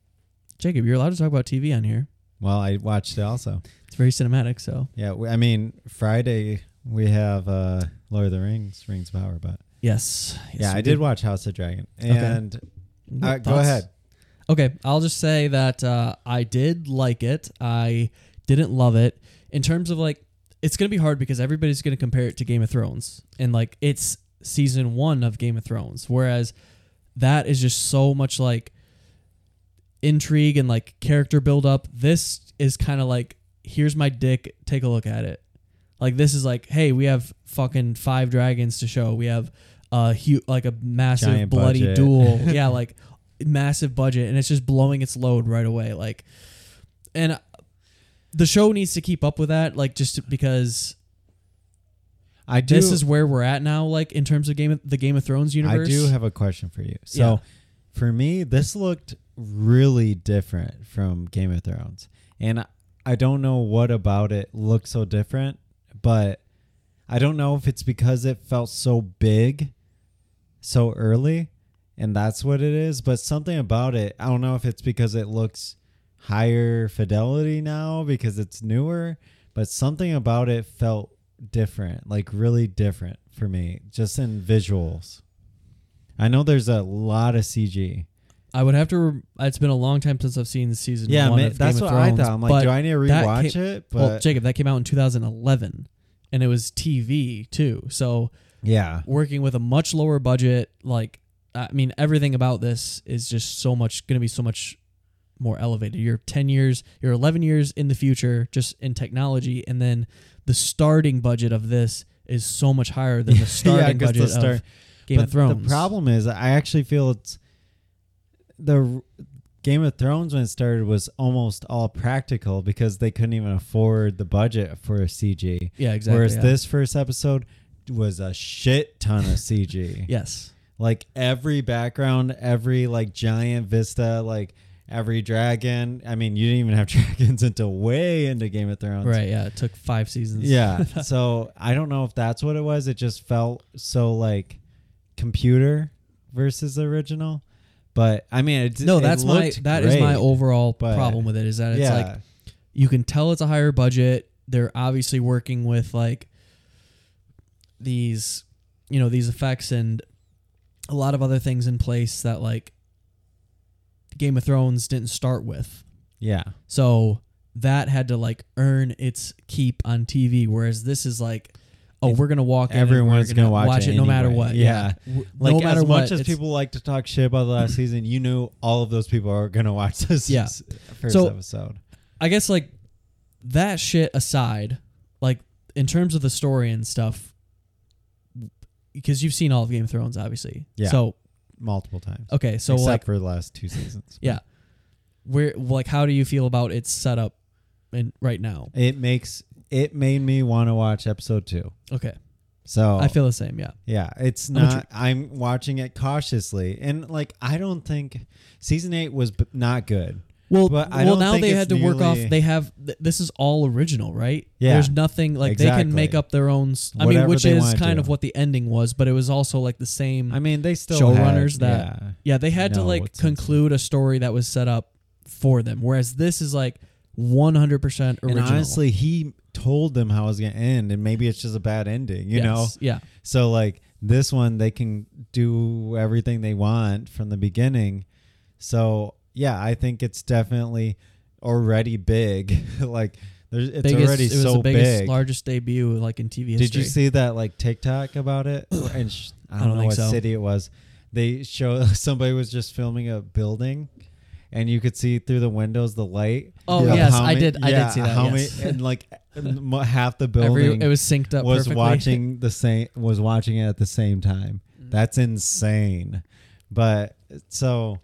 Speaker 1: Jacob, you're allowed to talk about TV on here.
Speaker 2: Well, I watched it also.
Speaker 1: It's very cinematic, so
Speaker 2: Yeah, we, I mean Friday we have uh Lord of the Rings, Rings of Power, but
Speaker 1: yes. yes,
Speaker 2: yeah,
Speaker 1: we
Speaker 2: I did watch House of Dragon,
Speaker 1: Okay.
Speaker 2: and
Speaker 1: What
Speaker 2: uh, go
Speaker 1: thoughts?
Speaker 2: ahead.
Speaker 1: Okay, I'll just say that uh, I did like it. I didn't love it. In terms of like, it's gonna be hard because everybody's gonna compare it to Game of Thrones, and like it's season one of Game of Thrones, whereas that is just so much like intrigue and like character build up. This is kind of like, here's my dick, take a look at it. Like this is like, hey, we have fucking five dragons to show. We have a huge, like a massive
Speaker 2: Giant
Speaker 1: bloody
Speaker 2: budget.
Speaker 1: duel. yeah, like massive budget, and it's just blowing its load right away. Like, and the show needs to keep up with that. Like, just because
Speaker 2: I do.
Speaker 1: this is where we're at now. Like in terms of game of, the Game of Thrones universe.
Speaker 2: I do have a question for you. So,
Speaker 1: Yeah.
Speaker 2: for me, this looked really different from Game of Thrones, and I- I don't know what about it looked so different, but I don't know if it's because it felt so big, so early, and that's what it is. But something about it, I don't know if it's because it looks higher fidelity now because it's newer, but something about it felt different, like really different for me, just in visuals. I know there's a lot of CG.
Speaker 1: I would have to. Re- it's been a long time since I've seen season.
Speaker 2: Yeah,
Speaker 1: one
Speaker 2: ma-
Speaker 1: of
Speaker 2: that's
Speaker 1: Game of
Speaker 2: what I
Speaker 1: Thrones,
Speaker 2: thought. I'm like,
Speaker 1: but
Speaker 2: do I need to
Speaker 1: that
Speaker 2: rewatch
Speaker 1: came-
Speaker 2: it?
Speaker 1: well,
Speaker 2: But-
Speaker 1: Jacob, that came out in 2011, and it was TV too. So
Speaker 2: Yeah.
Speaker 1: working with a much lower budget, like I mean, everything about this is just so much going to be so much more elevated. You're 10 years, you're 11 years in the future, just in technology, and then the starting budget of this is so much higher than the starting
Speaker 2: 'cause the
Speaker 1: budget
Speaker 2: start-
Speaker 1: of Game
Speaker 2: But
Speaker 1: of Thrones.
Speaker 2: The problem is, I actually feel it's the r- Game of Thrones when it started was almost all practical because they couldn't even afford the budget for a CG.
Speaker 1: Yeah, exactly,
Speaker 2: Whereas
Speaker 1: yeah.
Speaker 2: this first episode was a shit ton of CG.
Speaker 1: yes.
Speaker 2: Like every background, every like giant vista, like every dragon. I mean, you didn't even have dragons until way into Game of Thrones.
Speaker 1: Right, yeah, it took 5 seasons.
Speaker 2: Yeah. so I don't know if that's what it was. It just felt so like computer versus original. But I mean, it,
Speaker 1: No,
Speaker 2: it
Speaker 1: that's my
Speaker 2: looked
Speaker 1: that is my
Speaker 2: great,
Speaker 1: overall
Speaker 2: but-
Speaker 1: problem with it is that it's
Speaker 2: yeah.
Speaker 1: like you can tell it's a higher budget. They're obviously working with like these you know these effects and a lot of other things in place that like Game of Thrones didn't start with.
Speaker 2: Yeah.
Speaker 1: So that had to like earn its keep on TV, whereas this is like, oh, we're gonna walk. in and we're
Speaker 2: Everyone's gonna, watch,
Speaker 1: it, no matter
Speaker 2: anyway.
Speaker 1: what.
Speaker 2: Yeah.
Speaker 1: W-
Speaker 2: Like
Speaker 1: no matter
Speaker 2: as
Speaker 1: what,
Speaker 2: much as
Speaker 1: it's-
Speaker 2: people like to talk shit about the last season, you knew all of those people are gonna watch this
Speaker 1: Yeah.
Speaker 2: first
Speaker 1: So-
Speaker 2: episode.
Speaker 1: I guess like that shit aside, like in terms of the story and stuff, because you've seen all of Game of Thrones, obviously.
Speaker 2: Yeah.
Speaker 1: So
Speaker 2: Multiple times.
Speaker 1: okay, so
Speaker 2: Except
Speaker 1: like
Speaker 2: for the last two seasons.
Speaker 1: yeah, where like how do you feel about its setup and right now?
Speaker 2: It makes it made me want to watch episode two.
Speaker 1: Okay,
Speaker 2: So
Speaker 1: I feel the same. Yeah.
Speaker 2: Yeah, it's not. I'm watching it cautiously, and like I don't think season eight was b- not good.
Speaker 1: Well,
Speaker 2: But I
Speaker 1: well,
Speaker 2: don't
Speaker 1: now
Speaker 2: think
Speaker 1: they
Speaker 2: it's
Speaker 1: had to work off.
Speaker 2: nearly-
Speaker 1: They have th- this is all original, right?
Speaker 2: Yeah.
Speaker 1: There's nothing like they can make
Speaker 2: Exactly.
Speaker 1: up their own. s- I mean,
Speaker 2: Whatever
Speaker 1: which
Speaker 2: they
Speaker 1: is
Speaker 2: wanna
Speaker 1: kind
Speaker 2: do.
Speaker 1: of what the ending was, but it was also like the same.
Speaker 2: I mean, they still
Speaker 1: showrunners
Speaker 2: had-
Speaker 1: that yeah,
Speaker 2: yeah,
Speaker 1: they had to
Speaker 2: know
Speaker 1: like
Speaker 2: what's in-
Speaker 1: conclude a story that was set up for them, whereas this is like 100 percent
Speaker 2: And
Speaker 1: original.
Speaker 2: honestly, he told them how it was gonna end, and maybe it's just a bad ending, you
Speaker 1: Yes,
Speaker 2: know?
Speaker 1: yeah,
Speaker 2: So like this one, they can do everything they want from the beginning. So yeah, I think it's definitely already big. like there's, it's
Speaker 1: biggest,
Speaker 2: already
Speaker 1: it was
Speaker 2: so
Speaker 1: the biggest,
Speaker 2: big.
Speaker 1: largest debut like in TV history.
Speaker 2: Did you see that like TikTok about it? And sh- I, don't
Speaker 1: don't
Speaker 2: know
Speaker 1: think
Speaker 2: what
Speaker 1: so.
Speaker 2: city it was. They show somebody was just filming a building, and you could see through the windows the light.
Speaker 1: Oh,
Speaker 2: of
Speaker 1: yes,
Speaker 2: how
Speaker 1: I
Speaker 2: ma-
Speaker 1: did- I did
Speaker 2: yeah,
Speaker 1: see that,
Speaker 2: How
Speaker 1: yes.
Speaker 2: many? And like m- half the
Speaker 1: Every,
Speaker 2: building
Speaker 1: it was synced up.
Speaker 2: was
Speaker 1: perfectly.
Speaker 2: watching the same was watching it at the same time.
Speaker 1: Mm.
Speaker 2: That's insane. But so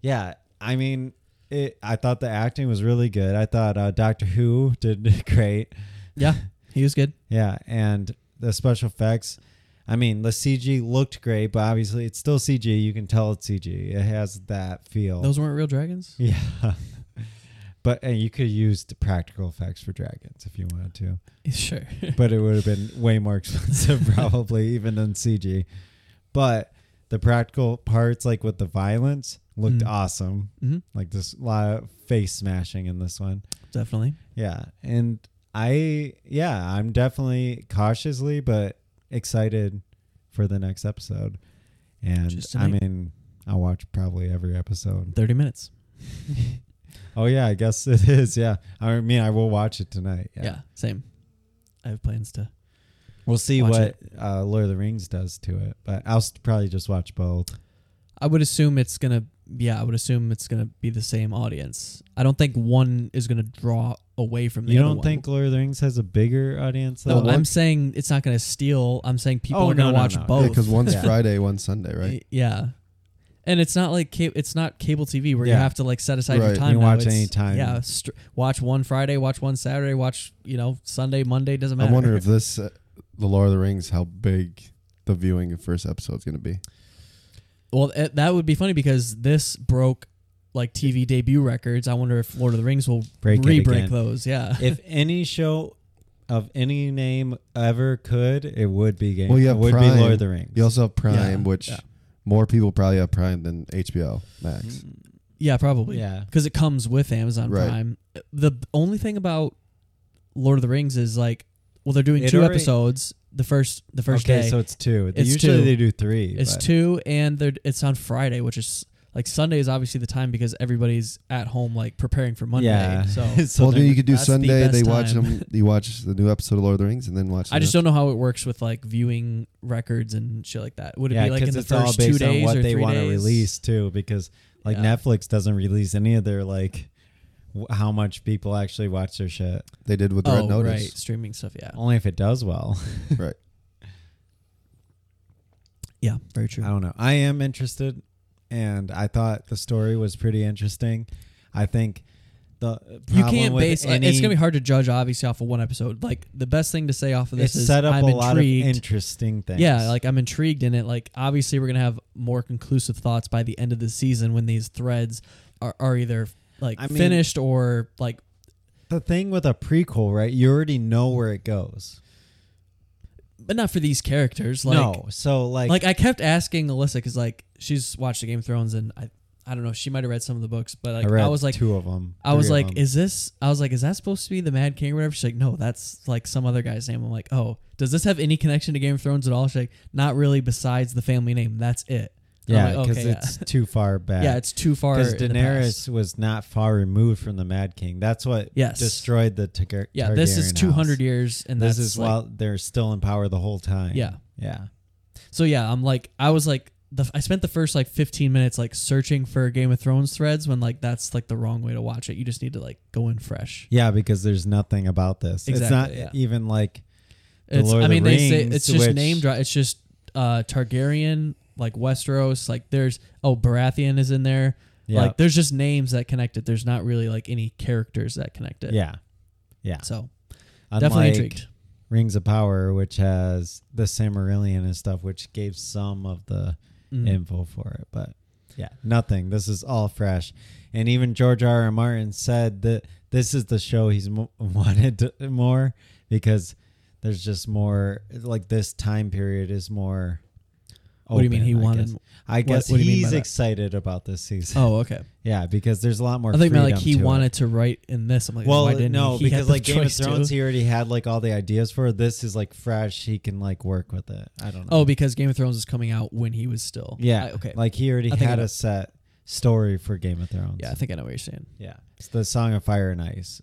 Speaker 2: yeah, I mean, it. I thought the acting was really good. I thought uh, Doctor Who did great.
Speaker 1: yeah, he was good.
Speaker 2: Yeah, and the special effects. I mean, the CG looked great, but obviously it's still CG. You can tell it's CG. It has that feel.
Speaker 1: Those weren't real dragons.
Speaker 2: yeah. but and you could use the practical effects for dragons if you wanted to.
Speaker 1: Sure.
Speaker 2: But it would have been way more expensive probably even than CG. But the practical parts like with the violence looked
Speaker 1: Mm.
Speaker 2: awesome.
Speaker 1: Mhm.
Speaker 2: Like this a lot of face smashing in this one.
Speaker 1: Definitely.
Speaker 2: Yeah. And I, yeah, I'm definitely cautiously, but excited for the next episode. And
Speaker 1: Just
Speaker 2: I
Speaker 1: tonight?
Speaker 2: mean, I'll watch probably every episode.
Speaker 1: 30 minutes.
Speaker 2: Oh, yeah, I guess it is. Yeah. I mean, I will watch it tonight. Yeah.
Speaker 1: Yeah. same. I have plans to.
Speaker 2: We'll see
Speaker 1: Watch
Speaker 2: what uh, Lord of the Rings does to it, but I'll s- probably just watch both.
Speaker 1: I would assume it's gonna. Yeah, I would assume it's gonna be the same audience. I don't think one is gonna draw away from the
Speaker 2: You
Speaker 1: other
Speaker 2: don't
Speaker 1: one.
Speaker 2: think Lord of the Rings has a bigger audience?
Speaker 1: No,
Speaker 2: than
Speaker 1: I'm
Speaker 2: one?
Speaker 1: saying it's not going to steal. I'm saying people
Speaker 2: Oh,
Speaker 1: are going to
Speaker 2: no, no,
Speaker 1: watch
Speaker 2: no. Yeah,
Speaker 1: both.
Speaker 3: because one's
Speaker 2: Yeah.
Speaker 3: Friday, one's Sunday,
Speaker 1: Y-
Speaker 3: right?
Speaker 1: Yeah. And it's not like ca- it's not cable TV where you
Speaker 2: Yeah.
Speaker 1: have to like set aside your
Speaker 3: Right.
Speaker 1: time.
Speaker 2: You
Speaker 1: now.
Speaker 2: watch
Speaker 1: It's-
Speaker 2: any time.
Speaker 1: Yeah, str- watch one Friday, watch one Saturday, watch you know Sunday, Monday doesn't matter.
Speaker 3: I wonder if this, uh, the Lord of the Rings, how big the viewing of first episode is going to be.
Speaker 1: well eh, that would be funny because this broke like TV debut records. I wonder if Lord of the Rings will
Speaker 2: Break it
Speaker 1: re-break
Speaker 2: again.
Speaker 1: those. Yeah,
Speaker 2: if any show of any name ever could, it would be Game.
Speaker 3: Well, you
Speaker 2: it
Speaker 3: have
Speaker 2: would
Speaker 3: Prime.
Speaker 2: be Lord of the Rings.
Speaker 3: You also have Prime,
Speaker 1: Yeah,
Speaker 3: which
Speaker 1: yeah.
Speaker 3: more people probably have Prime than HBO
Speaker 2: Mm-hmm.
Speaker 3: Max.
Speaker 1: yeah, probably.
Speaker 2: Yeah.
Speaker 1: because it comes with Amazon
Speaker 3: Right.
Speaker 1: Prime. The b- only thing about Lord of the Rings is like, well, they're doing
Speaker 2: It
Speaker 1: two
Speaker 2: already-
Speaker 1: episodes. The first, the first
Speaker 2: okay,
Speaker 1: day,
Speaker 2: so it's two.
Speaker 1: It's
Speaker 2: Usually
Speaker 1: two.
Speaker 2: they do three.
Speaker 1: It's
Speaker 2: but-
Speaker 1: two, and they're, it's on Friday, which is like Sunday is obviously the time because everybody's at home like preparing for Monday.
Speaker 2: Yeah.
Speaker 1: So
Speaker 2: So
Speaker 3: well, then you could do
Speaker 1: that's the
Speaker 3: Sunday.
Speaker 1: best
Speaker 3: they watch
Speaker 1: time.
Speaker 3: them. You watch the new episode of Lord of the Rings, and then watch.
Speaker 1: I
Speaker 3: the
Speaker 1: just
Speaker 3: next-
Speaker 1: don't know how it works with like viewing records and shit like that. Would it
Speaker 2: yeah,
Speaker 1: be like
Speaker 2: 'cause
Speaker 1: in the
Speaker 2: it's all
Speaker 1: first two
Speaker 2: based
Speaker 1: days
Speaker 2: on what
Speaker 1: or
Speaker 2: they
Speaker 1: three
Speaker 2: wanna
Speaker 1: days?
Speaker 2: release too, because like
Speaker 1: Yeah.
Speaker 2: Netflix doesn't release any of their like w- how much people actually watch their shit.
Speaker 3: They did with the Red
Speaker 1: Oh, right,
Speaker 3: Notice,
Speaker 1: streaming stuff. Yeah,
Speaker 2: Only if it does well.
Speaker 3: right?
Speaker 1: yeah, very true.
Speaker 2: I don't know. I am interested, and I thought the story was pretty interesting. I think the
Speaker 1: You
Speaker 2: problem
Speaker 1: can't
Speaker 2: with
Speaker 1: base.
Speaker 2: any,
Speaker 1: it's gonna be hard to judge obviously off of one episode. Like the best thing to say off of this
Speaker 2: It's
Speaker 1: is
Speaker 2: set up
Speaker 1: I'm
Speaker 2: a lot of
Speaker 1: intrigued.
Speaker 2: interesting things.
Speaker 1: Yeah, like I'm intrigued in it. Like obviously we're gonna have more conclusive thoughts by the end of the season when these threads are, are either like
Speaker 2: I mean-
Speaker 1: finished or like
Speaker 2: the thing with a prequel, right? You already know where it goes.
Speaker 1: but not for these characters. Like
Speaker 2: no, so like,
Speaker 1: like I kept asking Alyssa because like she's watched the Game of Thrones and I I don't know. She might have read some of the books, but like
Speaker 2: I
Speaker 1: I,
Speaker 2: read
Speaker 1: was like,
Speaker 2: two of them.
Speaker 1: I was like, is this? I was like, is that supposed to be the Mad King or whatever? She's like, no, that's like some other guy's name. I'm like, oh, does this have any connection to Game of Thrones at all? She's like, not really. Besides the family name, that's it. And I'm
Speaker 2: yeah,
Speaker 1: like,
Speaker 2: because
Speaker 1: okay,
Speaker 2: it's too far back.
Speaker 1: yeah. yeah, it's too far.
Speaker 2: because
Speaker 1: in the
Speaker 2: Daenerys
Speaker 1: past.
Speaker 2: was not far removed from the Mad King. That's what
Speaker 1: Yes.
Speaker 2: destroyed the Tar-
Speaker 1: Yeah, this is
Speaker 2: Targaryen
Speaker 1: 200
Speaker 2: house.
Speaker 1: years, and
Speaker 2: This
Speaker 1: that's
Speaker 2: is
Speaker 1: like,
Speaker 2: while they're still in power the whole time.
Speaker 1: Yeah.
Speaker 2: yeah.
Speaker 1: So yeah, I'm like, I was like, the I spent the first like 15 minutes like searching for Game of Thrones threads when like that's like the wrong way to watch it. You just need to like go in fresh.
Speaker 2: Yeah, because there's nothing about this. it's
Speaker 1: Exactly,
Speaker 2: not
Speaker 1: yeah.
Speaker 2: even like The
Speaker 1: It's,
Speaker 2: Lord
Speaker 1: I
Speaker 2: of the
Speaker 1: mean, they say
Speaker 2: Rings,
Speaker 1: it's just
Speaker 2: which-
Speaker 1: name drop. It's just uh Targaryen, like Westeros, like there's oh Baratheon is in there.
Speaker 2: Yeah.
Speaker 1: Like there's just names that connect it. There's not really like any characters that connect it.
Speaker 2: yeah, yeah.
Speaker 1: So definitely
Speaker 2: Unlike
Speaker 1: intrigued.
Speaker 2: Rings of Power, which has the Samarillion and stuff, which gave some of the
Speaker 1: Mm-hmm.
Speaker 2: info for it, but yeah, nothing. This is all fresh, and even George R. R. Martin said that this is the show he's mo- wanted to, more because there's just more like this time period is more.
Speaker 1: What do you mean
Speaker 2: open,
Speaker 1: he
Speaker 2: I
Speaker 1: wanted
Speaker 2: guess.
Speaker 1: m-
Speaker 2: I
Speaker 1: what-
Speaker 2: guess
Speaker 1: what do you mean by
Speaker 2: he's
Speaker 1: that?
Speaker 2: excited about this season.
Speaker 1: Oh, okay.
Speaker 2: Yeah, because there's a lot more.
Speaker 1: I think man, like
Speaker 2: freedom
Speaker 1: he
Speaker 2: to it.
Speaker 1: wanted to write in this. I'm like,
Speaker 2: Well,
Speaker 1: why didn't
Speaker 2: no,
Speaker 1: he? He had
Speaker 2: because
Speaker 1: the
Speaker 2: like Game of
Speaker 1: choice to.
Speaker 2: Thrones, he already had like all the ideas for it. this. Is like fresh; he can like work with it. I don't know.
Speaker 1: Oh, because Game of Thrones is coming out when he was still.
Speaker 2: yeah,
Speaker 1: I- okay.
Speaker 2: Like he already
Speaker 1: I think I
Speaker 2: had
Speaker 1: know.
Speaker 2: a set story for Game of Thrones.
Speaker 1: yeah, I think I know what you're saying.
Speaker 2: yeah. It's the Song of Fire and Ice,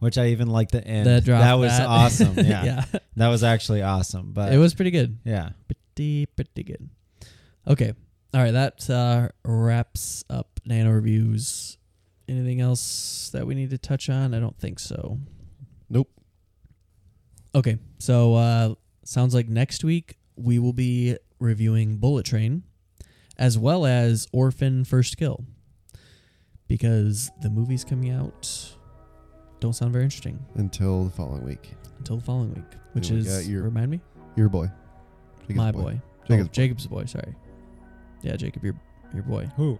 Speaker 2: which I even like the end.
Speaker 1: The drop
Speaker 2: that was
Speaker 1: that.
Speaker 2: awesome. Yeah.
Speaker 1: Yeah.
Speaker 2: that was actually awesome. But
Speaker 1: It was pretty good.
Speaker 2: yeah,
Speaker 1: Pretty, pretty good. Okay. All right. That uh, wraps up Nano Reviews. Anything else that we need to touch on? I don't think so.
Speaker 3: Nope.
Speaker 1: Okay. So, uh, sounds like next week we will be reviewing Bullet Train as well as Orphan First Kill because the movie's coming out don't sound very interesting
Speaker 3: until the following week.
Speaker 1: until the following week, which
Speaker 3: we
Speaker 1: is,
Speaker 3: got your-
Speaker 1: remind me?
Speaker 3: Your boy, Jacob's
Speaker 1: my boy. Jacob's,
Speaker 3: Jacob's
Speaker 1: oh, Jacob's boy. Sorry. Yeah, Jacob, your your boy.
Speaker 2: who?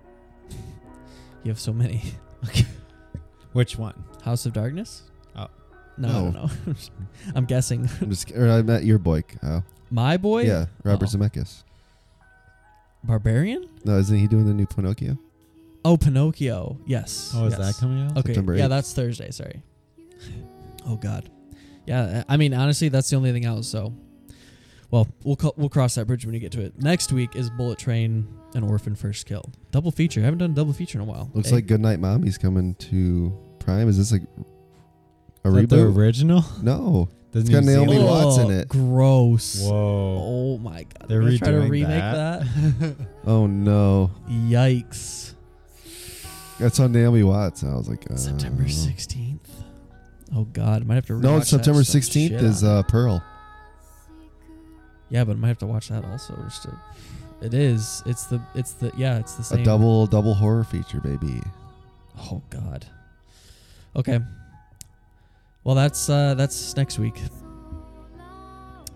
Speaker 1: You have so many.
Speaker 2: Which one?
Speaker 1: House of Darkness.
Speaker 2: Oh.
Speaker 1: No, I
Speaker 3: No.
Speaker 1: don't know. I'm guessing.
Speaker 3: I'm just, or I met your boy, Kyle.
Speaker 1: My boy.
Speaker 3: Yeah, Robert
Speaker 1: Oh.
Speaker 3: Zemeckis.
Speaker 1: Barbarian.
Speaker 3: No, isn't he doing the new Pinocchio?
Speaker 1: Oh, Pinocchio. Yes.
Speaker 2: Oh, is
Speaker 1: yes.
Speaker 2: that coming out?
Speaker 1: Okay.
Speaker 3: September
Speaker 1: yeah,
Speaker 3: 8th.
Speaker 1: that's Thursday. Sorry. Oh God. Yeah. I I mean, honestly, that's the only thing out. So, well, we'll co- we'll cross that bridge when we get to it. Next week is Bullet Train and Orphan First Kill. Double feature. haven't done double feature in a while.
Speaker 3: Looks
Speaker 1: Hey.
Speaker 3: like Goodnight Mommy's coming to Prime. Is this like a
Speaker 2: Is that the
Speaker 3: reboot?
Speaker 2: original?
Speaker 3: no,
Speaker 2: The
Speaker 3: It's
Speaker 2: New
Speaker 3: got Naomi
Speaker 2: Zealand-
Speaker 3: Watts in
Speaker 1: Ugh,
Speaker 3: it.
Speaker 1: Gross.
Speaker 2: Whoa!
Speaker 1: Oh my god.
Speaker 2: They're
Speaker 1: They're gonna try to
Speaker 2: redoing
Speaker 1: remake that.
Speaker 2: that?
Speaker 3: Oh no,
Speaker 1: Yikes.
Speaker 3: that's on Naomi Watts. And I was like, uh,
Speaker 1: September 16th. Oh god, I might have to
Speaker 3: No,
Speaker 1: rewatch
Speaker 3: it's September
Speaker 1: that some
Speaker 3: 16th
Speaker 1: shit
Speaker 3: is
Speaker 1: on it.
Speaker 3: uh, Pearl.
Speaker 1: Yeah, but I might have to watch that also just to It is. It's the it's the yeah, it's the same.
Speaker 3: A double double horror feature, baby.
Speaker 1: Oh god. Okay. Well, that's uh that's next week.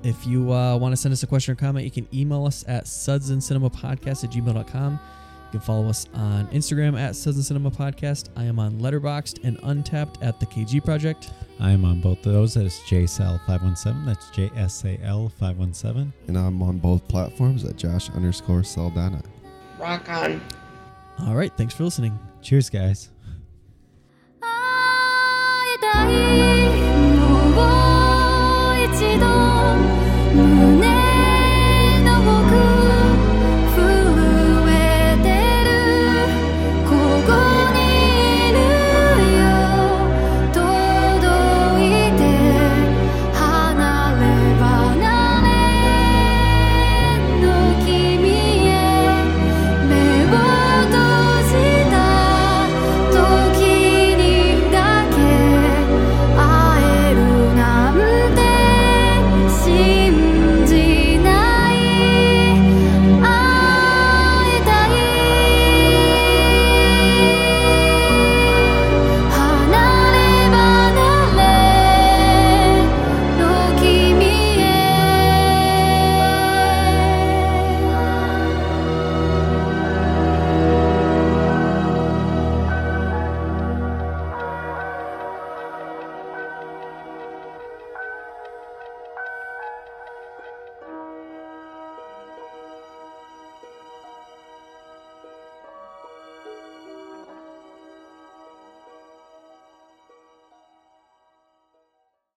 Speaker 1: If you uh, want to send us a question or comment, you can email us at sudsandcinemapodcast at gmail.com. You can follow us on Instagram at Suds and Cinema Podcast. I am on Letterboxd and Untapped at the KG Project.
Speaker 2: I'm on both of those. That's JSAL five one seven. That's JSAL five one seven.
Speaker 3: And I'm on both platforms at Josh underscore Saldana.
Speaker 5: Rock on.
Speaker 1: All right, thanks for listening.
Speaker 2: Cheers, guys.
Speaker 10: Ay, dai.